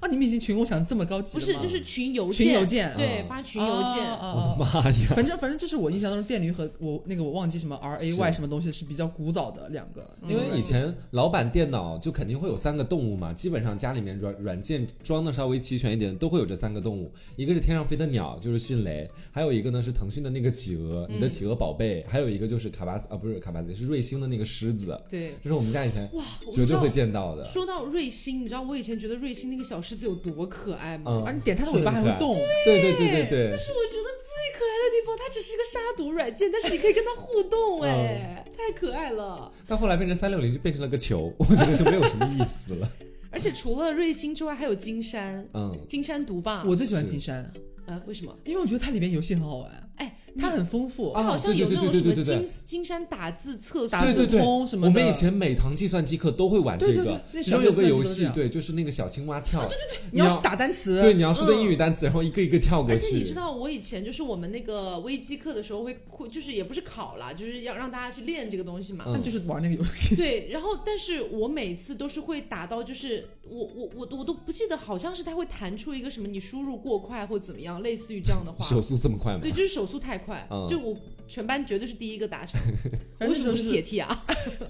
Speaker 3: 啊，你们已经群共享这么高级
Speaker 1: 不
Speaker 3: 了
Speaker 1: 是
Speaker 3: 吗
Speaker 1: 就是群邮件，
Speaker 3: 群邮件，
Speaker 1: 对，
Speaker 2: 哦
Speaker 1: 发群邮件。嗯
Speaker 3: 哦哦
Speaker 2: 我
Speaker 3: 哦哦
Speaker 2: 的妈呀！
Speaker 3: 反正反正这是我印象中电驴和我那个我忘记什么 R A
Speaker 2: 是
Speaker 3: Y 什么东西是比较古早的两个，
Speaker 2: 因为以前老板电脑就肯定会有三个动物嘛，基本上家里面软软件装的稍微齐全一点，都会有这三个动物，一个是天上飞的鸟，就是迅雷，还有一个呢是腾讯的那个企鹅，
Speaker 3: 嗯
Speaker 2: 你的企鹅宝贝，还有一个就是卡巴斯啊，不是卡巴斯，是瑞星的那个狮子，
Speaker 1: 对，
Speaker 2: 这是我们家以前
Speaker 1: 哇，哦我
Speaker 2: 绝
Speaker 1: 知
Speaker 2: 对
Speaker 1: 道
Speaker 2: 会。见到的。
Speaker 1: 说到瑞星，你知道我以前觉得瑞星那个小狮子有多可爱吗？
Speaker 2: 嗯
Speaker 3: 而你点它的尾巴还会动，
Speaker 2: 对对对对对
Speaker 1: 那，是我觉得最可爱的地方。它只是个杀毒软件，但是你可以跟它互动，
Speaker 2: 嗯
Speaker 1: 哎、太可爱了。
Speaker 2: 但后来变成三六零就变成了个球， 我觉得就没有什么意思了。
Speaker 1: 而且除了瑞星之外，还有金山，
Speaker 2: 嗯，
Speaker 1: 金山毒霸。
Speaker 3: 我最喜欢
Speaker 2: 是
Speaker 3: 金山，
Speaker 1: 啊，为什么？
Speaker 3: 因为我觉得它里面游戏很好玩，
Speaker 1: 哎，
Speaker 3: 它很丰富，
Speaker 1: 它好像有那种
Speaker 2: 嗯啊对
Speaker 1: 什
Speaker 2: 对对
Speaker 1: 么
Speaker 2: 对对对
Speaker 1: 金金山打字测
Speaker 3: 打
Speaker 1: 速
Speaker 2: 对对
Speaker 3: 字
Speaker 2: 对
Speaker 3: 通什么
Speaker 2: 我
Speaker 3: 的。
Speaker 2: 们以前每堂计算机课都会玩这个，
Speaker 3: 对对对那
Speaker 2: 其
Speaker 3: 小
Speaker 2: 中有
Speaker 3: 学
Speaker 2: 个
Speaker 3: 计算机
Speaker 2: 游
Speaker 3: 都是这
Speaker 2: 戏，
Speaker 3: 样
Speaker 2: 对，就是那个小青蛙跳，对对对
Speaker 3: 你要是打单词，
Speaker 2: 对，你要说的英语单词，然后一个一个跳过
Speaker 1: 而
Speaker 2: 去。
Speaker 1: 且你知道，我以前就是我们那个微机课的时候会会，就是也不是考啦，就是要让大家去练这个东西
Speaker 2: 嗯
Speaker 1: 嘛。
Speaker 3: 那就是玩那个游 戏。
Speaker 1: 对，然后但是我每次都是会打到，就是我我我我都不记得，好像是它会弹出一个什么你输入过快或怎么样，类似于这样的话。
Speaker 2: 手速这么快吗？
Speaker 1: 对，就是手速太快，
Speaker 2: 嗯
Speaker 1: 就我全班绝对是第一个达成。我
Speaker 3: 反正
Speaker 1: 嗯为什么
Speaker 3: 就
Speaker 1: 不是铁
Speaker 3: 是
Speaker 1: 梯 啊？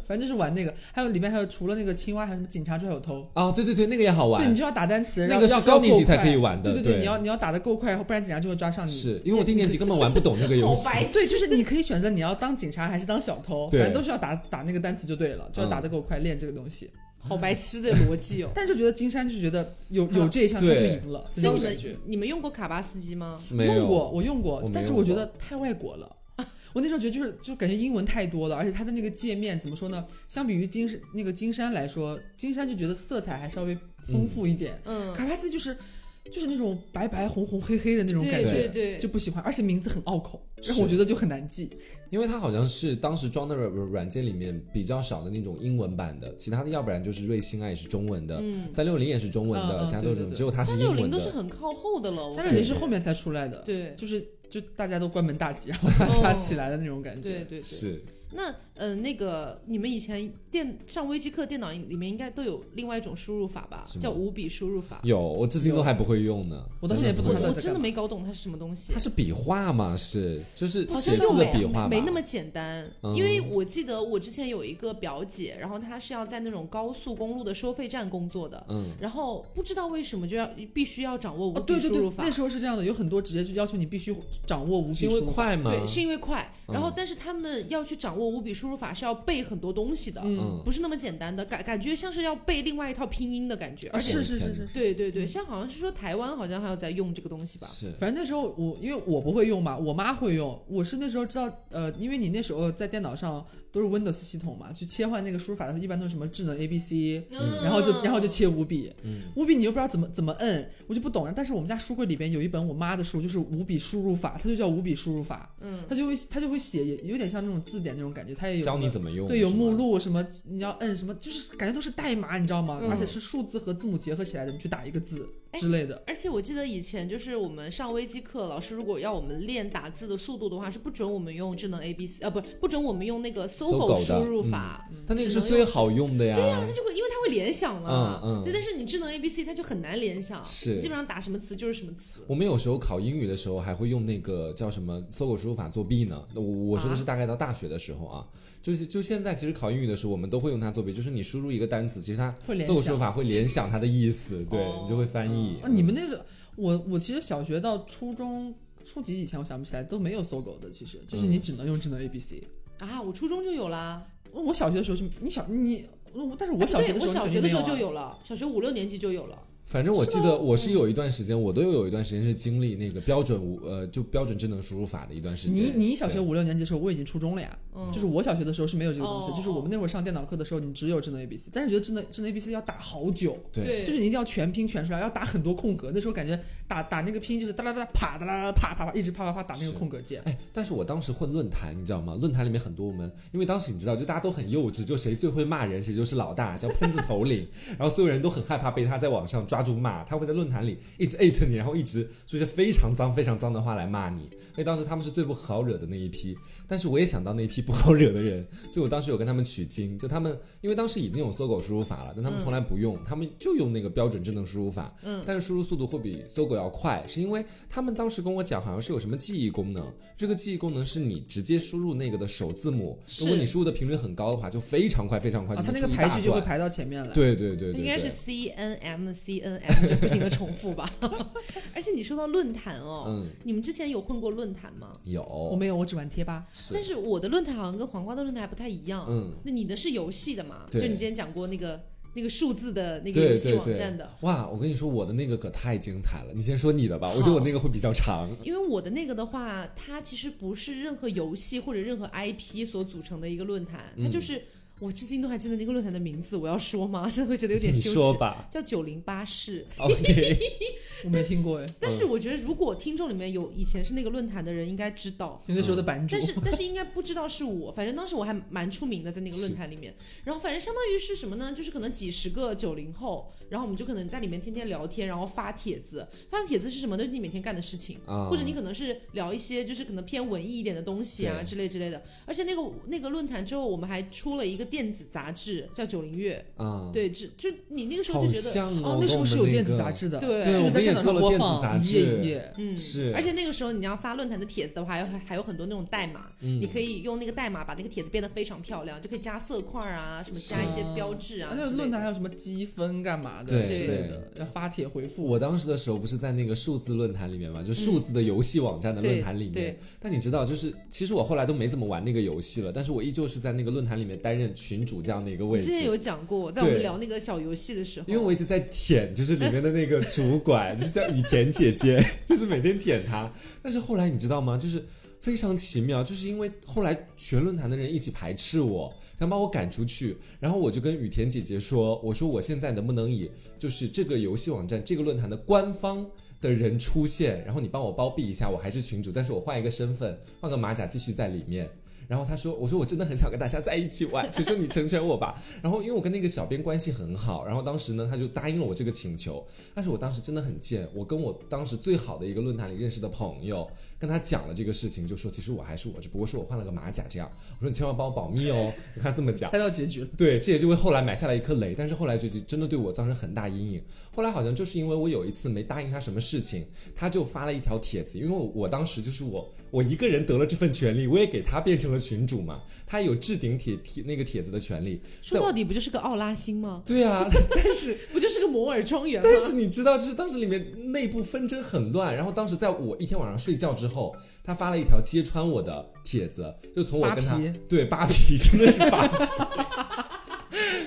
Speaker 3: 反正就是玩那个，还有里面还有除了那个青蛙，还有什么警察抓小偷。
Speaker 2: 啊、对对对，那个也好
Speaker 3: 对，你
Speaker 2: 玩。
Speaker 3: 就要打单词，
Speaker 2: 那
Speaker 3: 然后
Speaker 2: 个是
Speaker 3: 要
Speaker 2: 高年级
Speaker 3: 要够快
Speaker 2: 才可以玩的
Speaker 3: 对
Speaker 2: 对
Speaker 3: 对，你要你要打的够快，然后不然警察就会抓上你。
Speaker 2: 是因为我低年级根本玩不懂那个游戏
Speaker 1: 好，白痴
Speaker 3: 哎对，就是你可以选择你要当警察还是当小偷，
Speaker 2: 对嗯
Speaker 3: 反正都是要打打那个单词就对了，就要打得够快，练这个东西。。
Speaker 1: 好白痴的逻辑哦
Speaker 3: 但就觉得金山就觉得有
Speaker 1: 嗯
Speaker 3: 有 这一项他
Speaker 2: 对
Speaker 3: 就赢了，
Speaker 1: 所以
Speaker 3: 我
Speaker 1: 你
Speaker 3: 感觉
Speaker 1: 们你们用过卡巴斯基吗？
Speaker 2: 没有
Speaker 3: 用过，我用过
Speaker 2: 我没，
Speaker 3: 但是
Speaker 2: 用
Speaker 3: 我觉
Speaker 2: 过
Speaker 3: 得太外国了。 我那时候觉得就是就感觉英文太多了，而且它的那个界面怎么说呢？相比于金山那个金山来说，金山就觉得色彩还稍微丰富一点，
Speaker 1: 嗯，
Speaker 3: 卡巴斯就是就是那种白白红红黑黑的那种感
Speaker 1: 对
Speaker 3: 觉，
Speaker 1: 对对，
Speaker 3: 就不喜欢，而且名字很拗口，然
Speaker 2: 是
Speaker 3: 后我觉得就很难记。
Speaker 2: 因为它好像是当时装的软软件里面比较少的那种英文版的，其他的要不然就是瑞星爱是中文的，
Speaker 1: 嗯
Speaker 2: 三六零也是中文的，
Speaker 3: 嗯嗯
Speaker 2: 加
Speaker 3: 对
Speaker 2: 多
Speaker 3: 对
Speaker 2: 种，
Speaker 3: 对
Speaker 2: 只有它是
Speaker 1: 三
Speaker 2: 英
Speaker 1: 六
Speaker 2: 文的。
Speaker 1: 零都是很靠后的了。我
Speaker 3: 三六零是
Speaker 2: 哦对
Speaker 3: 后面才出来的，
Speaker 1: 对
Speaker 3: 就是就大家都关门大吉，然后把它啊
Speaker 1: 哦
Speaker 3: 起来的那种感觉。
Speaker 1: 对对对，
Speaker 2: 是
Speaker 1: 那呃，那个你们以前电上微机课电脑里面应该都有另外一种输入法吧
Speaker 2: 是，吗
Speaker 1: 叫五笔输入法。
Speaker 2: 有，我至今都还不会用呢。
Speaker 3: 我到现在也不
Speaker 1: 我
Speaker 3: 懂它
Speaker 2: 真的
Speaker 3: 在
Speaker 1: 我
Speaker 2: 会
Speaker 1: 真的
Speaker 3: 干嘛
Speaker 1: 没搞懂它是什么东西
Speaker 2: 它，是笔画吗？是，就是
Speaker 1: 好像
Speaker 2: 写
Speaker 1: 又
Speaker 2: 字的
Speaker 1: 没
Speaker 2: 笔画吧
Speaker 1: 没那么简单。
Speaker 2: 嗯
Speaker 1: 因为我记得我之前有一个表姐，然后她是要在那种高速公路的收费站工作的，
Speaker 2: 嗯，
Speaker 1: 然后不知道为什么就要必须要掌握五
Speaker 3: 哦，
Speaker 1: 笔
Speaker 3: 对对
Speaker 1: 输
Speaker 3: 对
Speaker 1: 入，法。
Speaker 3: 那时候是这样的，有很多直接就要求你必须掌握五笔
Speaker 2: 是
Speaker 3: 输
Speaker 2: 因为
Speaker 3: 入法。
Speaker 2: 快吗？
Speaker 1: 对，是因为快，然后
Speaker 2: 嗯
Speaker 1: 但是他们要去掌握五笔输入法是要背很多东西的，
Speaker 2: 嗯
Speaker 1: 不是那么简单的，感感觉像是要背另外一套拼音的感
Speaker 2: 哦
Speaker 1: 觉，而且
Speaker 3: 是是是是，
Speaker 1: 对对对，像好像是说台湾好像还有在用这个东西吧？
Speaker 2: 是，
Speaker 3: 反正那时候我因为我不会用嘛，我妈会用。我是那时候知道，呃，因为你那时候在电脑上都是 Windows 系统嘛，去切换那个输入法的时候，一般都是什么智能 A B C，
Speaker 1: 嗯
Speaker 3: 然后就然后就切五笔
Speaker 2: 嗯，
Speaker 3: 五笔你又不知道怎么怎么摁，我就不懂。但是我们家书柜里边有一本我妈的书，就是五笔输入法，它就叫五笔输入法，
Speaker 1: 嗯
Speaker 3: 它就会它就会写，也有点像那种字典那种感觉，它也有
Speaker 2: 教你
Speaker 3: 什么
Speaker 2: 怎么用。
Speaker 3: 对，有
Speaker 2: 是吗
Speaker 3: 目。录什么，你要摁什么，就是感觉都是代码，你知道吗？
Speaker 1: 嗯
Speaker 3: 而且是数字和字母结合起来的，你去打一个字
Speaker 1: 哎
Speaker 3: 之类的。
Speaker 1: 而且我记得以前就是我们上微机课，老师如果要我们练打字的速度的话，是不准我们用智能 A B C，呃，不是不准我们用那个搜
Speaker 2: 搜狗
Speaker 1: 狗
Speaker 2: 的嗯
Speaker 1: 输入法，
Speaker 2: 它那个
Speaker 1: 只
Speaker 2: 是
Speaker 1: 能
Speaker 2: 最好用的呀，
Speaker 1: 它就会因为它会联想嘛，
Speaker 2: 嗯嗯
Speaker 1: 对，但是你智能 A B C 它就很难联想，
Speaker 2: 是
Speaker 1: 基本上打什么词就是什么词。
Speaker 2: 我们有时候考英语的时候还会用那个叫什么搜狗输入法作弊呢。我我
Speaker 3: 啊
Speaker 2: 说的是大概到大学的时候啊，就是就现在其实考英语的时候我们都会用它作弊，就是你输入一个单词，其实它
Speaker 3: 会联
Speaker 2: 搜狗输入
Speaker 3: 想
Speaker 2: 法会联想它的意思，对
Speaker 1: 哦
Speaker 2: 你就会翻译。
Speaker 3: 啊，你们那个，我我其实小学到初中初级以前，我想不起来都没有搜狗的，其实就是
Speaker 2: 嗯
Speaker 3: 你只能用智能 A B C。
Speaker 1: 啊，我初中就有啦。
Speaker 3: 我小学的时候是，你小你，我但是我小
Speaker 1: 哎对
Speaker 3: 学的时
Speaker 1: 我
Speaker 3: 候、
Speaker 1: 小学的时
Speaker 3: 啊
Speaker 1: 候就，有啊了，小学五六年级就有了。
Speaker 2: 反正我记得我是有一段时间，我都有一段时间是经历那个标准无呃就标准智能输入法的一段时间。
Speaker 3: 你你小学
Speaker 2: 对
Speaker 3: 五六年级的时候，我已经初中了呀。
Speaker 1: 嗯，
Speaker 3: 就是我小学的时候是没有这个东西，
Speaker 1: 哦
Speaker 3: 就是我们那会儿上电脑课的时候，你只有智能 A B C，但是觉得智能智能 A B C 要打好久，
Speaker 1: 对
Speaker 2: 对
Speaker 3: 就是你一定要全拼全出来，要打很多空格。那时候感觉打打那个拼音就是哒啦哒啦啪哒啦啦啪啪啪，一直啪啪啪打那个空格键。
Speaker 2: 哎，但是我当时混论坛，你知道吗？论坛里面很多我们，因为当时你知道，就大家都很幼稚，就谁最会骂人，谁就是老大，叫喷子头领。然后所有人都很害怕被他在网上抓住骂，他会在论坛里一直艾特你，然后一直说一些非常脏、非常脏的话来骂你。所以当时他们是最不好惹的那一批，但是我也想到那一批不好惹的人，所以我当时有跟他们取经，就他们因为当时已经有搜狗输入法了，但他
Speaker 3: 嗯
Speaker 2: 们从来不用，他们就用那个标准智能输入法，
Speaker 1: 嗯，
Speaker 2: 但是输入速度会比搜狗要快，是因为他们当时跟我讲好像是有什么记忆功能，这个记忆功能是你直接输入那个的首字母，
Speaker 1: 是
Speaker 2: 如果你输入的频率很高的话，就非常快，非常快，
Speaker 3: 啊，
Speaker 2: 就
Speaker 3: 它那
Speaker 2: 能出一
Speaker 3: 个排
Speaker 2: 大
Speaker 3: 序就会
Speaker 2: 段。
Speaker 3: 排到前面来。
Speaker 2: 对对对对对，
Speaker 1: 应该是 C N M C N M 就不停的重复吧。 而且你说到论坛哦，
Speaker 2: 嗯
Speaker 1: 你们之前有混过论坛吗？
Speaker 3: 我
Speaker 2: 有，
Speaker 3: 没有，我只玩贴吧。
Speaker 1: 但
Speaker 2: 是
Speaker 1: 是我的论坛好像跟黄瓜的论坛还不太一样。
Speaker 2: 嗯，
Speaker 1: 那你的是游戏的嘛？就
Speaker 2: 对
Speaker 1: 你之前讲过那个那个数字的那个游
Speaker 2: 对
Speaker 1: 戏
Speaker 2: 对
Speaker 1: 网
Speaker 2: 对
Speaker 1: 站的。，
Speaker 2: 哇，我跟你说我的那个可太精彩了，你先说你的吧，我觉得我那个会比较长。
Speaker 1: 因为我的那个的话，它其实不是任何游戏或者任何 IP 所组成的一个论坛，它
Speaker 2: 嗯
Speaker 1: 就是、我至今都还记得那个论坛的名字，我要说吗？ 真的会觉得有点
Speaker 2: 你
Speaker 1: 羞
Speaker 2: 说
Speaker 1: 耻。
Speaker 2: 吧
Speaker 1: 叫九零八室，
Speaker 2: ，OK，
Speaker 3: 我没听过哎，
Speaker 1: 但
Speaker 2: 嗯
Speaker 1: 是我觉得如果听众里面有以前是那个论坛的人，应该知道。
Speaker 3: 就那时候的版主
Speaker 1: 但。是 但是应该不知道是我，反正当时我还蛮出名的，在那个论坛里 面。然后反正相当于是什么呢？就是可能几十个九零后，然后我们就可能在里面天天聊天，然后发帖子。发的帖子是什么？都是你每天干的事情，
Speaker 2: 啊
Speaker 1: 或者你可能是聊一些就是可能偏文艺一点的东西啊
Speaker 2: 对
Speaker 1: 之类之类的。而且那个那个论坛之后，我们还出了一个电子杂志，叫《九零月》。
Speaker 2: 啊，
Speaker 1: 对，就就你那个时候
Speaker 2: 好
Speaker 1: 就觉得。
Speaker 2: 像
Speaker 3: 哦
Speaker 2: 哦，，
Speaker 3: 那时候是有电子杂
Speaker 2: 志，
Speaker 3: 志的，
Speaker 1: 对
Speaker 3: 就
Speaker 2: 对
Speaker 3: 是
Speaker 2: 我
Speaker 3: 在
Speaker 2: 们也
Speaker 3: 电脑上
Speaker 2: 做了
Speaker 3: 播
Speaker 2: 电子杂
Speaker 3: 放一页
Speaker 2: 志
Speaker 3: 一页。
Speaker 1: 嗯，
Speaker 2: 是
Speaker 1: 而且那个时候你要发论坛的帖子的话，还有还有很多那种代码，
Speaker 2: 嗯
Speaker 1: 你可以用那个代码把那个帖子变得非常漂亮，就可以加色块啊，什么加一些标志啊
Speaker 3: 啊
Speaker 1: 之类
Speaker 3: 那
Speaker 1: 的。
Speaker 3: 个论坛还有什么积分干嘛的
Speaker 2: 对
Speaker 3: 之类
Speaker 2: 对
Speaker 3: 的，要发帖回复。
Speaker 2: 我当时的时候不是在那个数字论坛里面嘛，就数字的游戏网站的论坛里
Speaker 1: 嗯对
Speaker 2: 面。
Speaker 1: 对
Speaker 2: 但你知道，就是其实我后来都没怎么玩那个游戏了，但是我依旧是在那个论坛里面担任群主这样的一个位
Speaker 1: 之前
Speaker 2: 置。
Speaker 1: 有讲过，在我们
Speaker 2: 对
Speaker 1: 聊那个小游戏的时候，
Speaker 2: 因为我一直在舔，就是里面的那个主管，就是叫雨田姐姐， 就是每天舔她。但是后来你知道吗？就是非常奇妙，就是因为后来全论坛的人一起排斥我，想把我赶出去。然后我就跟雨田姐姐说：“我说我现在能不能以就是这个游戏网站这个论坛的官方的人出现，然后你帮我包庇一下，我还是群主，但是我换一个身份，换个马甲继续在里面。”然后他说，我说我真的很想跟大家在一起玩， 求求你成全我吧。然后因为我跟那个小编关系很好，然后当时呢他就答应了我这个请求，但是我当时真的很贱，我跟我当时最好的一个论坛里认识的朋友跟他讲了这个事情，就说其实我还是我，只不过是我换了个马甲这样。我说你千万帮我保密哦， 跟他这么讲。
Speaker 3: 猜到结局了。
Speaker 2: 对，这也就为后来埋下了一颗雷，但是后来就真的对我造成很大阴影。后来好像就是因为我有一次没答应他什么事情，他就发了一条帖子，因为我我当时就是我我一个人得了这份权利，我也给他变成了群主嘛，他有置顶帖帖那个帖子的权利。
Speaker 1: 说
Speaker 2: 在我
Speaker 1: 到底不就是个奥拉星 吗？
Speaker 2: 对啊，但是
Speaker 1: 不就是个摩尔庄园吗？
Speaker 2: 但是你知道，就是当时里面内部纷争很乱，然后当时在我一天晚上睡觉之后，他发了一条揭穿我的帖子，就从我跟他
Speaker 3: 扒皮
Speaker 2: 对扒皮， 真的是扒皮。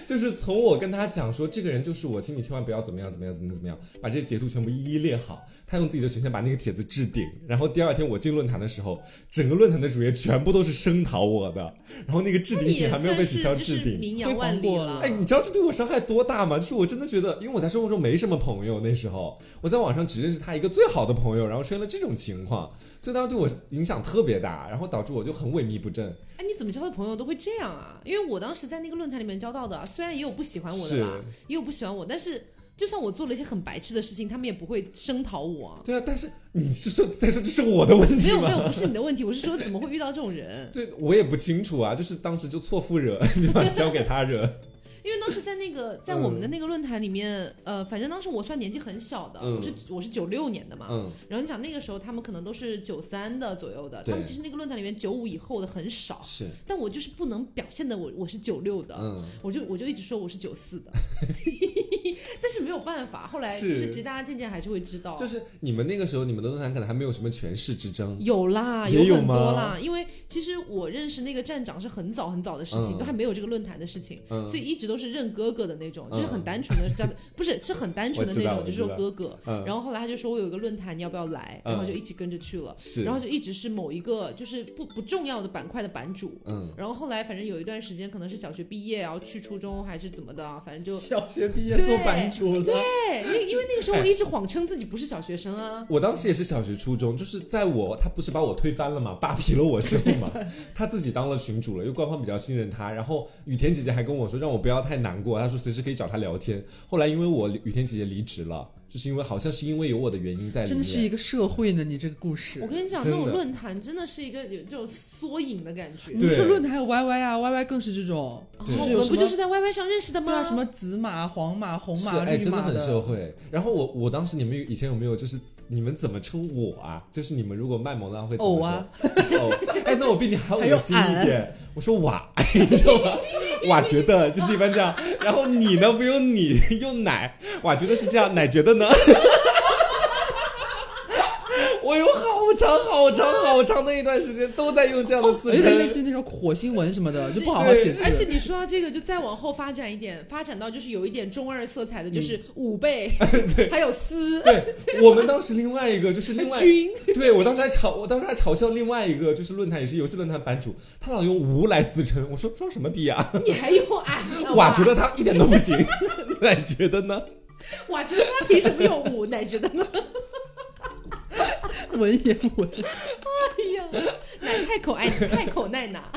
Speaker 2: 就是从我跟他讲说这个人就是我，请你千万不要怎么样怎么样怎么样怎么样，把这些截图全部一一列好。他用自己的权限把那个帖子置顶，然后第二天我进论坛的时候，整个论坛的主页全部都是声讨我的，然后那个置
Speaker 1: 那
Speaker 2: 顶
Speaker 1: 你
Speaker 2: 帖
Speaker 1: 也
Speaker 2: 还没有
Speaker 1: 算
Speaker 2: 被
Speaker 1: 是
Speaker 2: 取消
Speaker 1: 就
Speaker 2: 置
Speaker 1: 是
Speaker 2: 顶，
Speaker 1: 名扬万
Speaker 3: 辉
Speaker 1: 里
Speaker 3: 煌过
Speaker 1: 了。
Speaker 2: 哎，你知道这对我伤害多大吗？就是我真的觉得，因为我在生活中没什么朋友，那时候我在网上只认识他一个最好的朋友，然后出现了这种情况，所以当时对我影响特别大，然后导致我就很萎靡不振。
Speaker 1: 哎，你怎么交的朋友都会这样啊？因为我当时在那个论坛里面交到的，虽然也有不喜欢我的啦，也有不喜欢我，但是就算我做了一些很白痴的事情，他们也不会声讨我啊。
Speaker 2: 对啊，但是你是说在说这是我的问
Speaker 1: 没
Speaker 2: 题
Speaker 1: 有没
Speaker 2: 吗？
Speaker 1: 有，不是你的问题，我是说怎么会遇到这种人？
Speaker 2: 对，我也不清楚啊，就是当时就错付惹，就把交给他 惹。
Speaker 1: 因为当时在那个在我们
Speaker 2: 嗯
Speaker 1: 的那个论坛里面，呃，反正当时我算年纪很小的，
Speaker 2: 嗯
Speaker 1: 我是我是九六年的嘛，
Speaker 2: 嗯，
Speaker 1: 然后你想那个时候他们可能都是九三的左右的，
Speaker 2: 对
Speaker 1: 他们其实那个论坛里面九五以后的很少，
Speaker 2: 是，
Speaker 1: 但我就是不能表现的我我是九六的，
Speaker 2: 嗯，
Speaker 1: 我就我就一直说我是九四 的，但是没有办法，后来就是是其实大家渐渐还是会知道，
Speaker 2: 就是你们那个时候，你们的论坛可能还没有什么权势之争。
Speaker 1: 有啦，
Speaker 2: 也有
Speaker 1: 很
Speaker 2: 吗
Speaker 1: 多啦，因为其实我认识那个站长是很早很早的事情，
Speaker 2: 嗯
Speaker 1: 都还没有这个论坛的事情，
Speaker 2: 嗯
Speaker 1: 所以一直都是认哥哥的那种，就是
Speaker 2: 嗯
Speaker 1: 很单纯的叫，不是是很单纯的
Speaker 2: 我知道
Speaker 1: 那种，就
Speaker 2: 我
Speaker 1: 是
Speaker 2: 知道
Speaker 1: 说哥哥。
Speaker 2: 嗯，
Speaker 1: 然后后来他就说我有一个论坛，你要不要来？
Speaker 2: 嗯
Speaker 1: 然后就一起跟着去了，
Speaker 2: 是，
Speaker 1: 然后就一直是某一个就是不不重要的板块的版主。
Speaker 2: 嗯，
Speaker 1: 然后后来反正有一段时间，可能是小学毕业，然后去初中还是怎么的，啊反正就
Speaker 3: 小学毕业
Speaker 1: 对
Speaker 3: 做版主了，
Speaker 1: 对，那因为那个时候我一直谎称自己不是小学生啊。
Speaker 2: 我当时也是小学初中，就是在我他不是把我推翻了嘛，扒皮了我之后 嘛，他自己当了群主了，因为官方比较信任他。然后雨田姐姐还跟我说，让我不要太难过，她说随时可以找他聊天。后来因为我雨田姐姐离职了，就是因为好像是因为有我的原因在里面。
Speaker 3: 真的是一个社会呢。你这个故事
Speaker 1: 我，跟你讲，
Speaker 2: 真
Speaker 1: 那
Speaker 2: 的
Speaker 1: 种论坛真的是一个有这种缩影的感觉。
Speaker 3: 你
Speaker 2: 对
Speaker 3: 说论坛还有 YY 啊，YY 更是这种，
Speaker 1: 哦
Speaker 2: 对
Speaker 3: 是
Speaker 1: 我
Speaker 3: 有
Speaker 1: 们
Speaker 3: 什
Speaker 1: 不
Speaker 3: 么
Speaker 1: 就是在 YY 上认识的
Speaker 3: 对
Speaker 1: 吗？
Speaker 3: 啊，什么紫马、黄马、红
Speaker 2: 是
Speaker 3: 马、
Speaker 2: 哎，
Speaker 3: 绿
Speaker 2: 真的
Speaker 3: 马
Speaker 2: 很社会。然后我我当时你们以前有没有就是你们怎么称我啊？就是你们如果卖萌的话会怎么
Speaker 3: 偶
Speaker 2: 说？
Speaker 3: 啊，
Speaker 2: 哦， 哎，那我比你还
Speaker 3: 还有
Speaker 2: 恶心一
Speaker 3: 俺
Speaker 2: 点。我说哇， 你知道吗？哇，觉得就是一般这样。然后你呢？不用你， 用奶。哇，觉得是这样，奶觉得 呢？我有好长好长好长的一段时间都在用这样的
Speaker 3: 哦有
Speaker 2: 自
Speaker 3: 点类
Speaker 2: 称。
Speaker 3: 似于那种火星文什么的，就
Speaker 1: 对
Speaker 3: 不好好写字。
Speaker 1: 而且你说到这个，就再往后发展一点，发展到就是有一点中二色彩的，就是五倍，还有丝、
Speaker 2: 对我们当时另外一个就是 另外，
Speaker 1: 君，
Speaker 2: 对我当时还嘲，我当时还嘲笑另外一个就是论坛也是游戏论坛版主，他老用无来自称，我说装什么逼啊？
Speaker 1: 你还有俺呢。
Speaker 2: 哇，觉得他一点都不行，奶觉得呢？
Speaker 1: 哇，觉得他凭什么有五？奶觉得呢？
Speaker 3: 文言文，
Speaker 1: 哎呀，奶太口爱，太口奈哪，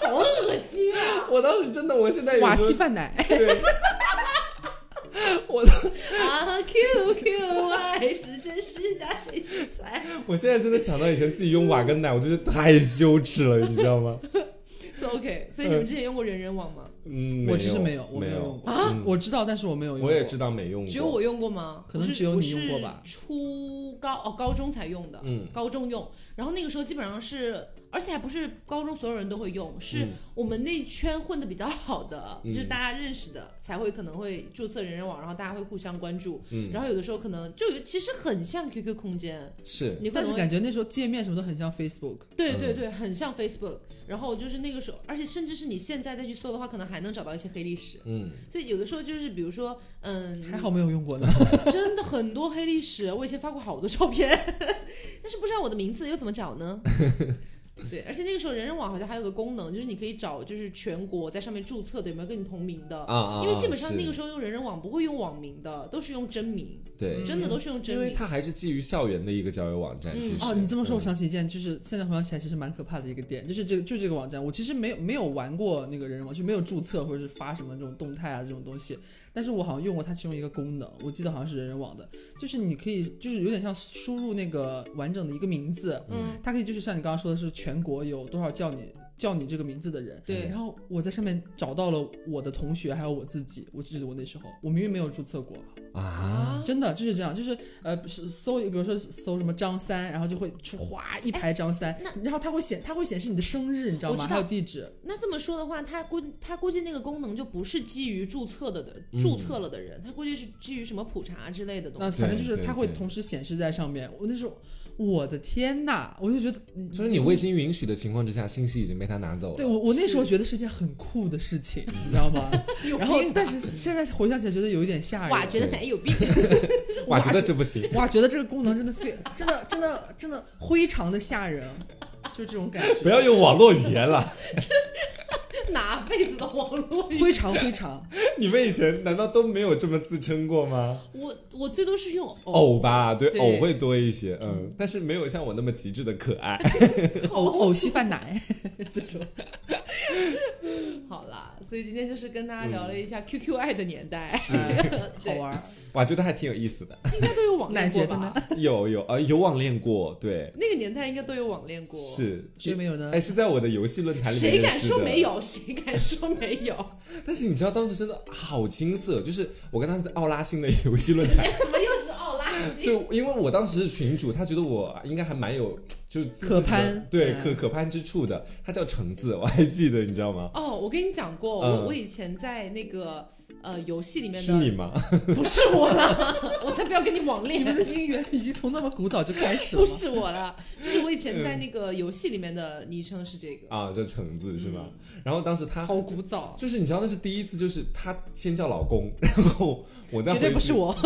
Speaker 1: 好恶心啊！
Speaker 2: 我当时真的，哎我现在有
Speaker 3: 瓦
Speaker 2: 时 候
Speaker 3: 西饭奶，
Speaker 2: 对，我当
Speaker 1: 啊，Q Q 哎爱是真是假谁去猜？
Speaker 2: 我现在真的想到以前自己用瓦跟奶，我就觉得太羞耻了，你知道吗？
Speaker 1: So OK，所以你们之前用过人人网吗？
Speaker 2: 嗯，
Speaker 3: 我其实没
Speaker 2: 有
Speaker 3: 有，，我
Speaker 2: 没
Speaker 3: 有用过
Speaker 2: 有。嗯
Speaker 3: 啊，我知道，但是我没有用过。
Speaker 2: 我也知道没用过，
Speaker 1: 只有我用过吗？
Speaker 3: 可能
Speaker 1: 我是
Speaker 3: 只有你用过吧
Speaker 1: 我是初高哦，高中才用的，
Speaker 2: 嗯
Speaker 1: 高中用。然后那个时候基本上是，而且还不是高中所有人都会用，是
Speaker 2: 嗯
Speaker 1: 我们那圈混的比较好的，
Speaker 2: 嗯
Speaker 1: 就是大家认识的才会可能会注册人人网，然后大家会互相关注。
Speaker 2: 嗯
Speaker 1: 然后有的时候可能就有其实很像 QQ 空间，
Speaker 2: 是
Speaker 1: 你会
Speaker 3: 但是感觉嗯那时候界面什么都很像 Facebook，
Speaker 1: 对对对，很像 Facebook。然后就是那个时候，而且甚至是你现在再去搜的话，可能还能找到一些黑历史。
Speaker 2: 嗯，
Speaker 1: 所以有的时候就是，比如说，嗯，
Speaker 3: 还好没有用过呢。
Speaker 1: 真的很多 黑历史，我以前发过好多照片，但是不知道我的名字又怎么找呢？ 对，而且那个时候人人网好像还有个功能，就是你可以找就是全国在上面注册的有没有跟你同名的，
Speaker 2: 啊啊！
Speaker 1: 哦因为基本上
Speaker 2: 是
Speaker 1: 那个时候用人人网不会用网名的，都是用真名，
Speaker 2: 对，
Speaker 1: 真的都是用真
Speaker 2: 嗯因为
Speaker 1: 名。
Speaker 2: 它还是基于校园的一个交友网站，
Speaker 1: 嗯
Speaker 2: 其实
Speaker 3: 哦，你这么说，我
Speaker 2: 嗯
Speaker 3: 想起一件，就是现在回想起来，其实蛮可怕的一个点，就是这个就这个网站，我其实没有没有玩过那个人人网，就没有注册或者是发什么这种动态啊这种东西，但是我好像用过它其中一个功能，我记得好像是人人网的，就是你可以就是有点像输入那个完整的一个名字，
Speaker 1: 嗯，
Speaker 3: 它可以就是像你刚刚说的是全国有多少叫你叫你这个名字的人，
Speaker 1: 对
Speaker 3: 然后我在上面找到了我的同学还有我自己，我记得我那时候我明明没有注册过，
Speaker 2: 啊，
Speaker 3: 真的就是这样，就是呃，是搜，比如说搜什么张三，然后就会出哗一排张三，然后它会显它会显示你的生日，你知道
Speaker 1: 哎我
Speaker 3: 吗？
Speaker 1: 知道
Speaker 3: 还有地址，
Speaker 1: 那这么说的话，他估他估计那个功能就不是基于注册的的、
Speaker 2: 嗯
Speaker 1: 注册了的人，他估计是基于什么普查之类的东
Speaker 3: 那
Speaker 1: 西。
Speaker 3: 反正就
Speaker 2: 对
Speaker 3: 是它会
Speaker 2: 对
Speaker 3: 同时显示在上面。我那时候，我的天呐，我就觉得，
Speaker 2: 就是你未经允许的情况之下，信息已经被他拿走
Speaker 3: 对
Speaker 2: 了。
Speaker 3: 我我那时候觉得是件很酷的事情，你知道吗？
Speaker 1: 有
Speaker 3: 然后
Speaker 1: 病，吧啊
Speaker 3: 但是现在回想起来觉得有一点
Speaker 2: 哎
Speaker 3: 吓
Speaker 1: 哇，
Speaker 3: 人。
Speaker 1: 觉得男有病，
Speaker 2: 哇，觉得这不行。
Speaker 3: 哇，觉得这个功能真的非真的真的真的非 常的吓人，就这种感觉，
Speaker 2: 不要用网络语言了，
Speaker 1: 哪辈子的网络语？
Speaker 3: 非常非常。
Speaker 2: 你们以前难道都没有这么自称过吗？
Speaker 1: 我我最多是用
Speaker 2: 偶，吧，对，
Speaker 1: 哦对
Speaker 2: 偶会多一些，嗯，但是没有像我那么极致的可爱。
Speaker 3: 偶偶稀饭奶这种。
Speaker 1: 好啦，所以今天就是跟大家聊了一下 QQ 爱的年代，
Speaker 3: 好玩儿，
Speaker 2: 哇，觉得还挺有意思的。
Speaker 1: 应该都有网
Speaker 3: 奶
Speaker 1: 恋
Speaker 3: 觉
Speaker 1: 过
Speaker 3: 得
Speaker 1: 吧
Speaker 3: 呢？？
Speaker 2: 有有呃，有网恋过，对，
Speaker 1: 那个年代应该都有网恋过，
Speaker 2: 是。
Speaker 3: 谁没有呢
Speaker 2: 哎，？是在我的游戏论坛里面
Speaker 1: 谁
Speaker 2: 认
Speaker 1: 敢
Speaker 2: 识的。
Speaker 1: 说没有？谁敢说没有？
Speaker 2: 但是你知道当时真的好青涩，就是我跟他是在奥拉星的游戏论坛
Speaker 1: 怎么又是奥拉西？
Speaker 2: 对，因为我当时是群主，他觉得我应该还蛮有就是自
Speaker 3: 可
Speaker 2: 自己的
Speaker 3: 攀
Speaker 2: 对
Speaker 3: 嗯
Speaker 2: 可可攀之处的。他叫橙子， 我还记得，你知道吗？
Speaker 1: 哦，我跟你讲过，
Speaker 2: 嗯
Speaker 1: 我我以前在那个呃游戏里面
Speaker 2: 是你
Speaker 1: 的，
Speaker 2: 吗？
Speaker 1: 不是我了， 我才不要跟你网
Speaker 3: 你们
Speaker 1: 恋，
Speaker 3: 的姻缘已经从那么古早就开始 了
Speaker 1: 不。是我了，就是我以前在那个游戏里面的昵称是这个，
Speaker 2: 啊，叫橙子是吗？然后当时他
Speaker 1: 嗯好古早，
Speaker 2: 就是你知道那是第一次，就是他先叫老公， 然后我再
Speaker 1: 绝对
Speaker 2: 回
Speaker 1: 不是
Speaker 2: 去，
Speaker 1: 我。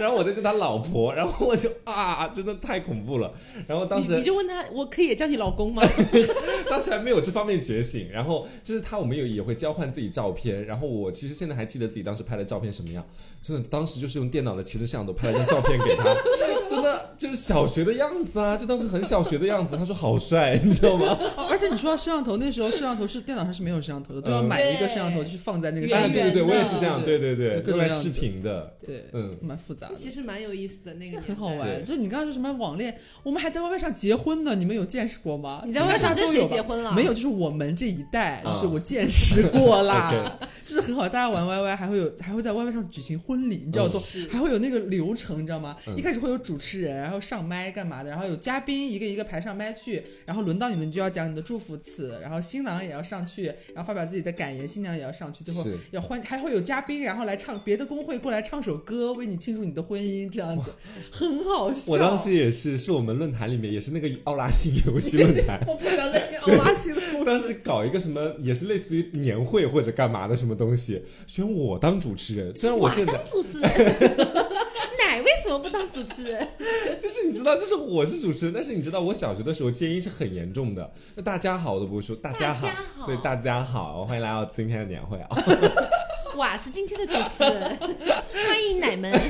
Speaker 2: 然后我再叫他老婆，然后我就啊，真的太恐怖了。然后当时
Speaker 1: 你你就问他，我可以也叫你老公吗？
Speaker 2: 当时还没有这方面觉醒，然后就是他，我们有也会交换自己照片，然后我其实现在还记得自己当时拍的照片什么样，真的当时就是用电脑的前置摄像头拍了张照片给他， 真的就是小学的样子啊，就当时很小学的样子。他说好帅，你知道吗？
Speaker 1: 啊
Speaker 3: 哦而且你说到摄像头，那时候摄像头是电脑上是没有摄像头的，都要
Speaker 2: 嗯
Speaker 3: 买一个
Speaker 1: 对
Speaker 3: 摄像头，就是放在那个上
Speaker 2: 哎，
Speaker 1: 圆
Speaker 3: 面。
Speaker 2: 对对对，
Speaker 1: 圆的
Speaker 2: 我也是这样，对对对，
Speaker 3: 有
Speaker 2: 用
Speaker 3: 各种
Speaker 2: 来
Speaker 3: 样子
Speaker 2: 视频的，
Speaker 3: 对
Speaker 2: 嗯
Speaker 3: 蛮复杂的，
Speaker 1: 其实蛮有意思的那个，
Speaker 3: 很好。
Speaker 2: 对
Speaker 3: 玩。就是你刚刚说什么网恋，我们还在外面上结婚呢，你们有见识过吗？
Speaker 1: 你在外上跟谁结婚了？
Speaker 3: 没有，就是我们这一代，
Speaker 2: 啊
Speaker 3: 就是我见识过啦
Speaker 2: OK，
Speaker 3: 就是很好，大家玩 YY 还会有，还会在 YY 上举行婚礼，你知道多，
Speaker 1: 是
Speaker 3: 还会有那个流程，你知道吗？
Speaker 2: 嗯
Speaker 3: 一开始会有主持人，然后上麦干嘛的，然后有嘉宾一个一个排上麦去，然后轮到你们就要讲你的祝福词，然后新郎也要上去，然后发表自己的感言，新娘也要上去，最后
Speaker 2: 是
Speaker 3: 要欢，还会有嘉宾，然后来唱别的工会过来唱首歌，为你庆祝你的婚姻，这样子很好笑。
Speaker 2: 我当时也是，是我们论坛里面也是那个奥拉星游戏论坛
Speaker 3: 。我不 想再听欧巴西的故事。
Speaker 2: 当时搞一个什么，也是类似于年会或者干嘛的什么东西，选我当主持人。虽然我现在
Speaker 1: 当主持人， 奶为什么不当主持人？
Speaker 2: 就是你知道，就是我是主持人，但是你知道我小学的时候戒烟是很严重的。那大家好，我都不会说大家好，
Speaker 1: 大家好
Speaker 2: 对大家好，欢迎来到今天的年会啊！
Speaker 1: 我是今天的主持人，欢迎奶们。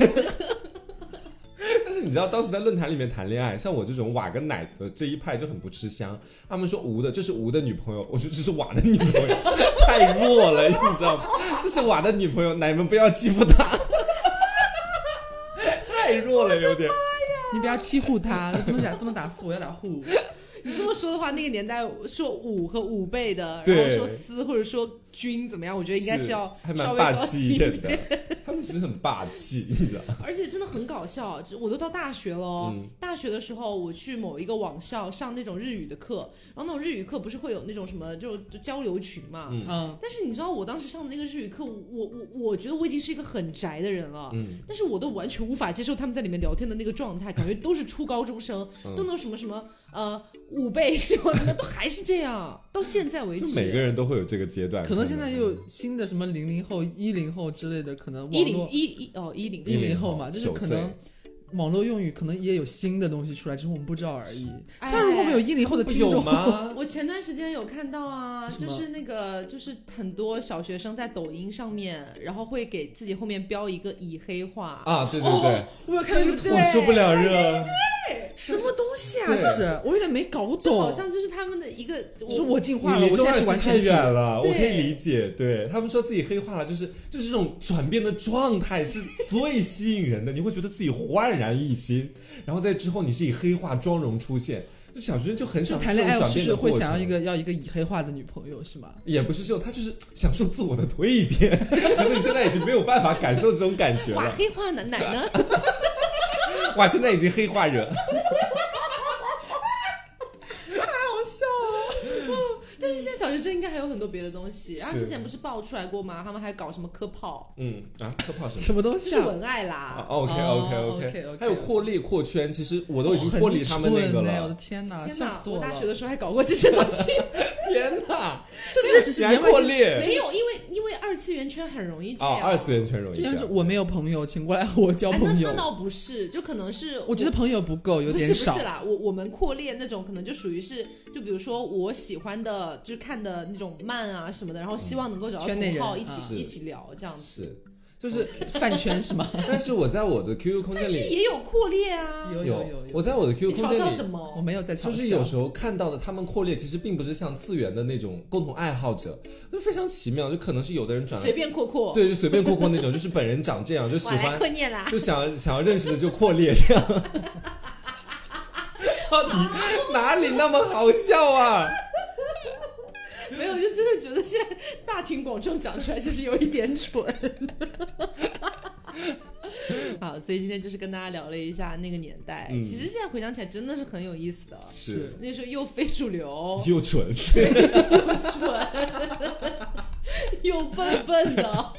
Speaker 2: 但是你知道，当时在论坛里面谈恋爱，像我这种瓦跟奶的这一派就很不吃香。他们说吴的这是吴的女朋友，我说这是瓦的女朋友， 太弱了，你知道吗？这是瓦的女朋友，奶们不要欺负她， 太弱了有点。
Speaker 3: 你不要欺负他，不能打不能打负，要打护。
Speaker 1: 你这么说的话，那个年代说五和五倍的，然后
Speaker 2: 对
Speaker 1: 说司或者说君怎么样，我觉得应该
Speaker 2: 是
Speaker 1: 要
Speaker 2: 还
Speaker 1: 稍
Speaker 2: 蛮
Speaker 1: 微
Speaker 2: 霸
Speaker 1: 高
Speaker 2: 气
Speaker 1: 级
Speaker 2: 一点的，他们其实很霸气，你知道吗？
Speaker 1: 而且真的很搞笑，就我都到大学了哦、
Speaker 2: 嗯
Speaker 1: 大学的时候，我去某一个网校上那种日语的课，然后那种日语课不是会有那种什么就就交流群嘛、
Speaker 2: 嗯
Speaker 3: 嗯，
Speaker 1: 但是你知道我当时上的那个日语课，我我我觉得我已经是一个很宅的人了。
Speaker 2: 嗯，
Speaker 1: 但是我都完全无法接受他们在里面聊天的那个状态，感觉都是初高中生，
Speaker 2: 嗯
Speaker 1: 都能什么什么呃五倍什么的，都还是这样，到现在为止
Speaker 2: 就。每个人都会有这个阶段，
Speaker 3: 可能现在又有新的什么零零后、一零后之类的，可能
Speaker 1: 一
Speaker 3: 网
Speaker 1: 零
Speaker 3: 络
Speaker 1: 一一哦一零
Speaker 2: 10
Speaker 3: 零后嘛，
Speaker 2: 10
Speaker 3: 就是可能网络用语可能也有新的东西出来，只是我们不知道而已。
Speaker 1: 哎
Speaker 3: 像如果我们有一零后的听
Speaker 2: 有
Speaker 3: 众，
Speaker 2: 吗？
Speaker 1: 我前段时间有看到啊，
Speaker 3: 什么
Speaker 1: 就是那个，就是很多小学生在抖音上面，然后会给自己后面标一个已黑化，
Speaker 2: 啊，对对对，
Speaker 3: 我有看到一
Speaker 1: 对
Speaker 3: 个
Speaker 1: 不，
Speaker 3: 图
Speaker 1: 对
Speaker 2: 我受不了热，
Speaker 3: 什么东西啊？
Speaker 2: 对
Speaker 3: 这是我有点没搞
Speaker 1: 这
Speaker 3: 懂，
Speaker 1: 好像就是他们的一个，
Speaker 3: 就是我进化了，
Speaker 2: 你离
Speaker 3: 我
Speaker 2: 周
Speaker 3: 现
Speaker 2: 二
Speaker 3: 在是
Speaker 2: 奇
Speaker 3: 完
Speaker 2: 太
Speaker 3: 全
Speaker 2: 远了，
Speaker 1: 对
Speaker 2: 我可以理解。对他们说自己黑化了，就是就是这种转变的状态是最吸引人的，你会觉得自己焕然一新，然后在之后你是以黑化妆容出现，就小学生就很
Speaker 3: 就
Speaker 2: 想
Speaker 3: 谈恋
Speaker 2: 这
Speaker 3: 爱
Speaker 2: 种转
Speaker 3: 是
Speaker 2: 变
Speaker 3: 不是
Speaker 2: 的
Speaker 3: 会
Speaker 2: 过
Speaker 3: 想要一
Speaker 2: 程。
Speaker 3: 个要一个已黑化的女朋友是吗？
Speaker 2: 也不是这种，他就是享受自我的蜕变。 可能你现在已经没有办法感受这种感觉
Speaker 1: 哇
Speaker 2: 了，
Speaker 1: 黑化男奶呢？
Speaker 2: 哇，现在已经黑化人，
Speaker 1: 但是现在小学生应该还有很多别的东西，然后
Speaker 2: 是
Speaker 1: 之前不是爆出来过吗？他们还搞什么科炮，
Speaker 2: 嗯啊，可怕什么？
Speaker 3: 什么东
Speaker 1: 就
Speaker 3: 西
Speaker 1: 是
Speaker 3: 啊？
Speaker 1: 文爱啦。
Speaker 2: OK OK
Speaker 3: 哦
Speaker 2: OK，
Speaker 3: OK，OK，OK
Speaker 2: 还有扩列扩圈，其实我
Speaker 3: 我
Speaker 2: 都已经脱离他们那个
Speaker 3: 我的
Speaker 2: 了。
Speaker 3: 哦天哪，
Speaker 1: 天
Speaker 3: 吓
Speaker 1: 哪！
Speaker 3: 死
Speaker 1: 我
Speaker 3: 我
Speaker 1: 大
Speaker 3: 了！
Speaker 1: 学的时候还搞过这些东 西，
Speaker 2: 天哪，
Speaker 3: 这只是只 是
Speaker 2: 你还
Speaker 3: 言外
Speaker 2: 扩
Speaker 3: 之意
Speaker 2: 列
Speaker 1: 没有，因为因为二次元圈很容易这
Speaker 2: 啊
Speaker 3: 哦
Speaker 1: 样。？
Speaker 2: 二次元圈容易
Speaker 3: 就
Speaker 2: 这
Speaker 3: 像
Speaker 2: 样
Speaker 3: 是。我没有朋友，请过来和我交
Speaker 1: 哎，
Speaker 3: 朋
Speaker 1: 那
Speaker 3: 友
Speaker 1: 那。倒不是，就可能是
Speaker 3: 我觉得朋友不够，有
Speaker 1: 不是
Speaker 3: 点
Speaker 1: 不
Speaker 3: 少
Speaker 1: 是。啦，我我们扩列那种可能就属于是，就比如说我喜欢的，就是看的那种漫啊什么的，然后希望能够找到
Speaker 3: 嗯圈内
Speaker 1: 同
Speaker 3: 人
Speaker 1: 好一
Speaker 2: 啊
Speaker 1: 起一起聊这样子。
Speaker 2: 是，就是，
Speaker 3: 饭圈是 吗？
Speaker 2: 但是我在我的 QQ 空间
Speaker 1: 但是
Speaker 2: 里
Speaker 1: 也有扩列啊，
Speaker 3: 有有有
Speaker 2: 我
Speaker 3: 有，
Speaker 2: 在我的
Speaker 1: 你
Speaker 2: QQ 空
Speaker 1: 嘲笑
Speaker 2: 间
Speaker 1: 什
Speaker 2: 里。
Speaker 3: 我
Speaker 1: 么？
Speaker 3: 没有在嘲笑。
Speaker 2: 就是有时候看到的，他们扩列其实并不是像次元的那种共同爱好者，就非常奇妙，就可能是有的人转
Speaker 1: 随
Speaker 2: 来，
Speaker 1: 便扩扩，
Speaker 2: 对，就随便扩扩那种，就是本人长这样，就喜
Speaker 1: 我来
Speaker 2: 欢，
Speaker 1: 扩列啦。
Speaker 2: 就想 想要认识的就扩列这样。到底哪里那么好笑啊？
Speaker 1: 没有，就真的觉得现在大庭广众讲出来，就是有一点蠢。 好，所以今天就是跟大家聊了一下那个年代，
Speaker 2: 嗯
Speaker 1: 其实现在回想起来真的是很有意思的。
Speaker 2: 是
Speaker 1: 那时候又非主 流，
Speaker 2: 又蠢，
Speaker 1: 蠢，又笨笨的，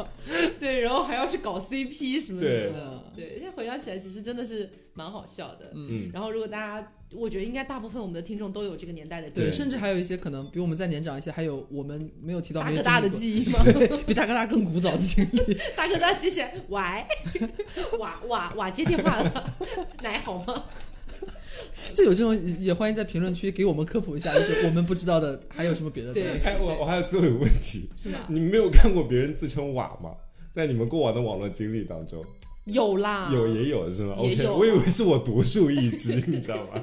Speaker 1: 对，然后还要去搞 CP 什么什么的，对，现在回想起来其实真的是蛮好笑的。
Speaker 2: 嗯，
Speaker 1: 然后如果大家，我觉得应该大部分我们的听众都有这个年代的记
Speaker 3: 对，
Speaker 2: 对
Speaker 1: 忆，
Speaker 3: 甚至还有一些可能比我们再年长一些，还有我们没有提到
Speaker 1: 大
Speaker 3: 没有
Speaker 1: 哥大的
Speaker 3: 经历
Speaker 1: 记
Speaker 3: 过
Speaker 1: 忆吗？
Speaker 3: 对，比大哥大更古早的经历。
Speaker 1: 大哥大接起来，喂， 哇哇哇接电话了，奶好吗？
Speaker 3: 就有这种，也欢迎在评论区给我们科普一下，就是我们不知道的还有什么别的东
Speaker 1: 对
Speaker 3: 西。
Speaker 2: 哎，我我还有最后一个问题，
Speaker 1: 是吗？
Speaker 2: 你们没有看过别人自称瓦吗？在你们过往的网络经历当中，
Speaker 1: 有啦，
Speaker 2: 有啊也有啊是吗
Speaker 1: 也
Speaker 2: ？OK，
Speaker 1: 有
Speaker 2: 我以为是我独树一帜，你知道吗？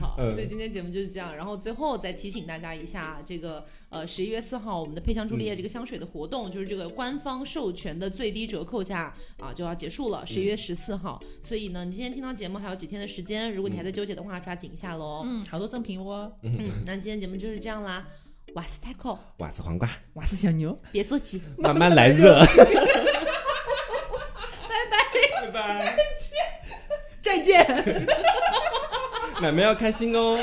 Speaker 1: 好，
Speaker 2: 嗯
Speaker 1: 所以今天节目就是这样。然后最后再提醒大家一下，这个呃十一月四号我们的配香朱丽
Speaker 2: 嗯
Speaker 1: 叶这个香水的活动，就是这个官方授权的最低折扣价啊就要结束了，十一月十四号。所以呢，你今天听到节目还有几天的时间，如果你还
Speaker 2: 嗯
Speaker 1: 在纠结的话，抓紧一下喽。
Speaker 3: 嗯，好多赠品哦。
Speaker 1: 嗯，那今天节目就是这样啦。瓦斯 taco，
Speaker 2: 瓦斯黄瓜，
Speaker 3: 哇塞，小牛。
Speaker 1: 别做急。
Speaker 2: 慢慢来热。 拜拜拜拜，
Speaker 1: 再见。
Speaker 2: 奶妹要开心哦。